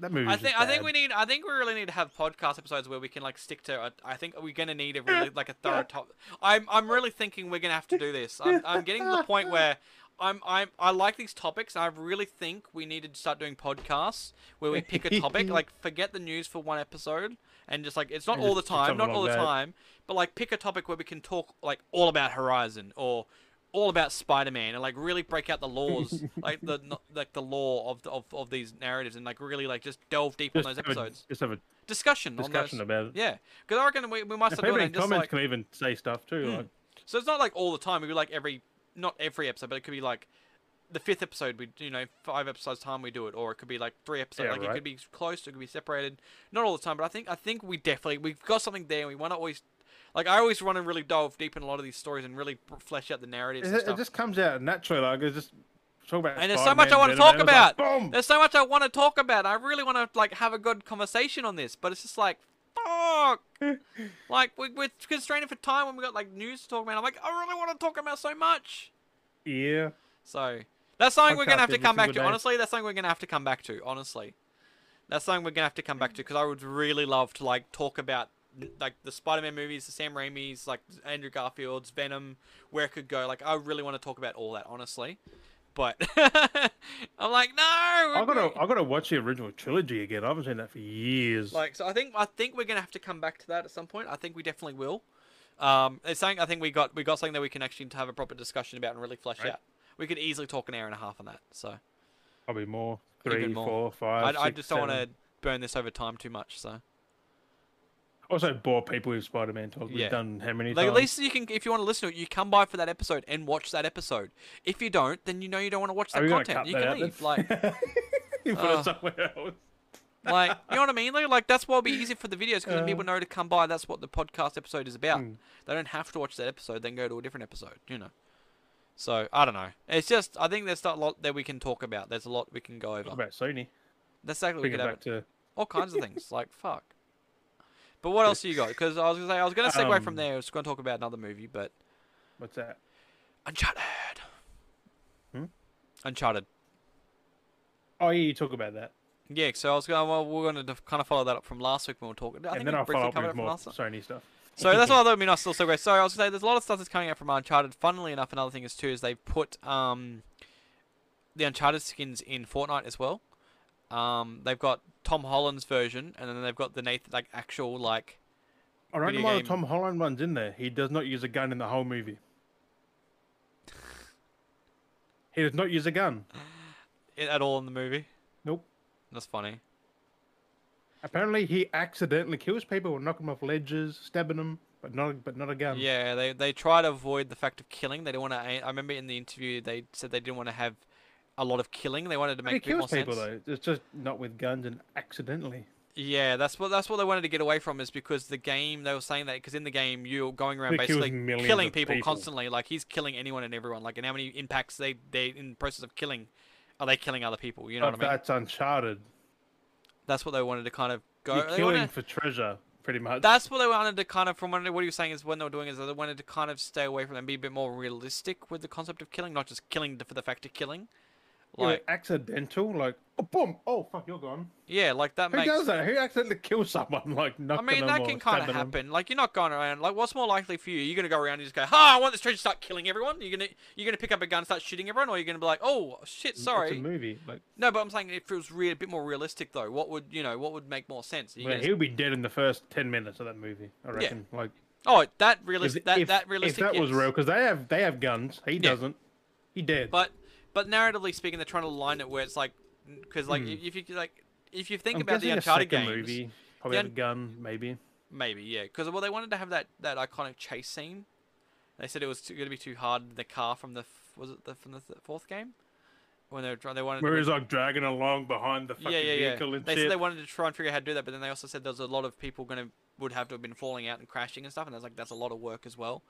B: that movie.
A: I think I think we need I think we really need to have podcast episodes where we can like stick to. uh, I- I think we're gonna need a really like a thorough top. I'm I'm really thinking we're gonna have to do this. I'm, I'm getting to the point where I'm I'm I like these topics. I really think we need to start doing podcasts where we pick a topic like forget the news for one episode and just like it's not
B: And
A: all the
B: just pick
A: time,
B: something
A: not all the
B: like that.
A: time, but like pick a topic where we can talk like all about Horizon or. All about Spider-Man and like really break out the laws, like the no- like the law of, the, of of these narratives, and like really like just delve deep
B: just
A: on those
B: have a-
A: episodes
B: just have a
A: discussion,
B: discussion
A: on those.
B: about it.
A: Yeah, because I reckon we, we must have
B: People
A: done
B: in
A: it just
B: comments
A: like
B: can even say stuff too. Like,
A: so. It's not like all the time. It'd be like every not every episode, but it could be like the fifth episode. We you know five episodes time we do it, or it could be like three episodes.
B: Yeah,
A: like it
B: right.
A: could be close, it could be separated. Not all the time, but I think I think we definitely we've got something there. and We want to always like I always want to really delve deep in a lot of these stories and really b- flesh out the narratives
B: it,
A: and
B: it
A: stuff.
B: just comes out naturally. Like it's just talk about.
A: And there's so much I want to talk
B: Spider-Man,
A: about.
B: Venom, and it's
A: There's so much I want to talk about. I really want to like have a good conversation on this, but it's just like, fuck. like we, we're constrained for time when we got like news to talk about. I'm like, I really want to talk about so much.
B: Boom! Yeah.
A: So that's something we're gonna
B: Podcast
A: have to
B: every
A: come back to.
B: single day.
A: Honestly, that's something we're gonna have to come back to. Honestly, that's something we're gonna have to come back to because I would really love to like talk about like the Spider-Man movies, the Sam Raimi's, like Andrew Garfield's Venom, where it could go. Like I really want to talk about all that, honestly. But I'm like, no.
B: I
A: we-
B: gotta I gotta watch the original trilogy again. I haven't seen that for years.
A: Like, so I think I think we're gonna have to come back to that at some point. I think we definitely will. Um, it's something I think we got we got something that we can actually have a proper discussion about and really flesh
B: Right.
A: out. We could easily talk an hour and a half on that. So
B: Probably more.
A: Even
B: Three,
A: more.
B: four, five.
A: I, I
B: six,
A: just don't want
B: seven.
A: to burn this over time too much. So
B: Also, bore people with Spider-Man talk. We've
A: Yeah.
B: done how many
A: like,
B: times?
A: at least you can if you want to listen to it, you come by for that episode and watch that episode. If you don't, then you know you don't want to watch
B: Are
A: that
B: we gonna
A: content.
B: cut
A: You
B: that
A: can
B: out then?
A: leave. Like
B: You put
A: Uh,
B: it somewhere else.
A: like you know what I mean? Like, like that's why it'll be easier for the videos
B: Uh.
A: because people know to come by. That's what the podcast episode is about.
B: Hmm.
A: They don't have to watch that episode, then go to a different episode. You know. So I don't know. It's just I think there's a lot that we can talk about. There's a lot we can go over.
B: What about Sony?
A: That's exactly what we
B: Bring it
A: could have.
B: back to
A: all kinds of things. Like fuck. But what else you got? Because I was gonna say I was gonna segue from
B: Um,
A: there. I was gonna talk about another movie, but
B: What's that?
A: Uncharted.
B: Hmm?
A: Uncharted.
B: Oh yeah, you talk about that,
A: Yeah. So I was gonna. Well, we're gonna kind of follow that up from last week when we were talking. I think
B: and then
A: we
B: I'll
A: briefly
B: follow up
A: covered it from
B: with more
A: last.
B: Sony stuff.
A: So that's why I mean I still so great. So I was gonna say there's a lot of stuff that's coming out from Uncharted. Funnily enough, another thing is too is they put um the Uncharted skins in Fortnite as well. Um, they've got Tom Holland's version, and then they've got the Nathan like actual like
B: I don't
A: video
B: know why the
A: game-
B: Tom Holland one's in there. He does not use a gun in the whole movie. he does not use a gun.
A: it at all in the movie.
B: Nope.
A: That's funny.
B: Apparently, he accidentally kills people, knocking them off ledges, stabbing them, but not but not a gun.
A: Yeah, they they try to avoid the fact of killing. They don't want to. I remember in the interview they said they didn't want to have a lot of killing. They wanted to
B: But
A: make
B: he
A: a bit more
B: kills people
A: sense.
B: though. It's just not with guns and accidentally.
A: Yeah, that's what that's what they wanted to get away from is because the game they were saying that because in the game you're going around
B: He kills
A: basically
B: millions
A: killing
B: of
A: people,
B: people.
A: constantly. Like he's killing anyone and everyone. Like and how many impacts they they in the process of killing are they killing other people? You know
B: But
A: what I mean?
B: That's uncharted.
A: That's what they wanted to kind of go.
B: You're
A: they
B: killing
A: wanna-
B: for treasure, pretty much.
A: that's what they wanted to kind of from what what he was saying is when they were doing is they wanted to kind of stay away from and be a bit more realistic with the concept of killing, not just killing for the fact of killing.
B: It was
A: Like
B: accidental, like oh, boom, oh fuck, you're gone.
A: yeah, like that
B: Who
A: makes
B: does that? Who accidentally kills someone? Like
A: I
B: knocking
A: mean,
B: them
A: that
B: or
A: can kind
B: stabbing
A: of
B: 'em?
A: happen. Like, you're not going around. Like, what's more likely for you? You're gonna go around and just go, "Ha! I want this treasure." Start killing everyone. You're gonna you're gonna pick up a gun, and start shooting everyone, or you're gonna be like, "Oh shit,
B: It's a
A: sorry."
B: movie. Like
A: No, but I'm saying it feels re- a bit more realistic though. What would you know? What would make more sense? Are you
B: well,
A: gonna-
B: he'll be dead in the first ten minutes of that movie. I reckon. Like
A: oh, that
B: if,
A: realistic. That
B: if,
A: that realistic.
B: if that was
A: yes.
B: real, because they have they have guns. He doesn't. He dead.
A: But but narratively speaking, they're trying to line it where it's like because like if you like if you think
B: Hmm. I'm
A: about the
B: guessing a
A: Uncharted
B: second
A: games,
B: movie. Probably
A: un-
B: had a gun, maybe.
A: Maybe, yeah. Because well, they wanted to have that that iconic chase scene. They said it was going to be too hard in the car from the f- was it the, from the th- fourth game when they were trying. They wanted
B: Where
A: to,
B: he's like dragging along behind the fucking
A: yeah, yeah, yeah.
B: vehicle and
A: They
B: shit.
A: said they wanted to try and figure out how to do that, but then they also said there's a lot of people going to would have to have been falling out and crashing and stuff, and that's like that's a lot of work as well.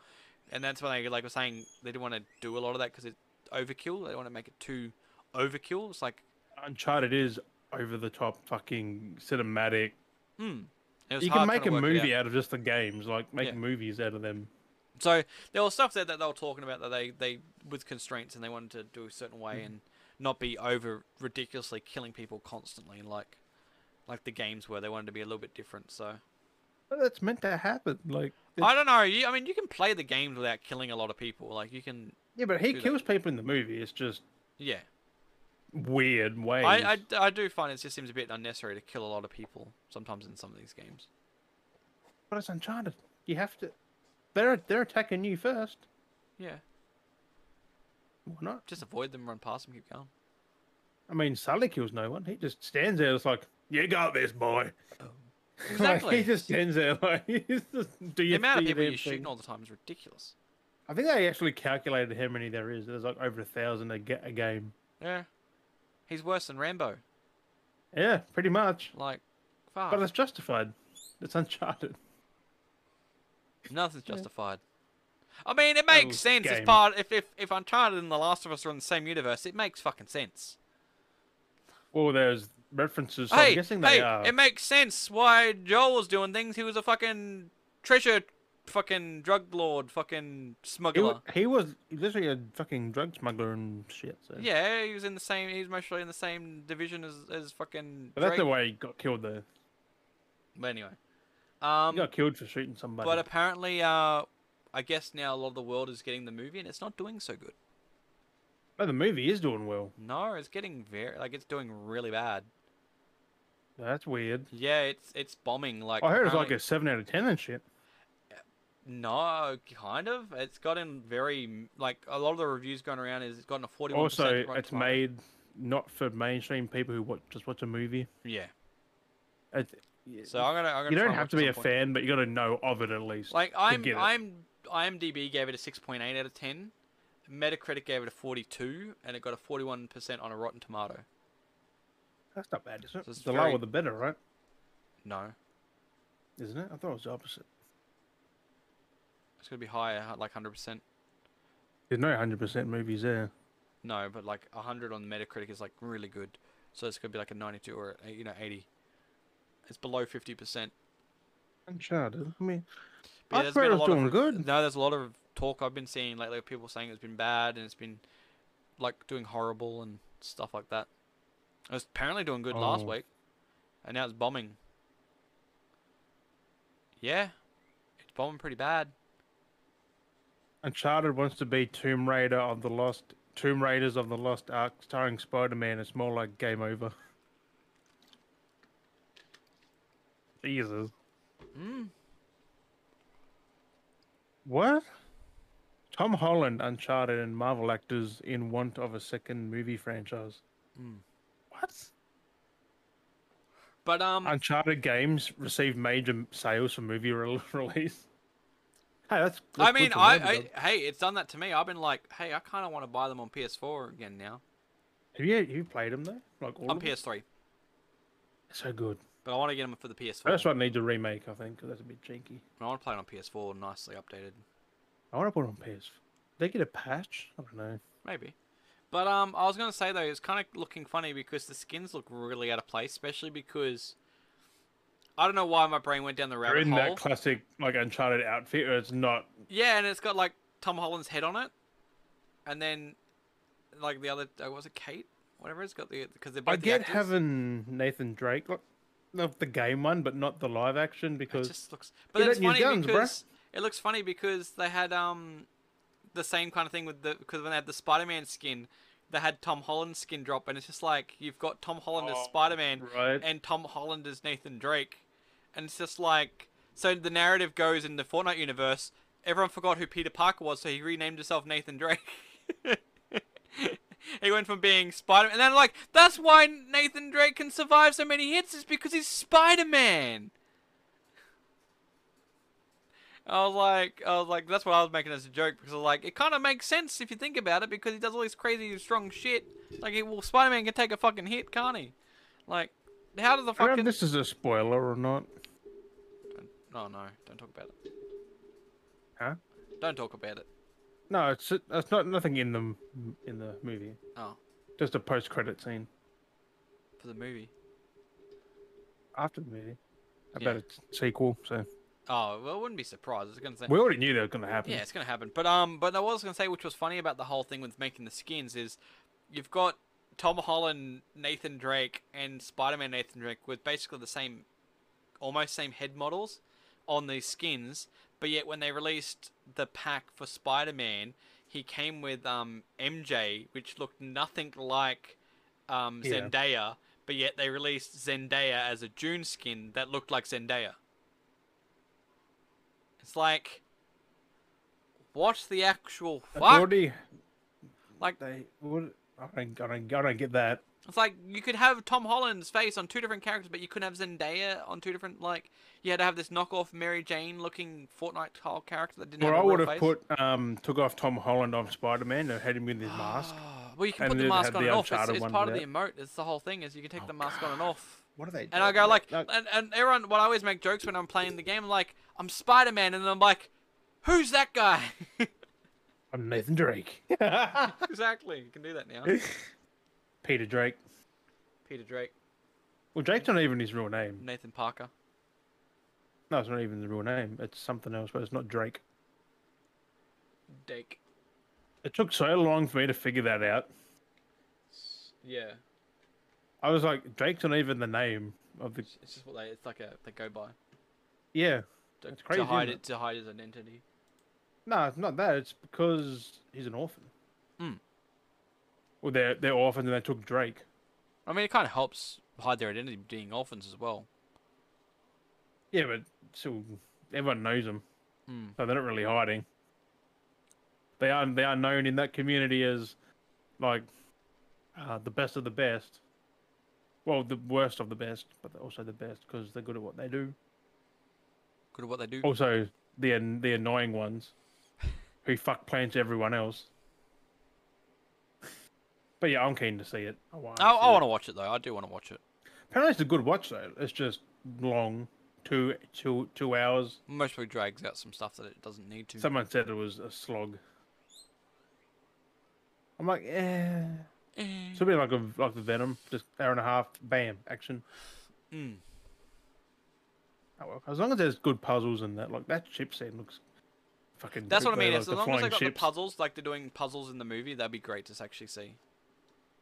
A: And that's when they like were saying they didn't want to do a lot of that because it's overkill. They want to make it too overkill. It's like
B: Uncharted is over the top, fucking cinematic.
A: hmm. It was
B: You
A: hard trying
B: can make
A: to
B: a
A: work it out.
B: movie out of just the games. Like make
A: Yeah.
B: movies out of them.
A: So there was stuff there that they were talking about that they, they with constraints and they wanted to do a certain way
B: Mm.
A: and not be over ridiculously killing people constantly like like the games were. They wanted to be a little bit different. So
B: But that's meant to happen. Like it's-
A: I don't know. You, I mean, you can play the games without killing a lot of people. Like you can,
B: yeah, but he
A: do that.
B: kills people in the movie. It's just
A: yeah.
B: weird ways.
A: I, I, I do find it just seems a bit unnecessary to kill a lot of people sometimes in some of these games.
B: But it's Uncharted. You have to. They're they're attacking you first.
A: Yeah,
B: Why not?
A: just avoid them, run past them, keep going.
B: I mean, Sully kills no one. He just stands there. It's like you got this, boy. like,
A: Exactly.
B: he just stands there. Like he's just do
A: The
B: you
A: amount of
B: see
A: people
B: them
A: you're shooting
B: thing?
A: all the time is ridiculous.
B: I think they actually calculated how many there is. There's like over a thousand a, ga- a game.
A: Yeah, he's worse than Rambo.
B: Yeah, pretty much.
A: Like, fuck.
B: But it's justified. It's Uncharted.
A: Nothing's justified. I mean, it makes
B: Those
A: sense as
B: Oh, game.
A: part if, if if Uncharted and The Last of Us are in the same universe, it makes fucking sense.
B: Well, there's references. So
A: hey,
B: I'm guessing
A: hey,
B: they are.
A: it makes sense why Joel was doing things. He was a fucking treasure, fucking drug lord, fucking
B: he,
A: smuggler.
B: wa- he was literally a fucking drug smuggler and shit. So.
A: yeah, he was in the same. He was mostly in the same division as as fucking.
B: But that's the
A: Drake.
B: way he got killed, though.
A: But anyway,
B: He
A: um,
B: got killed for shooting somebody.
A: but apparently, uh, I guess now a lot of the world is getting the movie, and it's not doing so good.
B: But the movie is doing well.
A: No, it's getting very like it's doing really bad.
B: That's weird.
A: Yeah, it's it's bombing. Like
B: I heard it's like
A: apparently-
B: a seven out of ten and shit.
A: no, kind of. It's gotten very m- like a lot of the reviews going around is it's gotten a forty-one.
B: Also, it's made not for mainstream people who watch just watch a movie.
A: Yeah,
B: It's,
A: so I'm gonna. I'm gonna
B: you
A: try
B: don't
A: and
B: have
A: watch
B: to be
A: some
B: a
A: point.
B: fan, but you got to know of it at least.
A: Like I'm,
B: get it.
A: I'm, IMDb gave it a six point eight out of ten. Metacritic gave it a forty-two, and it got a forty-one percent on a Rotten Tomato.
B: That's not bad, is it?
A: So it's
B: the
A: very-
B: lower the better, right?
A: No,
B: Isn't it? I thought it was the opposite.
A: it's gonna be higher, h- like hundred percent.
B: There's no hundred percent movies there.
A: No, but like hundred on Metacritic is like really good, so it's gonna be like a ninety-two or a, you know eighty. It's below fifty percent.
B: Uncharted. I mean,
A: But
B: I
A: there's
B: thought
A: been
B: it
A: a
B: was
A: lot
B: doing
A: of
B: good.
A: No, there's a lot of talk I've been seeing lately of people saying it's been bad and it's been like doing horrible and stuff like that. It was apparently doing good last
B: Oh.
A: week, and now it's bombing. Yeah, it's bombing pretty bad.
B: Uncharted wants to be Tomb Raider of the Lost Tomb Raiders of the Lost Ark, starring Spider-Man. It's more like Game Over. Jesus.
A: Mm.
B: What? Tom Holland, Uncharted, and Marvel actors in want of a second movie franchise.
A: Mm.
B: What?
A: But um,
B: Uncharted games receive major sales for movie re- release. Hey, that's. that's
A: I
B: good
A: mean,
B: for
A: I,
B: them, though.
A: I hey, it's done that to me. I've been like, hey, I kind of want to buy them on PS4 again now.
B: have you you played them though? Like all
A: On
B: of them?
A: PS3,
B: so good.
A: but I want to get them for the PS4.
B: That's what I need to remake, I think, because that's a bit janky.
A: I want to play it on PS4, nicely updated.
B: I want to put it on PS. They get a patch. I don't know.
A: Maybe. But um, I was gonna say though, it's kind of looking funny because the skins look really out of place, especially because I don't know why my brain went down the
B: They're
A: rabbit
B: in
A: hole.
B: that classic like Uncharted outfit, or it's not.
A: yeah, and it's got like Tom Holland's head on it, and then like the other uh, was it Kate, whatever it's got the because they're both
B: I
A: the
B: get
A: actors.
B: having Nathan Drake, like, not the game one, but not the live action
A: It
B: because
A: just looks. But
B: Get
A: it's
B: out your
A: funny
B: guns, bruh.
A: because it looks funny because they had um the same kind of thing with the because when they had the Spider-Man skin, they had Tom Holland's skin drop, and it's just like you've got Tom Holland as
B: Oh,
A: Spider-Man,
B: right.
A: and Tom Holland as Nathan Drake, and it's just like so the narrative goes in the Fortnite universe. Everyone forgot who Peter Parker was, so he renamed himself Nathan Drake. he went from being Spider Man, and then like that's why Nathan Drake can survive so many hits is because he's Spider Man. I was like, I was like, that's what I was making as a joke because I was like, it kind of makes sense if you think about it because he does all this crazy strong shit. Like, he, well, Spider Man can take a fucking hit, can't he? Like, how does the
B: I don't know
A: fucking?
B: if this is a spoiler or not.
A: No, Oh, no, don't talk about it.
B: Huh?
A: Don't talk about it.
B: No, it's it's not nothing in the m- in the movie.
A: Oh,
B: Just a post credit scene
A: for the movie.
B: after the movie
A: Yeah.
B: about a s- sequel. So
A: Oh, well, I wouldn't be surprised. I was gonna say.
B: we already knew that was going to happen.
A: Yeah, it's gonna happen. But um, but I was gonna say, which was funny about the whole thing with making the skins is, you've got Tom Holland, Nathan Drake, and Spider-Man Nathan Drake with basically the same, almost same head models, on these skins. But yet when they released the pack for Spider-Man, he came with um MJ, which looked nothing like um
B: Yeah.
A: Zendaya. But yet they released Zendaya as a June skin that looked like Zendaya. It's like, what the actual
B: They've
A: fuck?
B: already
A: Like,
B: they would. I don't, I, don't, I don't get that.
A: it's like you could have Tom Holland's face on two different characters, but you couldn't have Zendaya on two different. Like, you had to have this knockoff Mary Jane looking Fortnite style character that didn't
B: Or
A: have
B: I
A: a
B: would
A: real
B: have
A: face.
B: put um took off Tom Holland on Spider Man and had him with his mask.
A: Oh, well, you can
B: and
A: put the
B: then
A: mask
B: had
A: on
B: the
A: and off. It's,
B: Uncharted
A: it's
B: one
A: part of
B: with
A: the emote. It's the whole thing. Is you can take the mask on and off.
B: What are they?
A: And I go like, and, and everyone. What I always make jokes when I'm playing the game, like I'm Spider Man, and I'm like, who's that guy?
B: I'm Nathan Drake.
A: exactly. You can do that now.
B: Peter Drake.
A: Peter Drake,
B: Well, Drake's not even his real name.
A: Nathan Parker.
B: No, it's not even his real name. It's something else, but it's not Drake.
A: Dake.
B: It took so long for me to figure that out.
A: Yeah.
B: I was like, Drake's not even the name of the.
A: It's- It's just what they. It's like a they go by.
B: Yeah.
A: To,
B: That's crazy,
A: to hide
B: isn't
A: it, to hide his identity.
B: No, it's not that. It's because he's an orphan.
A: Mm.
B: Well, they're they're orphans and they took Drake.
A: I mean, it kind of helps hide their identity being orphans as well.
B: Yeah, but still, everyone knows him,
A: Mm.
B: so they're not really hiding. They are they are known in that community as like uh, the best of the best. Well, the worst of the best, but they're also the best because they're good at what they do.
A: Good at what they do.
B: Also, the an- the annoying ones who fuck plants everyone else. But yeah, I'm keen to see it. I want
A: I, I want to watch it though. I do want to watch it.
B: Apparently, it's a good watch though. It's just long, two two two hours.
A: Mostly drags out some stuff that it doesn't need to.
B: Someone said it was a slog. I'm like, eh.
A: Eh.
B: Should be like a like the Venom, just hour and a half, bam, action.
A: Mm.
B: Oh, well, as long as there's good puzzles and that, like that chipset looks fucking.
A: That's what I
B: good,
A: mean.
B: though,
A: as
B: like,
A: long as they
B: flying
A: got the
B: ships.
A: puzzles, like they're doing puzzles in the movie, that'd be great to actually see.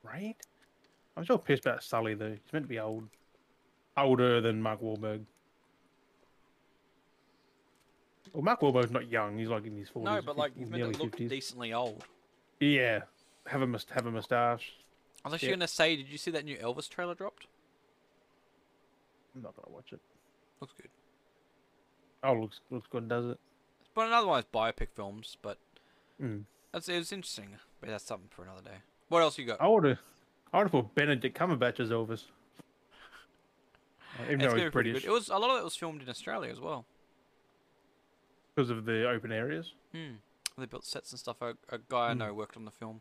B: right? I'm so pissed about Sully though. He's meant to be old, older than Mark Wahlberg. Well, Mark Wahlberg's not young. He's like in his forties.
A: no, but like he's meant to look decently old.
B: Yeah, have a must have a mustache.
A: Unless
B: Yeah.
A: you're gonna say, did you see that new Elvis trailer dropped?
B: I'm not gonna watch it.
A: Looks good.
B: Oh, looks looks good, does it?
A: But another one is biopic films, but
B: Mm.
A: that's it was interesting. But that's something for another day. What else you got?
B: I would have, I would have put Benedict Cumberbatch as Elvis. Uh, Even
A: It's
B: though
A: gonna
B: he's
A: be pretty
B: British,
A: Good. It was a lot of it was filmed in Australia as well.
B: because of the open areas.
A: Hmm. They built sets and stuff. A, a guy I
B: Mm.
A: know worked on the film.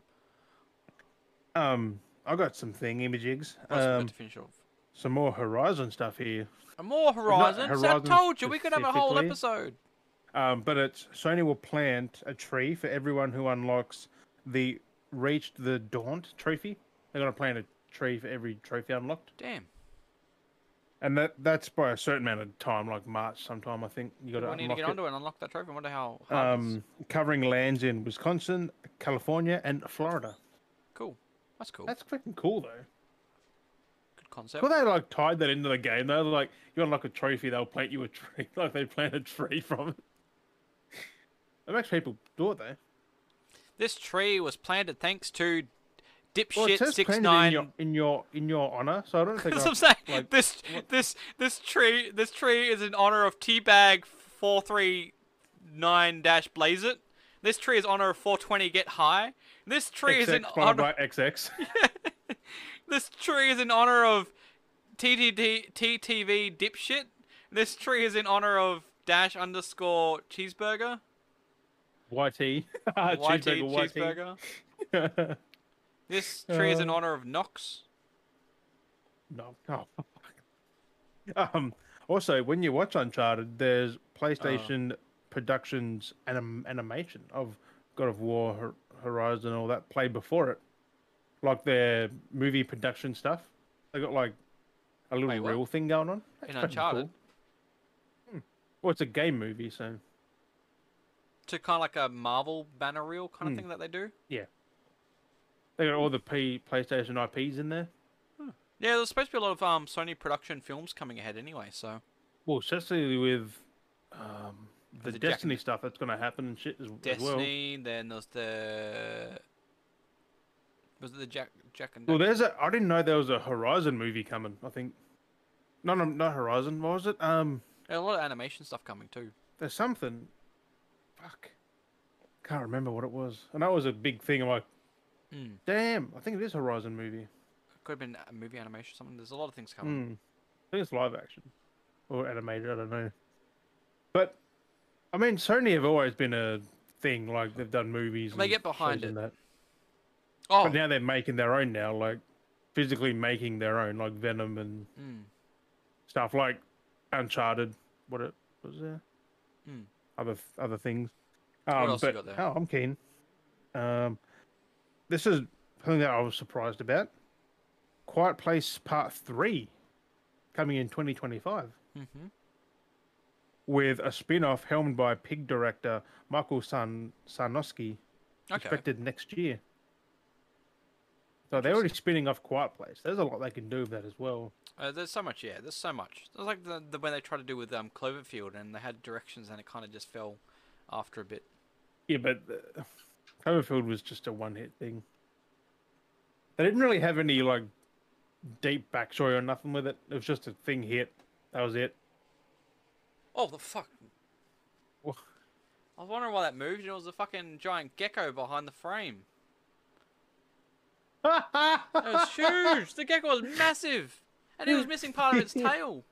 B: Um, I got some thing imajigs.
A: What else we got
B: Um,
A: to finish off?
B: some more Horizon stuff here.
A: And more Horizon. See, I
B: Horizon
A: told you we could have a whole
B: specifically.
A: episode.
B: Um, but it's Sony will plant a tree for everyone who unlocks the reached the Daunt trophy. They're gonna plant a tree for every trophy unlocked,
A: Damn.
B: and that that's by a certain amount of time, like March sometime. I think you got
A: I need to
B: unlock
A: get
B: it.
A: onto it and unlock that trophy. I wonder how. hard it is.
B: Um, covering lands in Wisconsin, California, and Florida.
A: Cool. That's cool.
B: That's freaking cool though.
A: Good concept.
B: Well, they like tied that into the game. They were like, you unlock a trophy, they'll plant you a tree. Like they plant a tree from it. It makes people do it though.
A: This tree was planted thanks to
B: Well, it
A: dipshit
B: says
A: six
B: planted in your
A: nine.
B: in your in your honor, so I don't think.
A: That's what
B: I-
A: I'm saying.
B: like,
A: this this this tree this tree is in honor of teabag four three nine dash blaze it. This tree is honor of four twenty get high. This tree is in
B: XX followed
A: honor.
B: by XX.
A: This tree is in honor of TTT TTV dipshit. This tree is in honor of dash underscore cheeseburger.
B: YT.
A: YT
B: cheeseburger,
A: cheeseburger.
B: cheeseburger.
A: This tree
B: Uh.
A: is in honor of Knox.
B: no. Oh, fuck. Um. Also, when you watch Uncharted, there's
A: Oh.
B: PlayStation Productions anim- animation of God of War, Hor- Horizon, all that played before it, like their movie production stuff. They got like a little
A: Wait, what?
B: real thing going on.
A: In
B: It's pretty
A: Uncharted?
B: cool. Hmm. Well, it's a game movie, so
A: to kind of like a Marvel banner reel kind
B: Hmm.
A: of thing that they do.
B: they got all the P- PlayStation IPs in there.
A: Yeah, there's supposed to be a lot of um, Sony production films coming ahead anyway, so
B: Well, especially with um, the,
A: the Jack and-
B: Destiny stuff that's going to happen and shit as, as well.
A: Destiny. Then there's the was it the Jack Jack and
B: Well,
A: Dax-
B: there's a. I didn't know there was a Horizon movie coming. I think. No, no, not Horizon. What was it? Um,
A: There's a lot of animation stuff coming too.
B: there's something. Fuck. Can't remember what it was. I know it was a big thing. I'm like,
A: Mm.
B: damn. I think it is Horizon movie.
A: Could have been a movie animation or something. There's a lot of things coming.
B: Hmm. I think it's live action or animated. I don't know. But I mean, Sony have always been a thing. Like they've done movies.
A: They
B: and
A: get behind
B: shows and
A: it.
B: That.
A: Oh,
B: But now they're making their own now, like physically making their own, like Venom and
A: mm.
B: stuff, like Uncharted. What it was there?
A: Hmm.
B: Other other things.
A: What
B: Um,
A: else you
B: but
A: got there?
B: oh, I'm keen. Um, this is something that I was surprised about. Quiet Place Part Three, coming in 2025
A: mm-hmm.
B: with a spin-off helmed by Pig director Michael San Sarnowski,
A: okay.
B: expected next year. So they're already spinning off Quiet Place. There's a lot they can do with that as well.
A: Uh, there's so much. Yeah, there's so much. It's like the, the when they tried to do with um, Cloverfield and they had directions and it kind of just fell after a bit.
B: Yeah, but uh, Cloverfield was just a one-hit thing. They didn't really have any like deep backstory or nothing with it. It was just a thing hit. That was it.
A: Oh the fuck!
B: Wha-
A: I was wondering why that moved, and it was a fucking giant gecko behind the frame. It was huge. the gecko was massive, and it was missing part of its tail.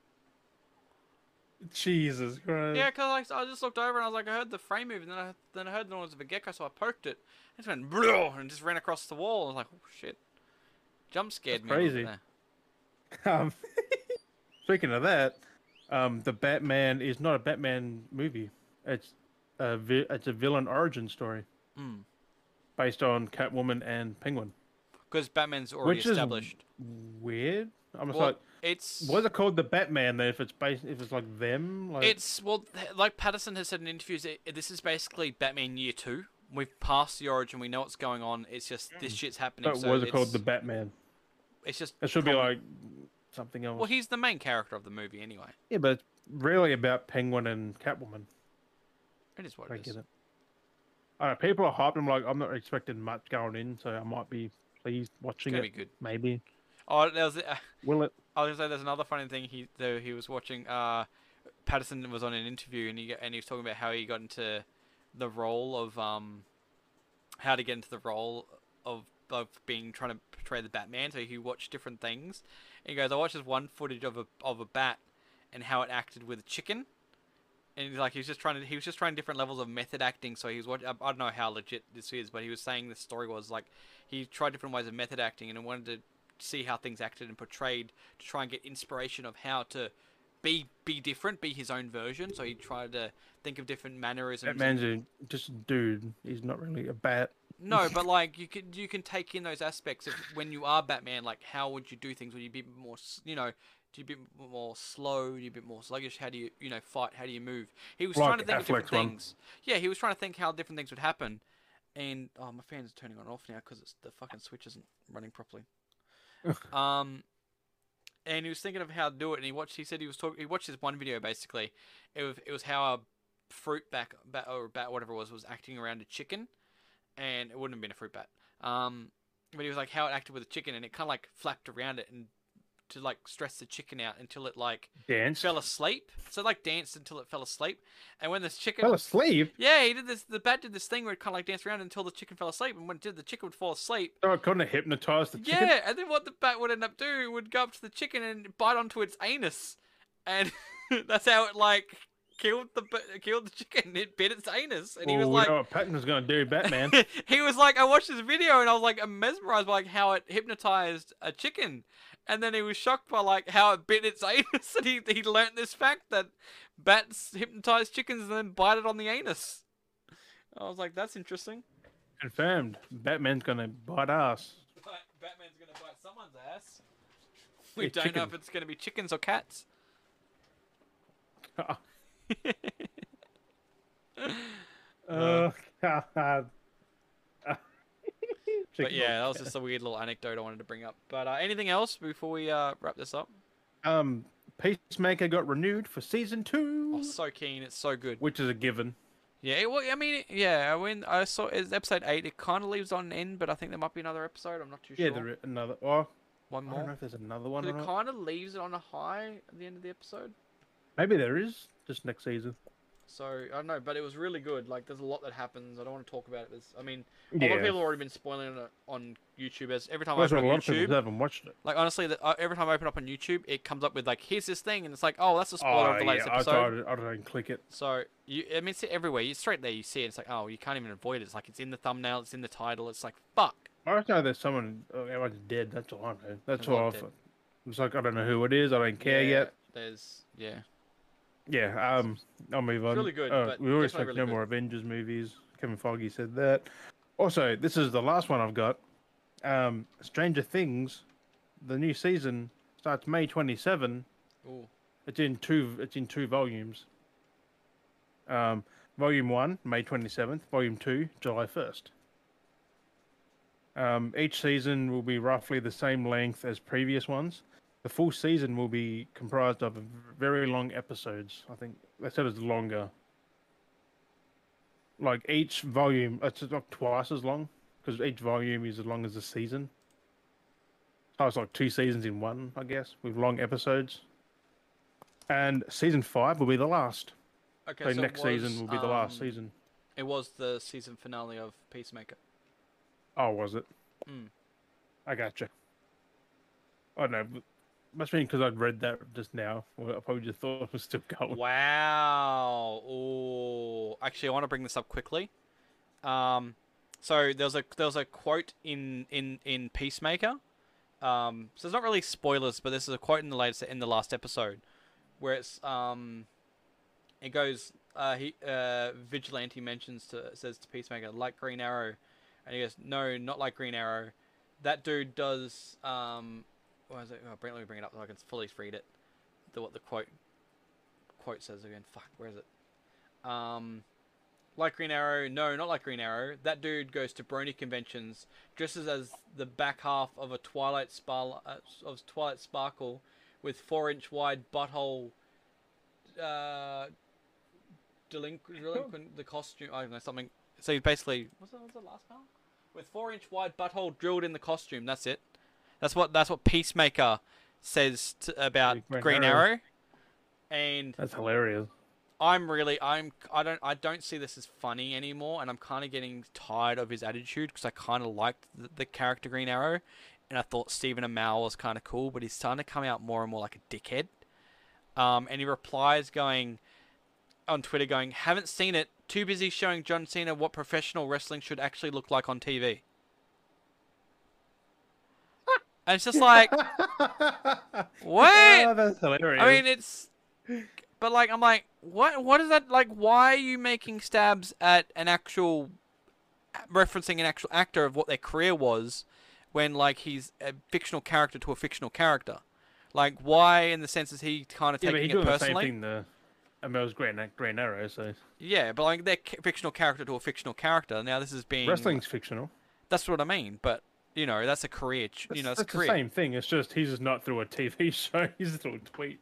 B: Jesus Christ.
A: Yeah, because I, I just looked over and I was like, I heard the frame move, and then I then I heard the noise of a gecko, so I poked it. It just went "Bruh," and just ran across the wall. I was like, oh shit! Jump scared me. a little bit
B: crazy.
A: there.
B: Um, speaking of that, um, the Batman is not a Batman movie. It's a vi- it's a villain origin story
A: Mm.
B: based on Catwoman and Penguin,
A: Because Batman's already
B: which
A: established.
B: is weird. I'm just
A: Well,
B: like
A: It's
B: What is it called? The Batman? Then, if it's based, if it's like them, like
A: it's well, th- like Patterson has said in interviews, it, it- this is basically Batman Year Two. We've passed the origin. We know what's going on. It's just this shit's happening.
B: Mm. but
A: so
B: what is it called?
A: it's-
B: The Batman.
A: It's just
B: It should be
A: common-
B: like something else.
A: Well, he's the main character of the movie anyway.
B: yeah, but it's really about Penguin and Catwoman.
A: It is what
B: I
A: it is.
B: get it. All right, people are hyped. I'm like, I'm not expecting much going in, so I might be pleased watching
A: Gonna
B: it.
A: be good.
B: Maybe
A: Oh, there was. Uh,
B: will it?
A: I was gonna say there's another funny thing. He though he was watching. Uh, Patterson was on an interview and he got- and he was talking about how he got into the role of um, how to get into the role of of being trying to portray the Batman. So he watched different things. And he goes, I watched this one footage of a of a bat and how it acted with a chicken. And he's like, he was just trying to, he was just trying different levels of method acting. So he was, what I I don't know how legit this is, but he was saying the story was like, he tried different ways of method acting and he wanted to see how things acted and portrayed to try and get inspiration of how to be be different, be his own version. So he tried to think of different mannerisms. and-
B: Batman's a, just a dude. He's not really a bat.
A: no, but like you can you can take in those aspects of when you are Batman. Like, how would you do things? Would you be more, s- you know, do you be m- more slow? Do you be more sluggish? How do you, you know, fight? How do you move? He was trying
B: Like
A: to think of different
B: Affleck's one.
A: things. Yeah, he was trying to think how different things would happen. And oh, my fans are turning on and off now because it's the fucking switch isn't running properly. um, and he was thinking of how to do it, and he watched. He said he was talking. He watched this one video basically. It was it was how a fruit back bat or bat whatever it was was acting around a chicken and it wouldn't have been a fruit bat. Um, but he was like how it acted with a chicken, and it kind of like flapped around it and to like stress the chicken out until it like
B: Dance.
A: fell asleep. So it, like danced until it fell asleep, and when this chicken.
B: Fell asleep.
A: yeah, he did this. The bat did this thing where it kind of like danced around until the chicken fell asleep, and when it did, the chicken would fall asleep.
B: So I couldn't have hypnotized the chicken.
A: Yeah, and then what the bat would end up doing it would go up to the chicken and bite onto its anus, and that's how it like killed the ba- killed the chicken. It bit its anus, and he was
B: Well,
A: like,
B: we know what Patton's gonna do, Batman.
A: he was like, I watched this video and I was like mesmerized by like how it hypnotized a chicken, and then he was shocked by like how it bit its anus, and he he learnt this fact that bats hypnotize chickens and then bite it on the anus. I was like, that's interesting.
B: Confirmed. Batman's gonna bite ass.
A: But Batman's gonna bite someone's ass. We
B: Yeah,
A: don't know if
B: chicken.
A: it's gonna be chickens or cats.
B: uh, God.
A: But yeah, that was just a weird little anecdote I wanted to bring up. But uh, anything else before we uh, wrap this up?
B: Um, Peacemaker got renewed for season two,
A: Oh, so keen. It's so good.
B: which is a given.
A: Yeah, it, well, I mean, it- yeah, when I saw it's episode eight, it kind of leaves on an end, but I think there might be another episode. I'm not too
B: Yeah,
A: sure.
B: there is another. Oh,
A: One
B: I don't know
A: more.
B: if there's another one.
A: 'Cause
B: Or
A: it
B: not.
A: kind of leaves it on a high at the end of the episode.
B: Maybe there is just next season.
A: So I don't know, but it was really good. Like, there's a lot that happens. I don't want to talk about it. There's, I mean, a lot of people have already been spoiling it on YouTube. As every time
B: That's
A: I
B: why a
A: open
B: lot
A: up
B: of people
A: YouTube,
B: haven't watched it.
A: like honestly, the, uh, every time I open up on YouTube, it comes up with like, here's this thing, and it's like, oh, that's a spoiler of the
B: yeah,
A: latest
B: I
A: episode.
B: thought I don't click it.
A: So you, I mean, it's everywhere. You straight there, you see it. It's like, oh, you can't even avoid it. It's like it's in the thumbnail, it's in the title. It's like, fuck.
B: I just know there's someone. Oh, everyone's dead. That's all I know. That's
A: They're all
B: all. I've,
A: dead.
B: it's like I don't know who it is. I don't care yet.
A: There's yeah.
B: Yeah. Um, I'll move on.
A: really good,
B: Uh,
A: but
B: we always
A: definitely
B: like
A: really
B: no
A: good.
B: more Avengers movies. Kevin Foggy said that. Also, this is the last one I've got. Um, Stranger Things, the new season starts May 27.
A: Ooh.
B: It's in two. It's in two volumes. Um, volume one, May twenty seventh. Volume two, July first. Um, each season will be roughly the same length as previous ones. The full season will be comprised of very long episodes. I think they said it's longer. Like each volume, it's like twice as long because each volume is as long as the season. So it's like two seasons in one, I guess, with long episodes. And season five will be the last.
A: Okay.
B: so,
A: it
B: next season will
A: was,
B: be the last
A: um,
B: season.
A: It was the season finale of Peacemaker.
B: Oh, was it?
A: Mm.
B: I gotcha. I don't know. but- Must mean because I'd read that just now. or I probably just thought it was still going.
A: Wow. Oh. Actually, I want to bring this up quickly. Um, so there's a there's a quote in in in Peacemaker. Um, so it's not really spoilers, but this is a quote in the latest in the last episode, where it's um, it goes uh he uh vigilante mentions to says to Peacemaker like Green Arrow, and he goes no not like Green Arrow, that dude does um Why is it? Oh, bring, let me bring it up so I can fully read it. The what the quote quote says again. Fuck, where is it? Um, like Green Arrow, no, not like Green Arrow. That dude goes to Brony conventions, dresses as the back half of a Twilight Sparl- uh, of Twilight Sparkle, with four-inch wide butthole. Uh, delinquent, delinquent the costume. I don't know something. So you basically what's the, what's the last panel? With four-inch wide butthole drilled in the costume. That's it. That's what that's what Peacemaker says to, about
B: Green
A: Green
B: Arrow.
A: Arrow. And
B: That's hilarious.
A: I'm really I'm I don't I don't see this as funny anymore, and I'm kind of getting tired of his attitude because I kind of liked the, the character Green Arrow, and I thought Stephen Amell was kind of cool, but he's starting to come out more and more like a dickhead. Um, and he replies going on Twitter going, "Haven't seen it. Too busy showing John Cena what professional wrestling should actually look like on TV." and it's just like, what?
B: Oh, that's hilarious.
A: I mean, it's. But like, I'm like, what? What is that? Like, why are you making stabs at an actual, referencing an actual actor of what their career was, when like he's a fictional character to a fictional character? Like, why in the sense is he kind of
B: yeah, but
A: taking
B: he's
A: it
B: doing the same
A: personally?
B: thing. The Amel's Green Green Arrow, so
A: Yeah, but like they're ca- fictional character to a fictional character. Now this is being
B: wrestling's fictional.
A: That's what I mean. But you know, that's a career. ch- You know, that's, a
B: It's- it's the
A: career.
B: same thing. It's just he's just not through a TV show. He's through a tweet.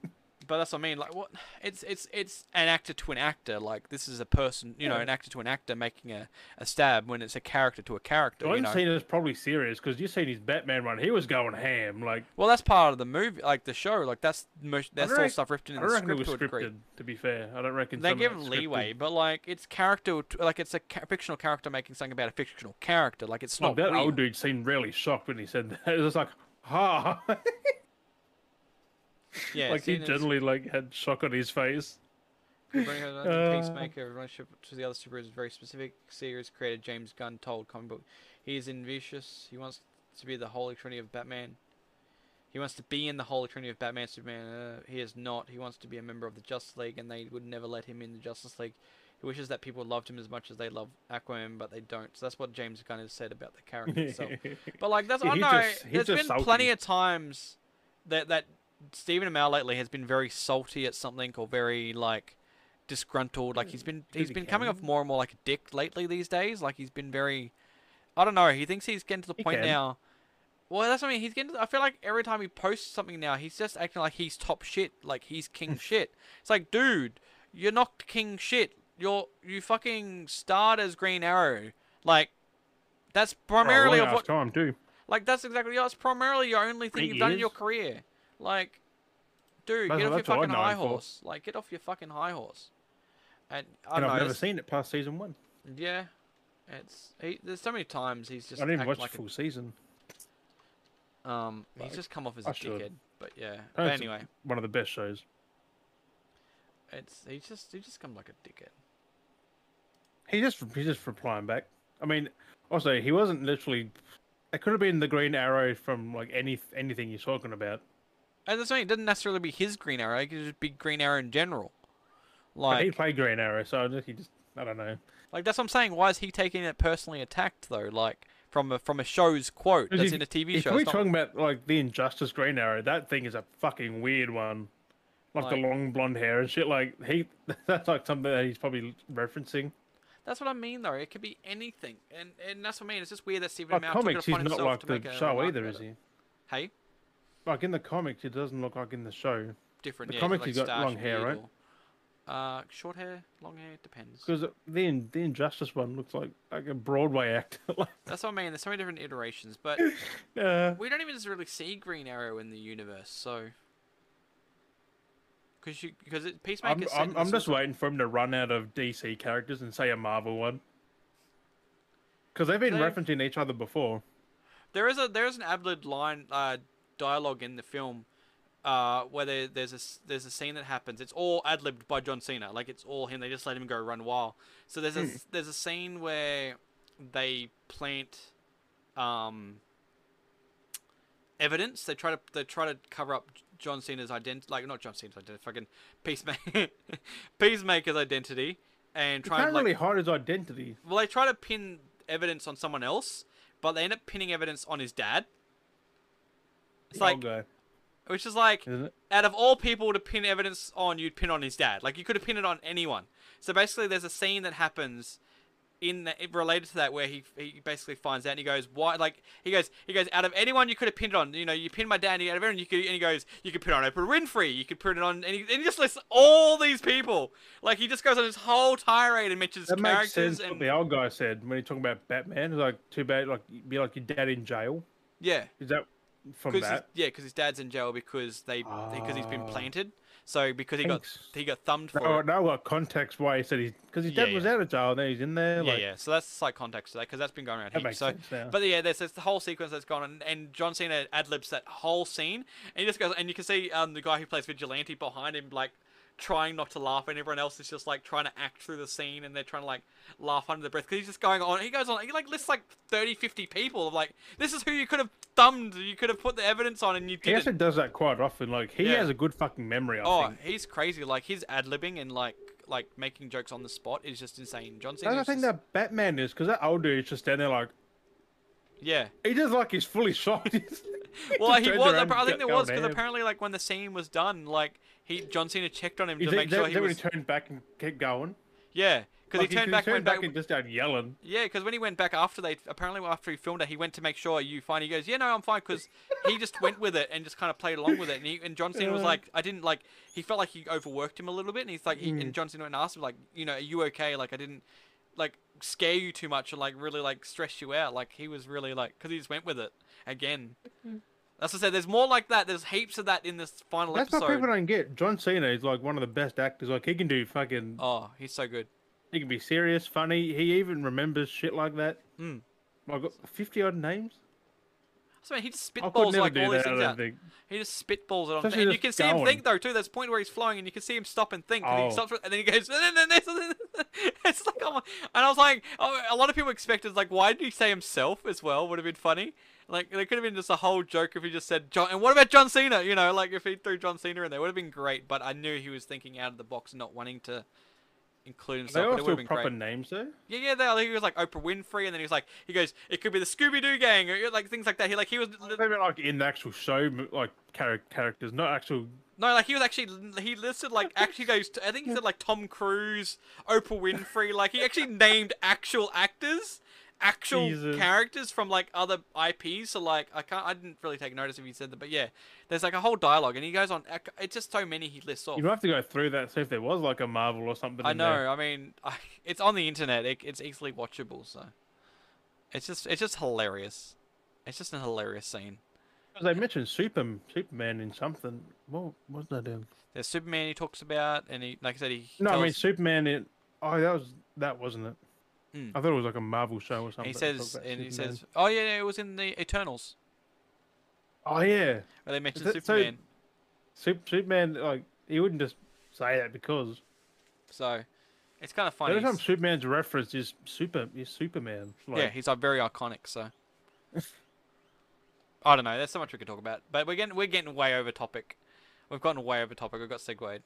A: But that's what I mean. Like, what? It's it's it's an actor to an actor. Like, this is a person, you know,
B: Yeah.
A: an actor to an actor making a, a stab when it's a character to a character. You
B: John
A: know.
B: Cena's probably serious because you seen his Batman run. He was going ham. Like
A: Well, that's part of the movie, like the show. Like that's most, that's all
B: reckon-
A: stuff ripped
B: I
A: into
B: don't
A: the
B: reckon it
A: script
B: was
A: to a degree.
B: scripted. To be fair, I don't reckon
A: They
B: some of
A: give
B: that's
A: him
B: scripted.
A: leeway, but like it's character, to, like it's a ca- fictional character making something about a fictional character. Like it's
B: Like,
A: not.
B: Oh, that
A: weird.
B: old dude seemed really shocked when he said that. It was like, ha.
A: yeah,
B: like
A: see,
B: he
A: and it's-
B: generally like had shock on his face.
A: They bring her down to
B: Uh,
A: Peacemaker, relationship to the other superheroes is very specific. Series creator James Gunn told comic book, he is ambitious. He wants to be the holy trinity of Batman. He wants to be in the holy trinity of Batman, Superman. Uh, he is not. He wants to be a member of the Justice League, and they would never let him in the Justice League. He wishes that people loved him as much as they love Aquaman, but they don't. So that's what James Gunn has said about the character
B: Oh,
A: itself. But like that's
B: Yeah,
A: I
B: he's
A: know
B: just- he's
A: there's been
B: just
A: plenty
B: sulky.
A: of times that that Stephen Amell lately has been very salty at something or very like disgruntled. Like he's been
B: he
A: he's been coming off
B: can.
A: more and more like a dick lately these days. Like he's been very I don't know. He thinks he's getting to the
B: He
A: point
B: can.
A: now. Well, that's what I mean. He's getting. To, I feel like every time he posts something now, he's just acting like he's top shit, like he's king shit. It's like, dude, you're not king shit. You're you fucking starred as Green Arrow. Like, that's primarily of what
B: time too.
A: like that's exactly yeah, that's primarily your only thing
B: It
A: you've done in your
B: is.
A: career. Like, dude,
B: That's-
A: get off your
B: that's what I
A: fucking
B: know him
A: high
B: for.
A: horse. Like, get off your fucking high horse. And I
B: And
A: don't know.
B: I've never
A: there's-
B: seen it past season one.
A: Yeah, it's he, there's so many times he's just
B: I didn't even
A: act
B: watch
A: like
B: the
A: a-
B: full season.
A: um he's
B: Like,
A: just come off as a
B: I should.
A: dickhead. But yeah,
B: I
A: but
B: don't see-
A: anyway,
B: One of the best shows.
A: it's he just he just come like a dickhead.
B: He just he's just replying back. I mean, also he wasn't literally. It could have been the Green Arrow from like any anything he's talking about.
A: And that's what I mean, it doesn't necessarily be his Green Arrow. It could just be Green Arrow in general.
B: But he
A: Like,
B: played Green Arrow, so I just- he just I don't know.
A: like that's what I'm saying. Why is he taking it personally attacked though? Like from a from a show's quote
B: Because
A: that's
B: if-
A: in a TV
B: if
A: show.
B: we're
A: it's not-
B: talking about like the Injustice Green Arrow, that thing is a fucking weird one. Like,
A: Like-
B: the long blonde hair and shit. Like he, that's like something that he's probably referencing.
A: That's what I mean, though. It could be anything, and and that's what I mean. It's just weird that Stephen
B: Like
A: Amell
B: comics,
A: took it
B: he's
A: upon
B: not
A: himself
B: like
A: to
B: the
A: make a
B: show
A: remark
B: either,
A: about
B: is
A: it.
B: he?
A: Hey,
B: Like in the comics, he doesn't look like in the show.
A: different.
B: The
A: yeah,
B: comic,
A: like
B: he's got
A: starch
B: long
A: and
B: hair, right?
A: beard or- Uh, short hair, long hair, depends.
B: Because the In- the Injustice one looks like like a Broadway actor. like,
A: That's what I mean. There's so many different iterations, but
B: uh,
A: we don't even just really see Green Arrow in the universe, so. Because you, because it
B: I'm,
A: Peacemaker.
B: I'm, I'm just waiting for him to run out of DC characters and say a Marvel one. Because they've been
A: They've-
B: referencing each other before.
A: There is a there is an ablid line uh, dialogue in the film, uh, where there, there's a s- there's a scene that happens. It's all ad libbed by John Cena. Like it's all him. They just let him go run wild. So there's a s- there's a scene where they plant um, evidence. They try to they try to cover up John Cena's identity. Like not John Cena's identity. Fucking peacemaker peacemaker's identity and
B: He
A: try
B: can't
A: and like
B: really hide his identity.
A: well, they try to pin evidence on someone else, but they end up pinning evidence on his dad. It's
B: I'll
A: like,
B: go.
A: Which is like,
B: isn't it?
A: out of all people to pin evidence on, you'd pin on his dad. Like you could have pinned it on anyone. So basically, there's a scene that happens in the, it- related to that where he he basically finds out and he goes, "Why?" Like he goes, he goes, out of anyone you could have pinned it on, you know, you pin my dad, you- out of everyone you could, and he goes, you could pin it on Oprah Winfrey, you could pin it on, and he, and he just lists all these people. Like he just goes on this whole tirade and mentions
B: That makes
A: characters
B: sense. What
A: and
B: the old guy said when he talking about Batman, like too bad, like be like your dad in jail.
A: yeah.
B: Is that from
A: Cause his,
B: that?
A: yeah, because his dad's in jail because they because he's been
B: Ah.
A: planted. So because he got
B: Thanks.
A: he got thumbed for
B: No,
A: it.
B: no, like context why he said he's because his dad
A: Yeah,
B: was
A: yeah.
B: out of jail, now he's in there.
A: yeah,
B: like,
A: yeah. So that's like context to that because that's been going around
B: That
A: here.
B: makes
A: So,
B: sense now.
A: but yeah, there's, there's the whole sequence that's gone, and, and John Cena ad libs that whole scene, and he just goes, and you can see um the guy who plays Vigilante behind him like trying not to laugh, and everyone else is just like trying to act through the scene, and they're trying to like laugh under their breath because he's just going on. He goes on, he like lists like 30, 50 people of like this is who you could have thumbed, you could have put the evidence on, and you
B: He
A: didn't.
B: actually does that quite often. Like he
A: Yeah.
B: has a good fucking memory. I
A: Oh,
B: think.
A: he's crazy! Like his ad libbing and like like making jokes on the spot is just insane. John Cena.
B: That's the thing that Batman is because that old dude is just standing there like
A: yeah.
B: he just like he's fully shocked. He
A: Well,
B: just
A: he
B: turns
A: was.
B: around
A: I
B: and
A: think there
B: go-
A: was
B: go
A: because
B: down.
A: apparently, like when the scene was done, like he John Cena checked on him
B: Is
A: to
B: that-
A: make
B: that-
A: sure he
B: that when
A: was.
B: he turned back and kept going?
A: Yeah, because
B: Like,
A: he turned back,
B: turned
A: went back.
B: and just started yelling.
A: Yeah, because when he went back after they apparently after he filmed it, he went to make sure you fine. He goes, yeah, no, I'm fine, because he just went with it and just kind of played along with it. And, he, and John Cena was
B: Yeah.
A: like, I didn't like. He felt like he overworked him a little bit, and he's like, he,
B: Mm.
A: and John Cena went and asked him like, you know, are you okay? Like, I didn't like scare you too much or like really like stress you out. Like he was really like because he just went with it again.
B: Mm-hmm.
A: That's what I said. There's more like that. There's heaps of that in this final
B: That's what
A: episode.
B: people don't get. John Cena is like one of the best actors. Like he can do fucking.
A: Oh, he's so good.
B: He can be serious, funny. He even remembers shit like that.
A: Hmm.
B: Like fifty odd names.
A: So man, he just
B: I could
A: spitballs
B: never
A: like
B: do
A: all these
B: that. I
A: things
B: don't
A: out.
B: think.
A: He just spitballs it on,
B: Especially
A: and you
B: just
A: can see him
B: going.
A: think though too. There's a point where he's flying, and you can see him stop and think. And
B: Oh.
A: he stops, and then he goes, "No, no, no, no, no, no." it's like, oh my. and I was like, oh, a lot of people expected like, why did he say himself as well? Would have been funny. Like there could have been just a whole joke if he just said John. And what about John Cena? You know, like if he threw John Cena in there, would have been great. But I knew he was thinking out of the box, and not wanting to include
B: They
A: himself.
B: all
A: But it would
B: still
A: have been
B: proper
A: great.
B: names though.
A: Yeah, yeah, they, like, he was like Oprah Winfrey, and then he was like, he goes, it could be the Scooby Doo gang, or like things like that. He like he was
B: Maybe like in the actual show, m- like char- characters, not actual.
A: No, like he was actually he listed like actually goes. I think he said like Tom Cruise, Oprah Winfrey. Like he actually named actual actors, actual
B: Jesus.
A: characters from like other IPs. So like I can't. I didn't really take notice if he said that, but yeah, there's like a whole dialogue, and he goes on. ac- It's just so many he lists off.
B: You'd have to go through that see if there was like a Marvel or something.
A: I
B: in
A: know.
B: there.
A: I mean, I, it's on the internet. It, it's easily watchable. So it's just it's just hilarious. It's just a hilarious scene.
B: Because they mentioned Super, Superman in something. What was that? In?
A: There's Superman he talks about, and he like I said he
B: No, I mean
A: tells-
B: Superman. In oh, that was that wasn't it?
A: Mm.
B: I thought it was like a Marvel show or
A: and
B: something.
A: he
B: that
A: says
B: talked about
A: and he
B: Superman.
A: says oh yeah, yeah it was in the Eternals.
B: oh yeah,
A: Where they mentioned
B: that- so-
A: Superman.
B: Sup- Superman. Like he wouldn't just say that because
A: So, it's kind of funny.
B: every time Superman's reference is super is Superman. Like,
A: yeah, he's like very iconic. So I don't know. There's so much we could talk about, but we're getting we're getting way over topic. We've gotten way over topic. We've got segued.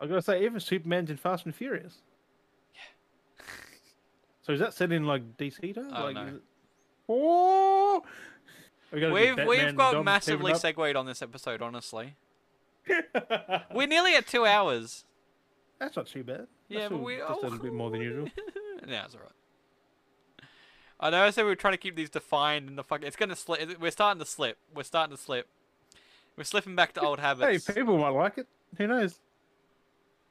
B: I gotta say, even Superman's in Fast and Furious. So is that set in like DC? Though?
A: I don't
B: like,
A: know.
B: is it- Oh, we gotta do
A: We've
B: Batman
A: we've
B: and
A: got
B: Dom
A: massively
B: teaming
A: segued on this episode. Honestly,
B: up.
A: we're nearly at two hours.
B: That's not too bad.
A: Yeah,
B: That's
A: but
B: all-
A: we
B: just a
A: oh,
B: little bit more than usual.
A: nah, it's alright. I know. I said we were trying to keep these defined, and the fuck, it's gonna slip. We're starting to slip. We're starting to slip. We're slipping back to old
B: Hey,
A: habits.
B: people might like it. Who knows?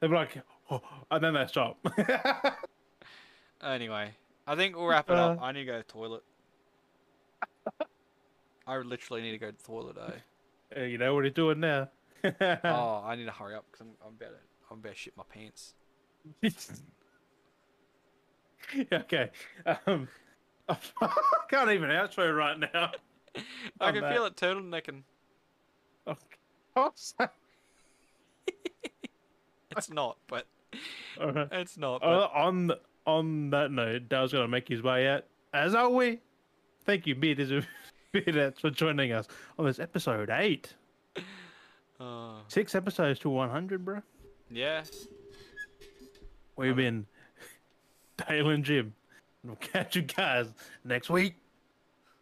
B: They'll be like, oh, and then they stop.
A: Anyway, I think we'll wrap it up.
B: Uh.
A: I need to go to the toilet. I literally need to go to the toilet. Eh?
B: Uh, you know what he's doing now.
A: oh, I need to hurry up because I'm, I'm about to I'm about to shit my pants.
B: okay. Um, I can't even outro right now.
A: I
B: I'm
A: can
B: back.
A: feel it turtlenecking.
B: Oh, God's sake.
A: It's not, but
B: All right.
A: it's not. But
B: Uh, on th- on that note, Dale's gonna make his way out. As are we. Thank you, Beard, uh, for joining us on this episode eight.
A: uh,
B: Six episodes to 100, bro.
A: yeah,
B: We've been Dale and Jim. We'll catch you guys next week.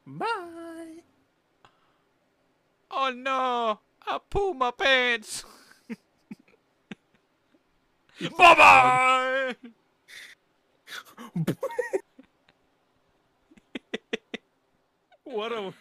B: Bye.
A: Oh no! I pulled my pants. bye bye.
B: what a